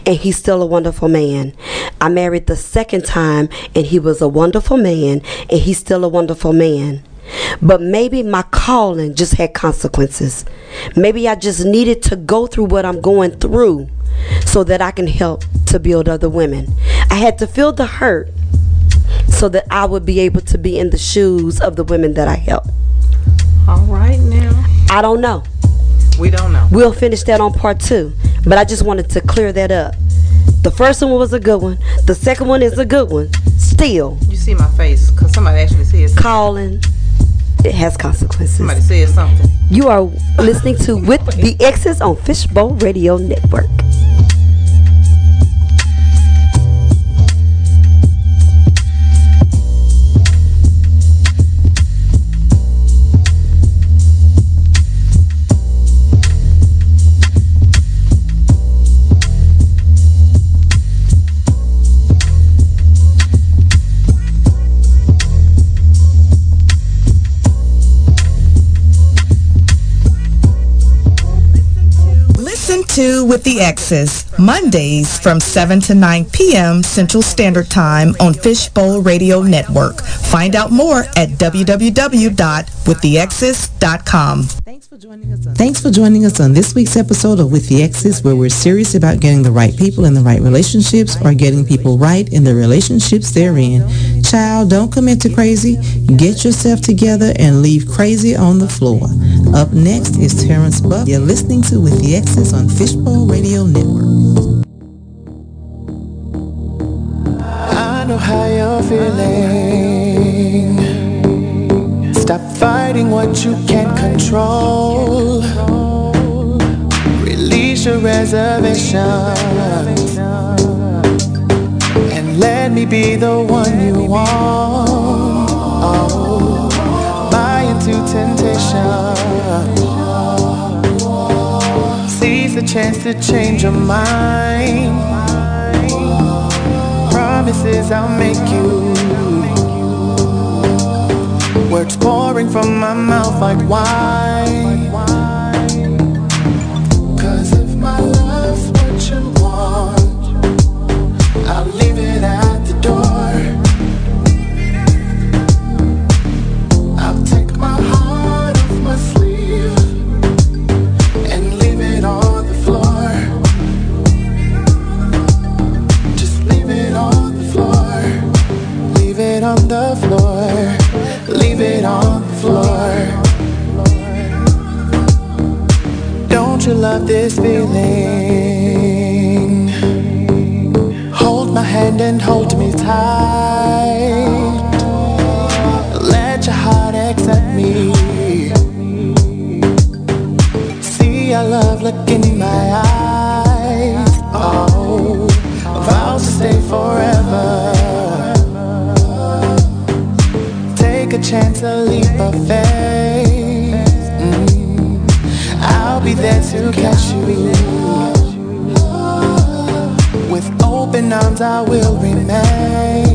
Speaker 7: And he's still a wonderful man. I married the second time, and he was a wonderful man, and he's still a wonderful man. But maybe my calling just had consequences. Maybe I just needed to go through what I'm going through so that I can help to build other women. I had to feel the hurt so that I would be able to be in the shoes of the women that I help.
Speaker 18: All right now.
Speaker 7: I don't know.
Speaker 18: We don't know.
Speaker 7: We'll finish that on part two. But I just wanted to clear that up. The first one was a good one. The second one is a good one. Still,
Speaker 18: You see my face because somebody actually says
Speaker 7: calling. it has consequences.
Speaker 18: Somebody says something.
Speaker 7: You are listening to With the Exes on Fishbowl Radio Network.
Speaker 19: Listen to With the Exes, Mondays from 7 to 9 p.m. Central Standard Time on Fishbowl Radio Network. Find out more at www.withthexes.com.
Speaker 6: Thanks for joining us on this week's episode of With the Exes, where we're serious about getting the right people in the right relationships or getting people right in the relationships they're in. Child, don't come into crazy. Get yourself together and leave crazy on the floor. Up next is Terrence Buff. You're listening to With the Exes on Fishbowl Radio Network.
Speaker 26: I know how you're feeling. Stop fighting what you can't control. Release your reservations and let me be the one you want. Buy into temptation. Seize the chance to change your mind. Promises I'll make you. Words pouring from my mouth like wine. Cause if my love's what you want, I'll leave it at the door. I'll take my heart off my sleeve and leave it on the floor. Just leave it on the floor. Leave it on the floor. Leave it on the floor. Don't you love this feeling? Hold my hand and hold me tight. Let your heart accept me. See your love look in my eyes. Oh, vows to stay forever. Take a chance, a leap of faith. Mm. I'll be there to catch you. With open arms, I will remain.